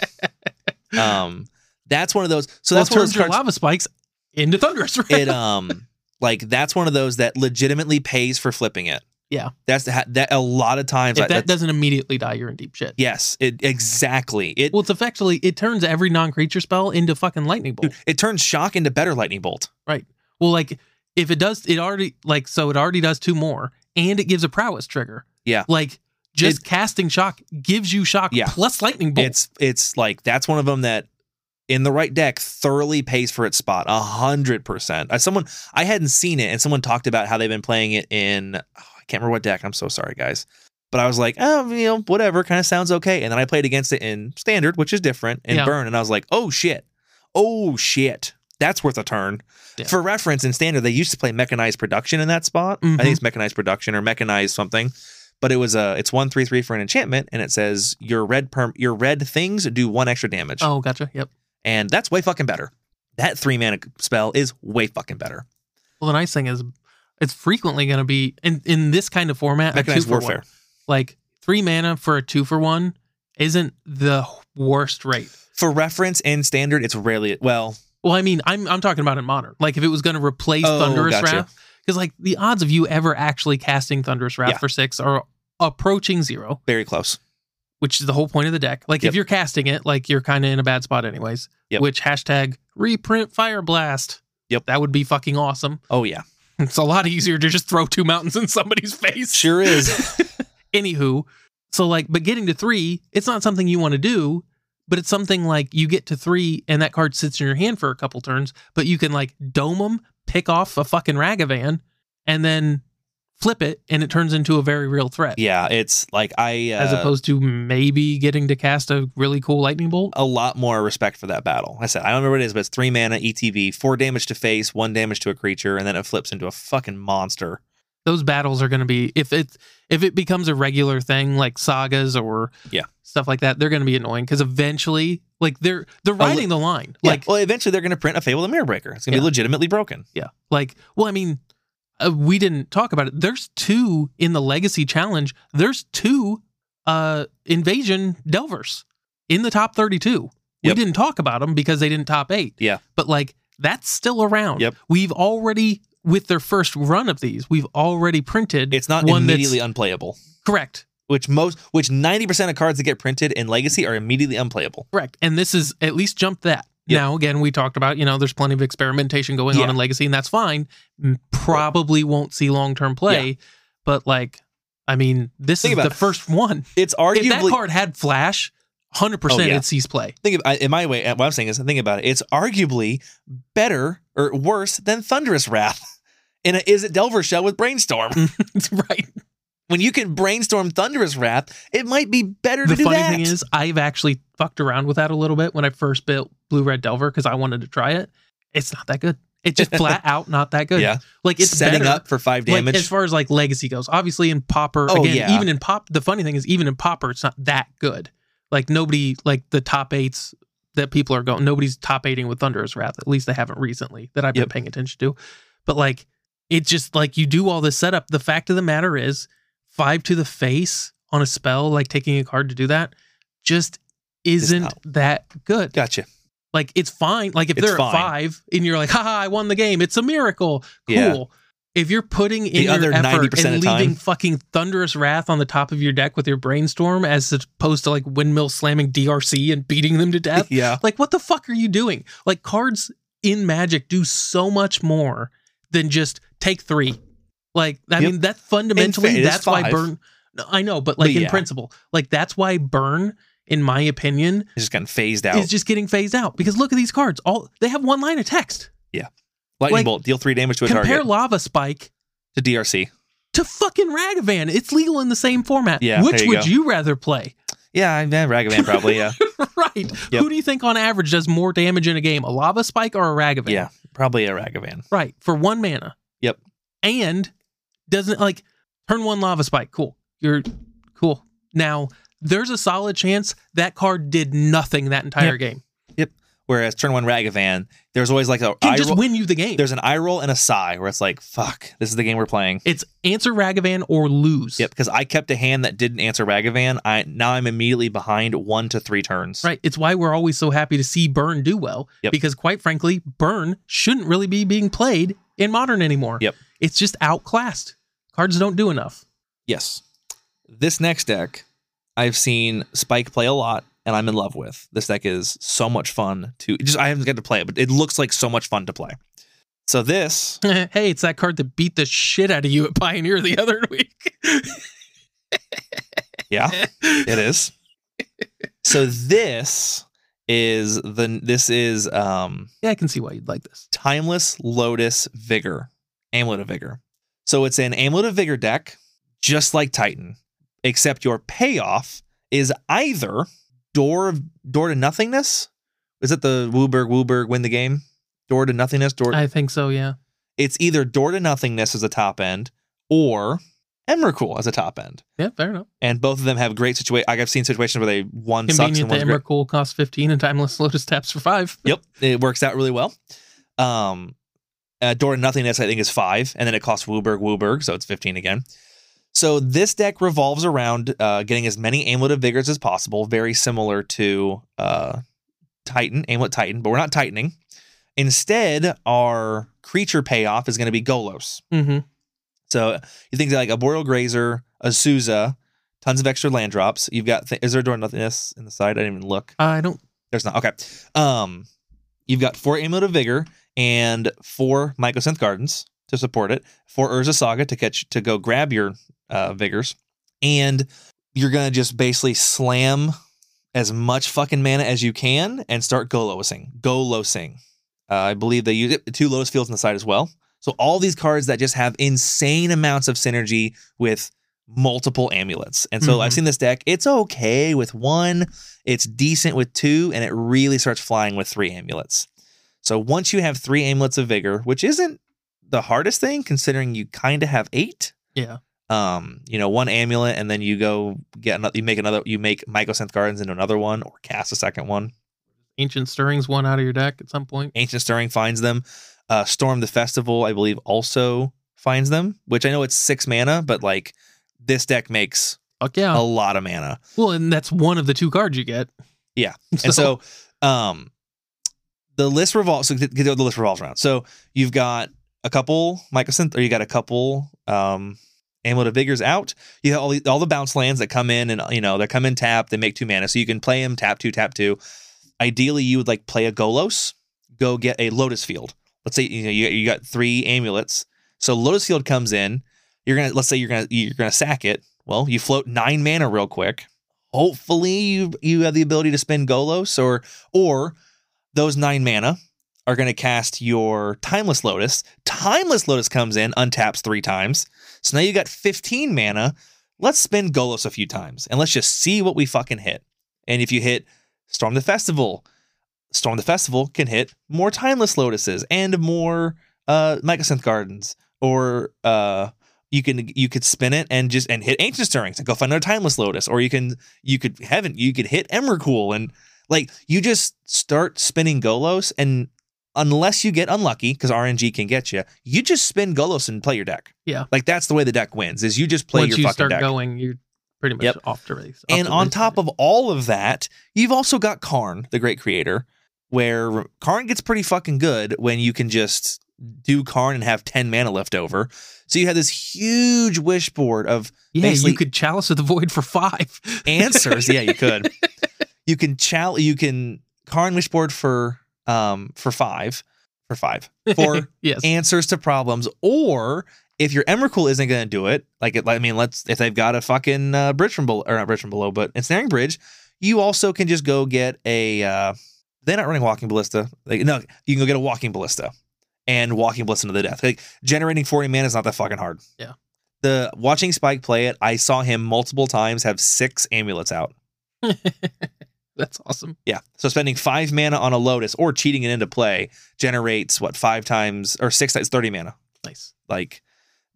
C: Um, that's one of those. So
B: Well,
C: that's
B: it
C: one of
B: turns
C: those
B: your
C: cards.
B: lava spikes into thunderous rain.
C: it um like that's one of those that legitimately pays for flipping it.
B: Yeah.
C: That's the ha- that a lot of times. I-
B: if that
C: that's-
B: doesn't immediately die, you're in deep shit.
C: yes, it exactly. It
B: Well, it's effectively it turns every non-creature spell into fucking lightning bolt.
C: it turns shock into better lightning bolt.
B: Well, like if it does, it already like so it already does two more, and it gives a prowess trigger.
C: Yeah.
B: like just casting shock gives you shock
C: Yeah.
B: plus lightning bolt.
C: It's it's like that's one of them that in the right deck thoroughly pays for its spot a hundred percent. Uh, Someone I hadn't seen it, and someone talked about how they've been playing it in oh, I can't remember what deck. I'm so sorry, guys. But I was like, oh, you know, whatever, kind of sounds okay. And then I played against it in standard, which is different, and
B: Yeah.
C: burn, and I was like, oh shit, oh shit, that's worth a turn.
B: Yeah.
C: For reference, in standard, they used to play mechanized production in that spot. I
B: Mhm.
C: think it's mechanized production or mechanized something but it was a it's one three three for an enchantment, and it says your red perm your red things do one extra damage,
B: oh, gotcha. Yep.
C: and that's way fucking better. That three mana spell is way fucking better.
B: Well, the nice thing is, it's frequently going to be in in this kind of format. A Uh, two
C: Mechanized
B: for
C: warfare.
B: One. Like three mana for a two for one isn't the worst rate.
C: For reference, in standard, it's rarely well.
B: Well, I mean, I'm I'm talking about in modern. Like if it was going to replace
C: Oh,
B: Thunderous
C: gotcha.
B: Wrath, because like the odds of you ever actually casting Thunderous Wrath
C: Yeah.
B: for six are approaching zero,
C: Very close.
B: which is the whole point of the deck. Like
C: Yep.
B: if you're casting it, like you're kind of in a bad spot anyways.
C: Yep.
B: Which hashtag reprint Fire Blast.
C: Yep.
B: that would be fucking awesome.
C: Oh yeah,
B: It's a lot easier to just throw two mountains in somebody's face.
C: sure is.
B: Anywho, so like, but getting to three, it's not something you want to do, but it's something like you get to three and that card sits in your hand for a couple turns, but you can like dome them, pick off a fucking Ragavan, and then flip it, and it turns into a very real threat.
C: yeah, it's like I uh,
B: As opposed to maybe getting to cast a really cool lightning bolt.
C: a lot more respect for that battle. I said I don't remember what it is, but it's three mana ETV, four damage to face, one damage to a creature, and then it flips into a fucking monster.
B: Those battles are going to be if it if it becomes a regular thing like sagas or
C: Yeah.
B: stuff like that, they're going to be annoying because eventually, like they're they're
C: li-
B: riding the line.
C: Like,
B: Like
C: well, eventually they're going to print a Fable the Mirror Breaker. It's going to
B: Yeah.
C: be legitimately broken.
B: Yeah. Like, well, I mean, uh, we didn't talk about it. There's two in the Legacy Challenge. There's two uh Invasion Delvers in the top 32.
C: Yep.
B: We didn't talk about them because they didn't top eight.
C: Yeah.
B: But like, that's still around.
C: Yep.
B: We've already, with their first run of these, we've already printed.
C: It's not
B: one that's-
C: immediately unplayable.
B: correct.
C: Which most, which ninety percent of cards that get printed in Legacy are immediately unplayable.
B: Correct. And this is at least jumped that.
C: Yep.
B: Now, again, we talked about, you know, there's plenty of experimentation going on
C: Yeah.
B: in Legacy, and that's fine. M- Probably won't see long term play, but like, I mean, this
C: Think
B: is
C: about
B: the
C: it.
B: first one.
C: It's
B: If that
C: arguably
B: card had flash, 100%
C: Oh, yeah.
B: it sees play.
C: think of, I- in my way. What I'm saying is, think about it. It's arguably better or worse than Thunderous Wrath in a Is It Delver Shell with Brainstorm.
B: Mm. right.
C: when you can brainstorm Thunderous Wrath, it might be better
B: The
C: to do
B: funny
C: that.
B: thing is, I've actually fucked around with that a little bit when I first built Blue Red Delver because I wanted to try it. It's not that good. It's just flat out not that good.
C: Yeah.
B: Like, it's
C: setting
B: better.
C: up for five
B: Like,
C: damage.
B: as far as like legacy goes, obviously in Popper,
C: Oh,
B: again,
C: yeah.
B: even in Pop, the funny thing is, even in Popper, it's not that good. Like nobody, like the top eights that people are going, nobody's top eighting with Thunderous Wrath. At least they haven't recently that I've been
C: Yep.
B: paying attention to. But like, it just like you do all this setup. The fact of the matter is, five to the face on a spell, like taking a card to do that, just isn't
C: out.
B: that good.
C: gotcha.
B: Like it's fine. Like if
C: It's
B: they're
C: fine.
B: at five and you're like, haha, I won the game. It's a miracle. Cool.
C: Yeah.
B: If you're putting in
C: The
B: your
C: other
B: effort
C: 90%
B: and
C: of time.
B: leaving fucking thunderous wrath on the top of your deck with your brainstorm, as opposed to like windmill slamming DRC and beating them to death,
C: Yeah.
B: like what the fuck are you doing? Like cards in Magic do so much more than just take three. Like I
C: Yep.
B: mean, that fundamentally,
C: it is
B: that's why
C: five.
B: burn. No, I know, but like
C: But
B: in
C: yeah.
B: principle, like that's why burn, in my opinion,
C: It's just gotten phased out.
B: is just getting phased out because look at these cards. All they have one line of text.
C: Lightning
B: like,
C: bolt, deal three damage to a
B: Compare
C: target.
B: Lava Spike
C: to DRC.
B: to fucking Ragavan. It's legal in the same format.
C: Yeah,
B: Which
C: there you
B: would
C: go.
B: you rather play?
C: Yeah, I man, Ragavan probably. Yeah,
B: right.
C: Yep.
B: Who do you think on average does more damage in a game, a Lava Spike or a Ragavan?
C: yeah, probably a Ragavan.
B: Right. For one mana.
C: Yep.
B: And doesn't like turn one Lava Spike. Cool. You're cool. Now there's a solid chance that card did nothing that entire game.
C: Whereas turn one Ragavan, there's always like a
B: Can
C: eye
B: just
C: roll-
B: win you the game.
C: there's an eye roll and a sigh where it's like, fuck, this is the game we're playing.
B: It's answer Ragavan or lose.
C: Yep, because I kept a hand that didn't answer Ragavan. I now I'm immediately behind one to three turns.
B: Right. It's why we're always so happy to see Burn do well.
C: Yep.
B: Because quite frankly, Burn shouldn't really be being played in modern anymore.
C: Yep.
B: It's just outclassed. Cards don't do enough.
C: Yes. This next deck, I've seen Spike play a lot, and I'm in love with. This deck is so much fun to just. I haven't got to play it, but it looks like so much fun to play. So this,
B: hey, it's that card that beat the shit out of you at Pioneer the other week.
C: yeah, it is. So this is the this is um
B: yeah, I can see why you'd like this.
C: Timeless Lotus Vigor, Amulet of Vigor. So it's an Amulet of Vigor deck, just like Titan, except your payoff is either Door of Door to Nothingness. Is it the Wooberg Wooberg win the game? Door to Nothingness. Door.
B: I think so, yeah.
C: it's either Door to Nothingness as a top end or Emrakul as a top end,
B: Yeah, fair enough.
C: and both of them have great situation. Like I've seen situations where they one sucks and
B: Convenient that
C: one's great.
B: Emrakul costs 15 and Timeless Lotus taps for 5.
C: Yep, it works out really well. Um, uh, Door to Nothingness, I think, is five, and then it costs Wooberg Wooberg, so it's fifteen again. So this deck revolves around uh, getting as many Amulet of Vigors as possible, very similar to uh, Titan, Amulet Titan, but we're not tightening. Instead, our creature payoff is going to be Golos.
B: Mm-hmm.
C: So you think like a Boreal Grazer, a Souza, tons of extra land drops. You've got th- is there a Door to Nothingness in the side? I didn't even look.
B: I don't.
C: There's not. Okay. Um, you've got four Amulet of Vigor and four Mycosynth Gardens to support it. Four Urza Saga to catch to go grab your uh, vigors, and you're gonna just basically slam as much fucking mana as you can and start golosing. Golosing. Uh, I believe they use it two lowest fields on the side as well. So all these cards that just have insane amounts of synergy with multiple amulets. And so
B: Mhm.
C: I've seen this deck. It's okay with one. It's decent with two, and it really starts flying with three amulets. So once you have three amulets of vigor, which isn't the hardest thing considering you kind of have eight.
B: Yeah.
C: Um, you know, one amulet, and then you go get another. You make another. You make Mycosynth Gardens into another one, or cast a second one.
B: Ancient Stirrings one out of your deck at some point.
C: Ancient Stirring finds them. Uh, Storm the Festival, I believe, also finds them. Which I know it's six mana, but like this deck makes
B: Fuck yeah.
C: a lot of mana.
B: Well, and that's one of the two cards you get.
C: Yeah. And so, um, the list revolves. So th- th- the list revolves around. So you've got a couple mycosynth, or you got a couple um, amulet of vigors out. You have all the all the bounce lands that come in, and you know they come in tap. They make two mana, so you can play them tap two, tap two. Ideally, you would like play a Golos, go get a Lotus Field. Let's say you know you, you got three amulets. So Lotus Field comes in. You're gonna let's say you're gonna you're gonna sack it. Well, you float nine mana real quick. Hopefully, you you have the ability to spend Golos or or those nine mana are going to cast your Timeless Lotus. Timeless Lotus comes in, untaps three times. So now you got 15 mana. Let's spin Golos a few times and let's just see what we fucking hit. And if you hit Storm the Festival, Storm the Festival can hit more Timeless Lotuses and more uh Mycosynth Gardens. Or uh you can you could spin it and just and hit Ancient Stirrings and go find another Timeless Lotus. Or you can you could heaven, you could hit Emrakul and like you just start spinning Golos and unless you get unlucky because RNG can get you, you just spin Golos and play your deck.
B: Yeah.
C: like that's the way the deck wins. Is you just play
B: Once
C: your
B: you
C: fucking
B: start
C: deck.
B: going, you're pretty much
C: Yep.
B: off to race.
C: and on top of all of that, you've also got Karn, the Great Creator, where Karn gets pretty fucking good when you can just do Karn and have ten mana left over. So you have this huge wish board of
B: yeah,
C: basically-
B: you could Chalice of the Void for five.
C: answers. yeah, you could. You can chal. You can Karn wishboard for um for five for five for
B: yes,
C: answers to problems. Or if your Emrakul isn't going to do it, like it, I mean, let's if they've got a fucking uh, bridge from below or not bridge from below, but ensnaring bridge, you also can just go get a. Uh, they're not running walking ballista. Like no, you can go get a walking ballista and walking ballista to the death. Like generating forty mana is not that fucking hard.
B: Yeah.
C: The watching Spike play it, I saw him multiple times have six amulets out.
B: that's awesome.
C: Yeah. So spending five mana on a Lotus or cheating it into play generates what five times or six times thirty mana.
B: Nice.
C: Like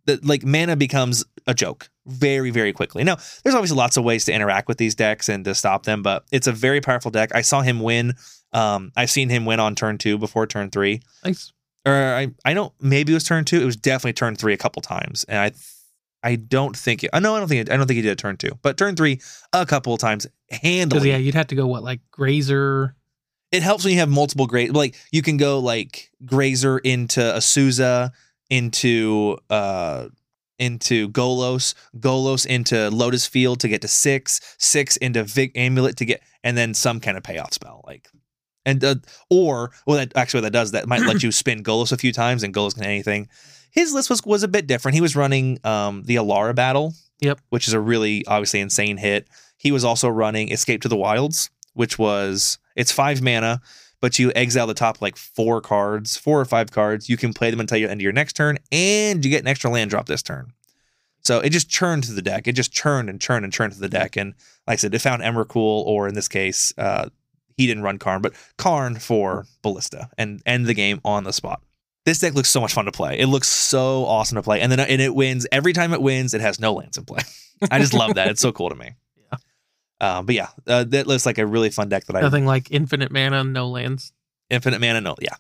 C: that like mana becomes a joke very very quickly. Now, there's obviously lots of ways to interact with these decks and to stop them, but it's a very powerful deck. I saw him win. Um, I've seen him win on turn two before turn three,
B: Nice.
C: or I I don't maybe it was turn two. It was definitely turn three a couple times, and I I don't think it. I know I don't think I don't think he did a turn two, but turn three a couple of times
B: Because
C: handily.
B: yeah, you'd have to go what like grazer.
C: it helps when you have multiple gra Like you can go like Grazer into Asusa, into uh into Golos, Golos into Lotus Field to get to six, six into Vig Amulet to get, and then some kind of payoff spell like. And uh, or well, that actually what that does that might let you spin Golos a few times, and Golos can hit anything. His list was was a bit different. He was running um, the Alara battle,
B: Yep.
C: which is a really obviously insane hit. He was also running Escape to the Wilds, which was it's five mana, but you exile the top like four cards, four or five cards. You can play them until the end of your next turn, and you get an extra land drop this turn. So it just churned through the deck. It just churned and churned and churned through the deck. And like I said, it found Emrakul, or in this case, uh, he didn't run Karn, but Karn for Ballista and end the game on the spot. This deck looks so much fun to play. It looks so awesome to play. And then uh, and it wins. Every time it wins, it has no lands in play. I just love that. It's so cool to me. Yeah. Um, but yeah, uh, that looks like a really fun deck that I
B: Nothing like infinite mana, no lands.
C: Infinite Mana. No, yeah.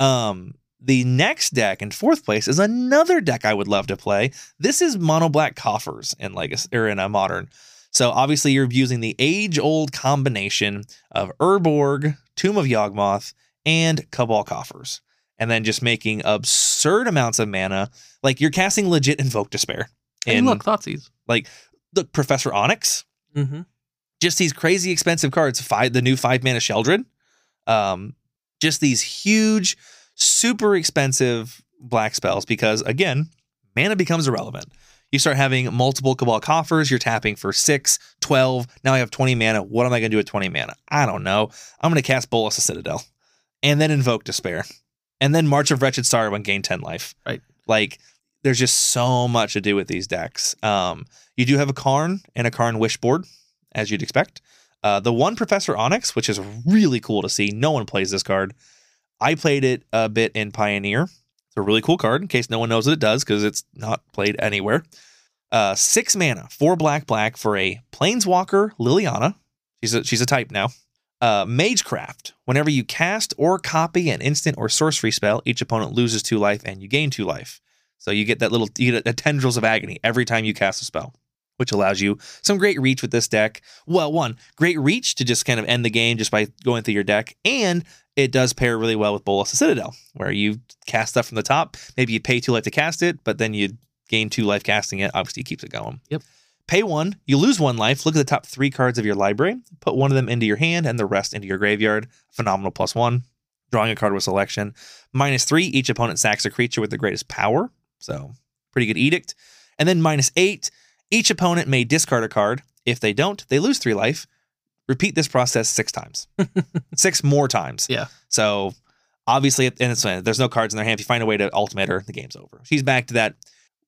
C: Um, the next deck in fourth place is another deck I would love to play. This is Mono Black Coffers in Legacy or in a Modern. So obviously you're using the age-old combination of Urborg, Tomb of Yawgmoth, and Cabal Coffers, and then just making absurd amounts of mana. Like you're casting legit Invoke Despair.
B: Hey,
C: in-
B: look, Thoughtseize.
C: look, Professor Onyx,
B: Mm-hmm.
C: just these crazy expensive cards. Five, the new five mana Sheldred, um, just these huge, super expensive black spells. Because again, mana becomes irrelevant. You start having multiple Cabal coffers. You're tapping for six, 12. Now I have 20 mana. What am I going to do with 20 mana? I don't know. I'm going to cast Bolas of Citadel and then Invoke Despair and then March of Wretched Sorrow and gain 10 life.
B: Right.
C: Like, there's just so much to do with these decks. Um, you do have a Karn and a Karn wish board, as you'd expect. Uh, the one Professor Onyx, which is really cool to see. No one plays this card. I played it a bit in Pioneer. It's a really cool card in case no one knows what it does because it's not played anywhere. Uh, six mana, four black, black for a Planeswalker Liliana. She's a, she's a type now. Uh, Magecraft. Whenever you cast or copy an instant or sorcery spell, each opponent loses two life and you gain two life. So you get that little you get the tendrils of agony every time you cast a spell, which allows you some great reach with this deck. Well, one great reach to just kind of end the game just by going through your deck, and it does pair really well with Bolas of Citadel, where you cast stuff from the top. Maybe you pay two life to cast it, but then you gain two life casting it. Obviously, it keeps it going.
B: Yep.
C: Pay one, you lose one life. Look at the top three cards of your library. Put one of them into your hand and the rest into your graveyard. Phenomenal plus one. Drawing a card with selection. Minus three, each opponent sacks a creature with the greatest power. So, pretty good edict. And then minus eight, each opponent may discard a card. If they don't, they lose three life. Repeat this process six times, six more times.
B: Yeah.
C: So, obviously, and it's, uh, there's no cards in their hand. If you find a way to ultimate her, the game's over. She's back to that.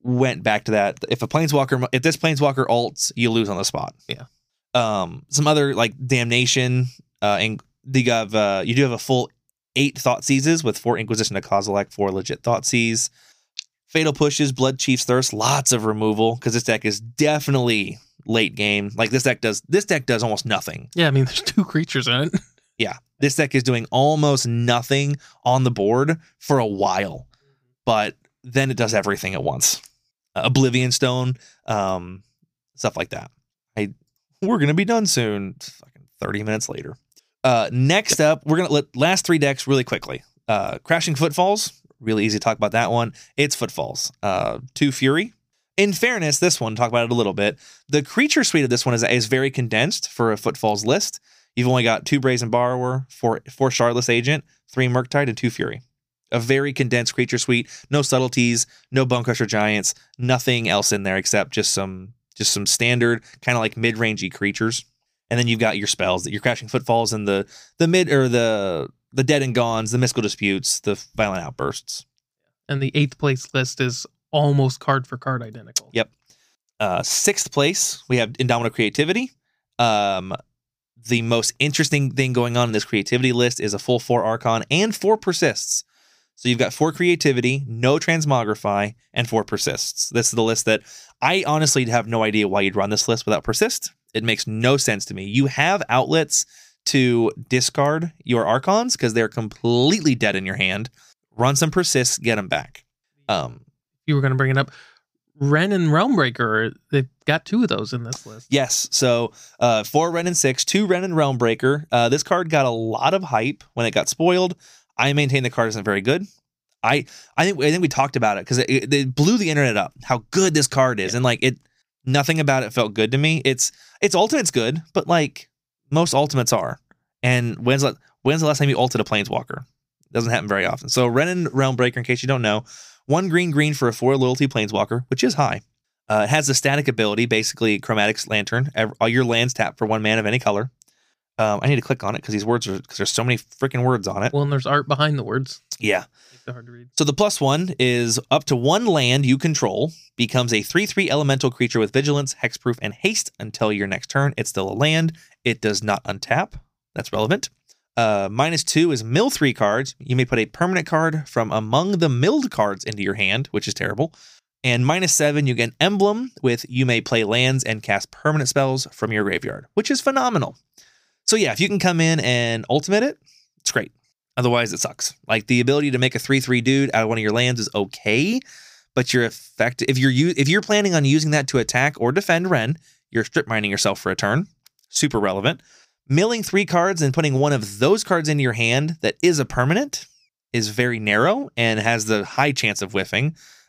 C: Went back to that. If a planeswalker, if this planeswalker ults, you lose on the spot.
B: Yeah.
C: Um. Some other like damnation. Uh. And you have uh. You do have a full eight thought seizes with four Inquisition of Kozilek, four legit thought seize. Fatal pushes, Blood Chief's Thirst, lots of removal because this deck is definitely late game. Like this deck does, this deck does almost nothing.
B: Yeah, I mean, there's two creatures in it.
C: This deck is doing almost nothing on the board for a while, but then it does everything at once. Uh, Oblivion Stone, um, stuff like that. I we're gonna be done soon. Fucking thirty minutes later. Uh, next up, we're gonna let last three decks really quickly. Uh, Crashing Footfalls, really easy to talk about that one. It's Footfalls. Uh, Two Fury. In fairness, this one talk about it a little bit. The creature suite of this one is is very condensed for a Footfalls list. You've only got two Brazen Borrower, four four Shardless Agent, three Murktide, and two Fury. A very condensed creature suite. No subtleties, no Bone Crusher Giants, nothing else in there except just some just some standard kind of like mid rangey creatures. And then you've got your spells that your Crashing Footfalls and the the mid or the the Dead and Gone's, the Mystical Disputes, the Violent Outbursts.
B: And the eighth place list is almost card for card identical.
C: Yep. Uh, sixth place, we have Indomitable Creativity. Um, the most interesting thing going on in this creativity list is a full four Archon and four Persists. So you've got four creativity, no transmogrify, and four persists. This is the list that I honestly have no idea why you'd run this list without persist. It makes no sense to me. You have outlets to discard your archons because they're completely dead in your hand. Run some persists, get them back. Um,
B: You were going to bring it up. Ren and Realmbreaker, they've got two of those in this list.
C: Yes. So uh, four Ren and six, two Ren and Realmbreaker. Uh, this card got a lot of hype when it got spoiled. I maintain the card isn't very good. I I think I think we talked about it because it, it, it blew the internet up how good this card is and like it nothing about it felt good to me. It's it's ultimate's good, but like most ultimates are. And when's the- when's the last time you ulted a planeswalker? Doesn't happen very often. So Ren and Realmbreaker, in case you don't know, one green green for a four loyalty planeswalker, which is high. Uh, it has the static ability, basically Chromatic's Lantern. Ev- All your lands tap for one man of any color. Um, I need to click on it because these words are because there's so many freaking words on it.
B: Well, and there's art behind the words.
C: Yeah.
B: Makes it hard to read.
C: So the plus one is up to one land you control becomes a three three elemental creature with vigilance, hexproof, and haste until your next turn. It's still a land. It does not untap. That's relevant. Uh, minus two is mill three cards. You may put a permanent card from among the milled cards into your hand, which is terrible. And minus seven, you get an emblem with you may play lands and cast permanent spells from your graveyard, which is phenomenal. So yeah, if you can come in and ultimate it, it's great. Otherwise, it sucks. Like the ability to make a three three dude out of one of your lands is okay, but you're effect if you're u- if you're planning on using that to attack or defend Ren, you're strip mining yourself for a turn. Super relevant. Milling three cards and putting one of those cards into your hand that is a permanent is very narrow and has the high chance of whiffing.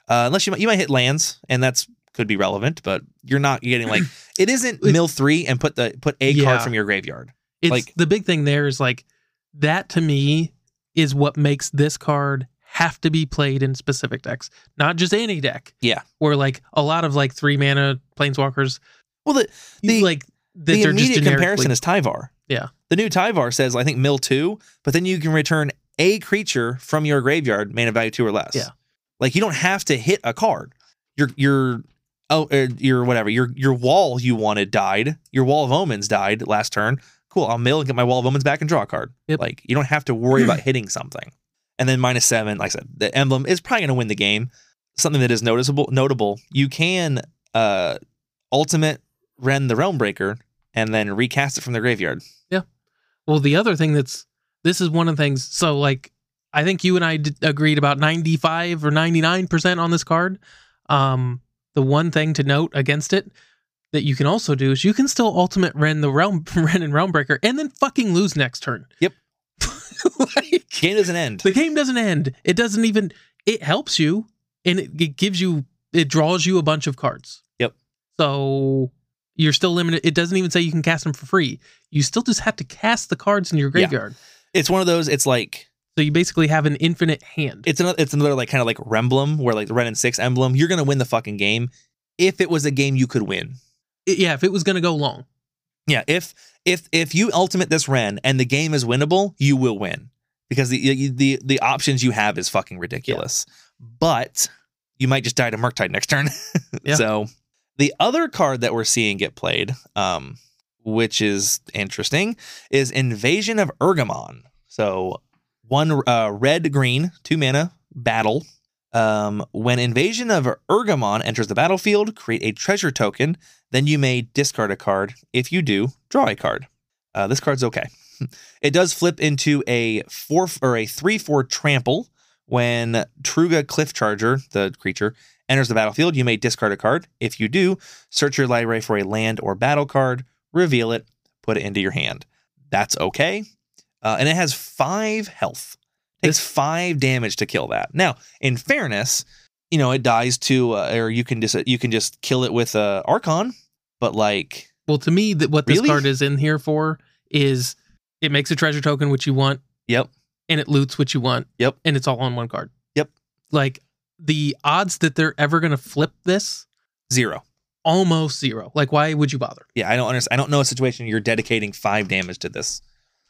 C: Uh, unless you might, you might hit lands, and that's could be relevant, but you're not getting like it isn't
B: It-
C: mill three and put the put a
B: Yeah.
C: card from your graveyard.
B: It's
C: Like-
B: the big thing there is like that to me is what makes this card have to be played in specific decks, not just any deck.
C: Yeah.
B: Or like a lot of like three mana planeswalkers.
C: Well, the The-
B: like that
C: the
B: they're just
C: immediate comparison
B: generically-
C: is Tyvar.
B: Yeah.
C: The new Tyvar says, I think, mill two, but then you can return a creature from your graveyard, mana value two or less.
B: Yeah.
C: Like you don't have to hit a card. Your your oh er, your whatever your your wall you wanted died. Your wall of omens died last turn. Cool. I'll mill and get my wall of omens back and draw a card.
B: Yep.
C: Like you don't have to worry about hitting something. And then minus seven, like I said, the emblem is probably going to win the game. Something that is noticeable, notable. You can uh ultimate Ren the Realmbreaker and then recast it from the graveyard.
B: Well, the other thing that's this is one of the things. So, like, I think you and I d- agreed about 95 or 99% on this card. Um, the one thing to note against it that you can also do is you can still ultimate Ren the Realm Ren and Realmbreaker and then fucking lose next turn.
C: Yep.
B: like,
C: Game doesn't end.
B: the game doesn't end. It doesn't even, it helps you and it, it gives you, it draws you a bunch of cards.
C: Yep.
B: So you're still limited. It doesn't even say you can cast them for free. You still just have to cast the cards in your graveyard.
C: It's one of those. It's like
B: So you basically have an infinite hand.
C: it's another. It's another like kind of like Remblem, where like the Ren and Six emblem. You're gonna win the fucking game if it was a game you could win.
B: It- yeah, if it was going to go long.
C: Yeah. If if if you ultimate this Ren and the game is winnable, you will win because the you- the the options you have is fucking ridiculous. But you might just die to Murktide next turn.
B: Yeah.
C: So the other card that we're seeing get played, um, which is interesting, is Invasion of Ergamon. So one uh, red green two mana battle. Um, when Invasion of Ergamon enters the battlefield, create a treasure token. Then you may discard a card. If you do, draw a card. Uh, this card's okay. it does flip into a four or a three four trample when Truga Cliffcharger, the creature, enters the battlefield, you may discard a card. If you do, search your library for a land or battle card, reveal it, put it into your hand. That's okay. Uh, and it has five health. Takes five damage to kill that. Now, in fairness, you know it dies to, uh, or you can just you can just kill it with a Archon. But like,
B: Well, to me, that what this
C: Really?
B: card is in here for is it makes a treasure token which you want.
C: Yep.
B: And it loots what you want.
C: Yep.
B: And it's all on one card.
C: Yep.
B: Like the odds that they're ever going to flip this
C: zero.
B: almost zero. Like why would you bother?
C: Yeah, I don't understand. I don't know a situation you're dedicating five damage to this.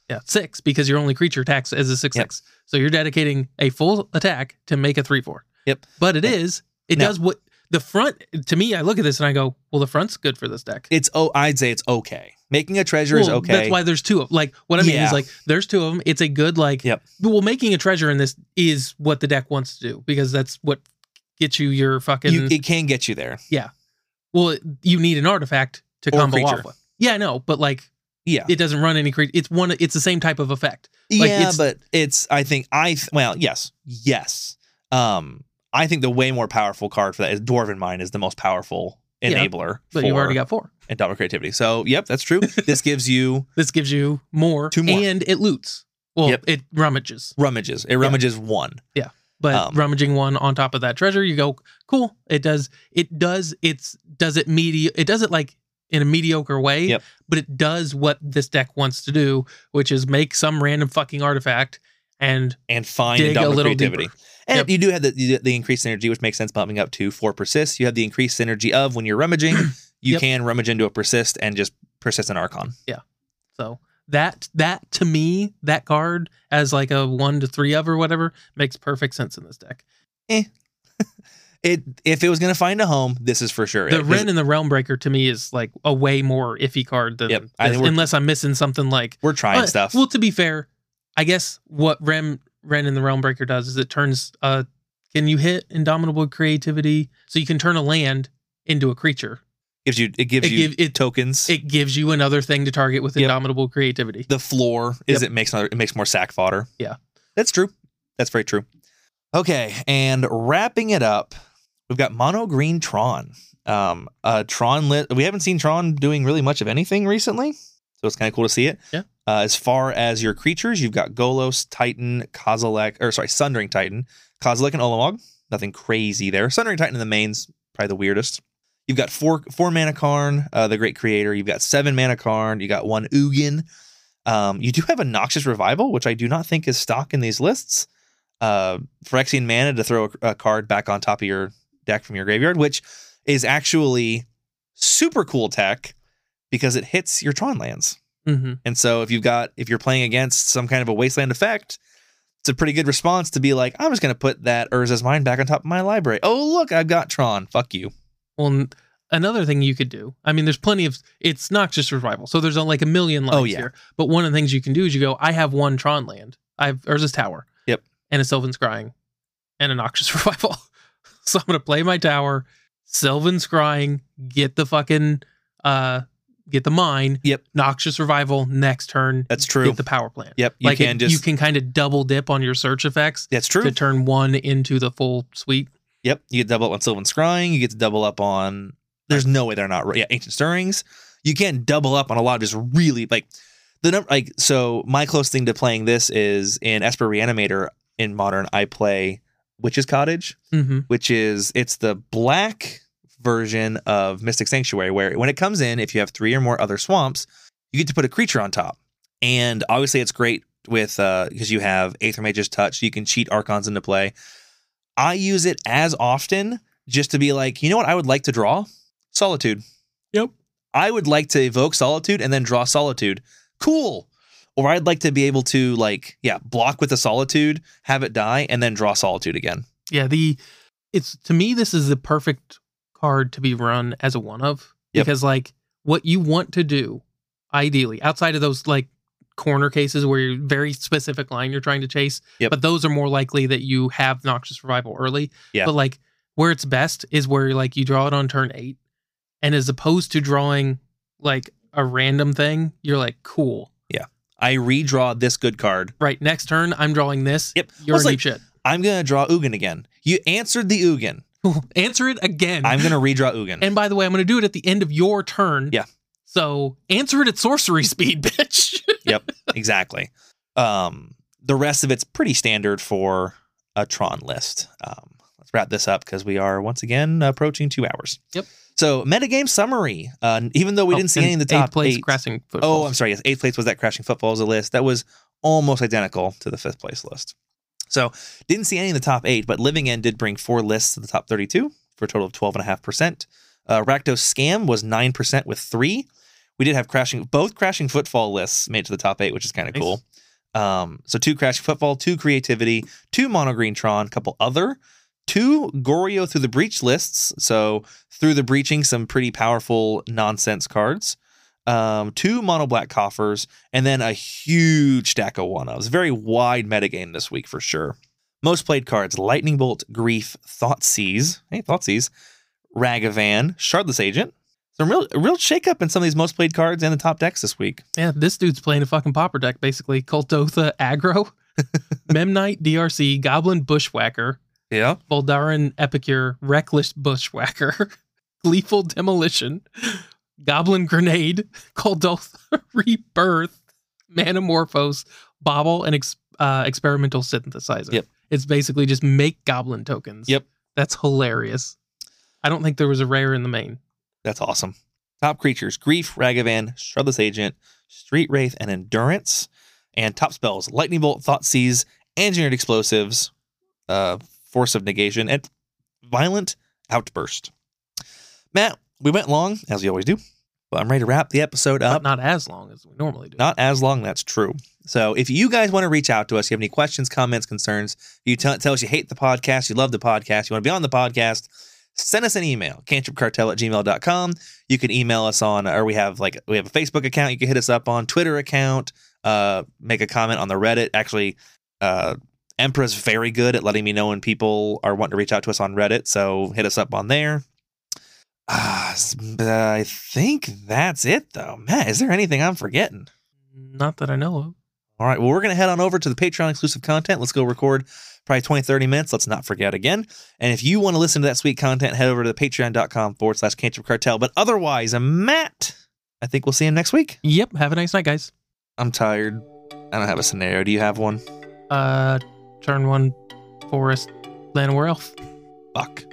B: Yeah, six because your only creature attacks as a six
C: Yep.
B: six. So you're dedicating a full attack to make a three four.
C: Yep.
B: But it
C: Yeah.
B: is. It
C: Now-
B: does what the front to me. I look at this and I go, well, the front's good for this deck.
C: It's oh, I'd say it's okay. Making a treasure is
B: Well,
C: okay.
B: That's why there's two of like what I mean
C: Yeah.
B: is like there's two of them. It's a good like
C: Yep.
B: well making a treasure in this is what the deck wants to do because that's what gets you your fucking
C: you, it can get you there.
B: well you need an artifact to
C: Or
B: combo
C: creature.
B: off with. Yeah, I know, but like
C: Yeah.
B: it doesn't run any creature. It's one. It's the same type of effect. Like,
C: yeah,
B: it's-
C: but it's I think I th- well, yes. Yes. Um I think the way more powerful card for that is Dwarven Mine is the most powerful
B: Yeah,
C: enabler
B: But
C: for
B: you've already got four.
C: endowment creativity. So, yep, that's true. this gives you
B: This gives you more.
C: Two more.
B: and it loots. Well,
C: Yep.
B: it rummages,
C: rummages. It rummages one.
B: but
C: Um,
B: rummaging one on top of that treasure, you go cool. It does. It does. It's does it medi. It does it like in a mediocre way.
C: Yep.
B: But it does what this deck wants to do, which is make some random fucking artifact and
C: and find
B: dig a
C: endowment
B: little
C: creativity.
B: deeper.
C: And
B: Yep.
C: you do have the, the, the increased synergy, which makes sense bumping up to four persists. You have the increased synergy of when you're rummaging, you
B: Yep.
C: can rummage into a persist and just persist an archon.
B: So that that to me, that card as like a one to three of or whatever makes perfect sense in this deck.
C: It if it was gonna find a home, this is for sure.
B: The
C: it, 'Cause-
B: Ren and the Realm Breaker to me is like a way more iffy card than
C: Yep, I think
B: this,
C: we're-
B: unless I'm missing something like
C: we're trying
B: Uh,
C: stuff.
B: Well, to be fair, I guess what Ren Ren and the Realm Breaker does is it turns uh can you hit Indomitable Creativity? So you can turn a land into a creature.
C: gives you it gives
B: it
C: you
B: give- it-
C: tokens.
B: It gives you another thing to target with
C: Yep.
B: Indomitable Creativity.
C: the floor is it makes another, it makes more sack fodder.
B: Yeah.
C: that's true. That's very true. Okay, and wrapping it up, we've got Mono Green Tron. Um, uh, Tron lit. We haven't seen Tron doing really much of anything recently, so it's kind of cool to see it.
B: Yeah.
C: Uh, as far as your creatures, you've got Golos, Titan, Kozilek, or sorry, Sundering Titan, Kozilek, and Olamog. Nothing crazy there. Sundering Titan in the main's probably the weirdest. You've got four four mana Karn, uh, the Great Creator. You've got seven mana Karn. You got one Ugin. Um, you do have a Noxious Revival, which I do not think is stock in these lists. Uh, Phyrexian Mana to throw a, a card back on top of your deck from your graveyard, which is actually super cool tech because it hits your Tron lands.
B: Mm-hmm.
C: And so if you've got if you're playing against some kind of a wasteland effect, it's a pretty good response to be like, I'm just gonna put that Urza's Mine back on top of my library. Oh look, I've got Tron. Fuck you.
B: Well, n- another thing you could do. I mean, there's plenty of it's not just survival. So there's uh, like a million lines
C: Oh, yeah.
B: here. But one of the things you can do is you go, I have one Tron land. I have Urza's Tower.
C: Yep.
B: And a Sylvan's Scrying and a Noxious Revival. so I'm gonna play my tower, Sylvan's Scrying, get the fucking uh get the mine.
C: Yep.
B: Noxious Revival next turn.
C: That's true.
B: Get the power plant.
C: Yep. You
B: like
C: can
B: it-
C: just
B: you can kind of double dip on your search effects
C: that's true.
B: to turn one into the full suite.
C: Yep. You get to double up on Sylvan Scrying. You get to double up on. There's no way they're not. Yeah, Ancient Stirrings. You can double up on a lot of just really like the number. Like so, my close thing to playing this is in Esper Reanimator in Modern. I play Witch's Cottage,
B: Mm-hmm.
C: which is it's the black version of Mystic Sanctuary, where when it comes in, if you have three or more other swamps, you get to put a creature on top. And obviously, it's great with uh because you have Aether Mage's Touch, you can cheat Archons into play. I use it as often just to be like, you know what, I would like to draw Solitude.
B: Yep.
C: I would like to evoke Solitude and then draw Solitude. Cool. Or I'd like to be able to like, yeah, block with the Solitude, have it die, and then draw Solitude again.
B: Yeah, the it's to me this is the perfect card to be run as a one of
C: Yep.
B: because like what you want to do ideally outside of those like corner cases where you're very specific line you're trying to chase
C: Yep.
B: but those are more likely that you have noxious revival early
C: Yeah.
B: but like where it's best is where like you draw it on turn eight and as opposed to drawing like a random thing you're like cool
C: I redraw this good card.
B: right next turn i'm drawing this
C: Yep.
B: you're
C: Well,
B: in
C: it's
B: deep shit
C: I'm gonna draw Ugin again. You answered the Ugin.
B: answer it again
C: I'm gonna redraw Ugin.
B: And by the way, I'm going to do it at the end of your turn.
C: Yeah.
B: So answer it at sorcery speed, bitch.
C: exactly. Um, the rest of it's pretty standard for a Tron list. Um, let's wrap this up because we are once again approaching two hours.
B: Yep.
C: So metagame summary. Uh, even though we
B: Oh,
C: didn't see
B: and
C: any in the top
B: eighth place
C: eight-
B: grassing football.
C: Oh, I'm sorry. Yes, eighth place was that crashing footballs a list that was almost identical to the fifth place list. So didn't see any in the top eight, but Living End did bring four lists to the top 32 for a total of 12.5%. Uh, Rakdos Scam was 9% with three. We did have crashing both crashing footfall lists made to the top eight, which is kind of
B: Nice.
C: cool. Um, so two crashing footfall, two creativity, two monogreen tron, couple other, two Goryeo through the breach lists. So through the breaching, some pretty powerful nonsense cards um, two mono black coffers, and then a huge stack of one ofs. Very wide metagame this week for sure. Most played cards Lightning Bolt, Grief, Thoughtseize. Hey, Thoughtseize. Ragavan, Shardless Agent. Some real, a real shakeup in some of these most played cards and the top decks this week.
B: Yeah, this dude's playing a fucking popper deck, basically. Cultotha aggro, Memnite DRC, Goblin Bushwhacker,
C: Yeah.
B: Voldaren Epicure, Reckless Bushwhacker, Gleeful Demolition, Goblin Grenade, Cultotha Rebirth, Manamorphose, Bobble, and ex- uh, Experimental Synthesizer.
C: Yep.
B: It's basically just make Goblin tokens.
C: Yep.
B: That's hilarious. I don't think there was a rare in the main.
C: That's awesome. Top creatures Grief, Ragavan, Shardless Agent, Street Wraith, and Endurance. And top spells Lightning Bolt, Thought Seize, Engineered Explosives, uh, Force of Negation, and Violent Outburst. Matt, we went long, as we always do, but I'm ready to wrap the episode up.
B: But not as long as we normally do.
C: Not as long, that's true. So if you guys want to reach out to us, you have any questions, comments, concerns, you tell, tell us you hate the podcast, you love the podcast, you want to be on the podcast, send us an email, cantripcartel at gmail.com. You can email us on, or we have like, we have a Facebook account you can hit us up on, Twitter account, uh, make a comment on the Reddit. Actually, uh, Emperor's very good at letting me know when people are wanting to reach out to us on Reddit. So hit us up on there. Uh, I think that's it though. Matt, is there anything I'm forgetting?
B: Not that I know of.
C: All right. Well, we're going to head on over to the Patreon exclusive content. Let's go record probably 20, 30 minutes. Let's not forget again. And if you want to listen to that sweet content, head over to the patreon.com forward slash cantrip cartel. But otherwise, uh, Matt, I think we'll see him next week.
B: Yep. Have a nice night, guys.
C: I'm tired. I don't have a scenario. Do you have one?
B: Uh, turn one, forest, land where elf.
C: Fuck.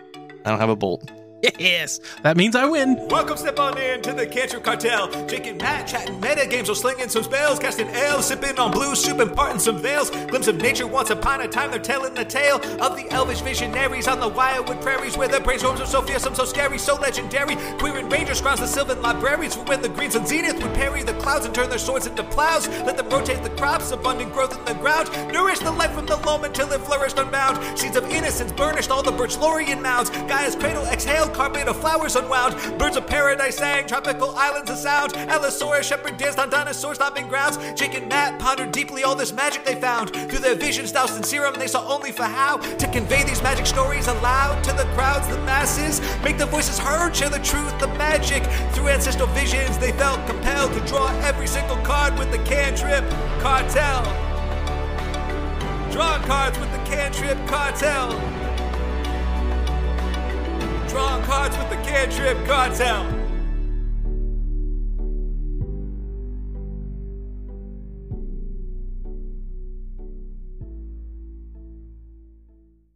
C: I don't have a bolt.
B: Yes, that means I win.
D: Welcome, step on in to the Cantrip Cartel. Jake and Matt chatting meta games, so slinging some spells, casting ale, sipping on blue soup and parting some veils. Glimpse of nature once upon a time, they're telling the tale of the elvish visionaries on the wildwood prairies, where the brainstorms are so fearsome, so scary, so legendary. Queer and rangers crowns the sylvan libraries, for when the greens and zenith would parry the clouds and turn their swords into plows. Let them rotate the crops, abundant growth in the ground, nourish the life from the loam until it flourished unbound. Seeds of innocence burnished all the birch laurian mounds. Gaia's cradle exhaled, carpet of flowers unwound. Birds of paradise sang, tropical islands of sound. Allosaurus shepherd danced on dinosaurs stomping grounds. Jake and Matt pondered deeply all this magic they found. Through their visions doused in serum, they saw only for how to convey these magic stories aloud to the crowds, the masses. Make the voices heard, share the truth, the magic. Through ancestral visions, they felt compelled to draw every single card with the cantrip cartel. Draw cards with the cantrip cartel. Drawing cards with the cantrip cartel.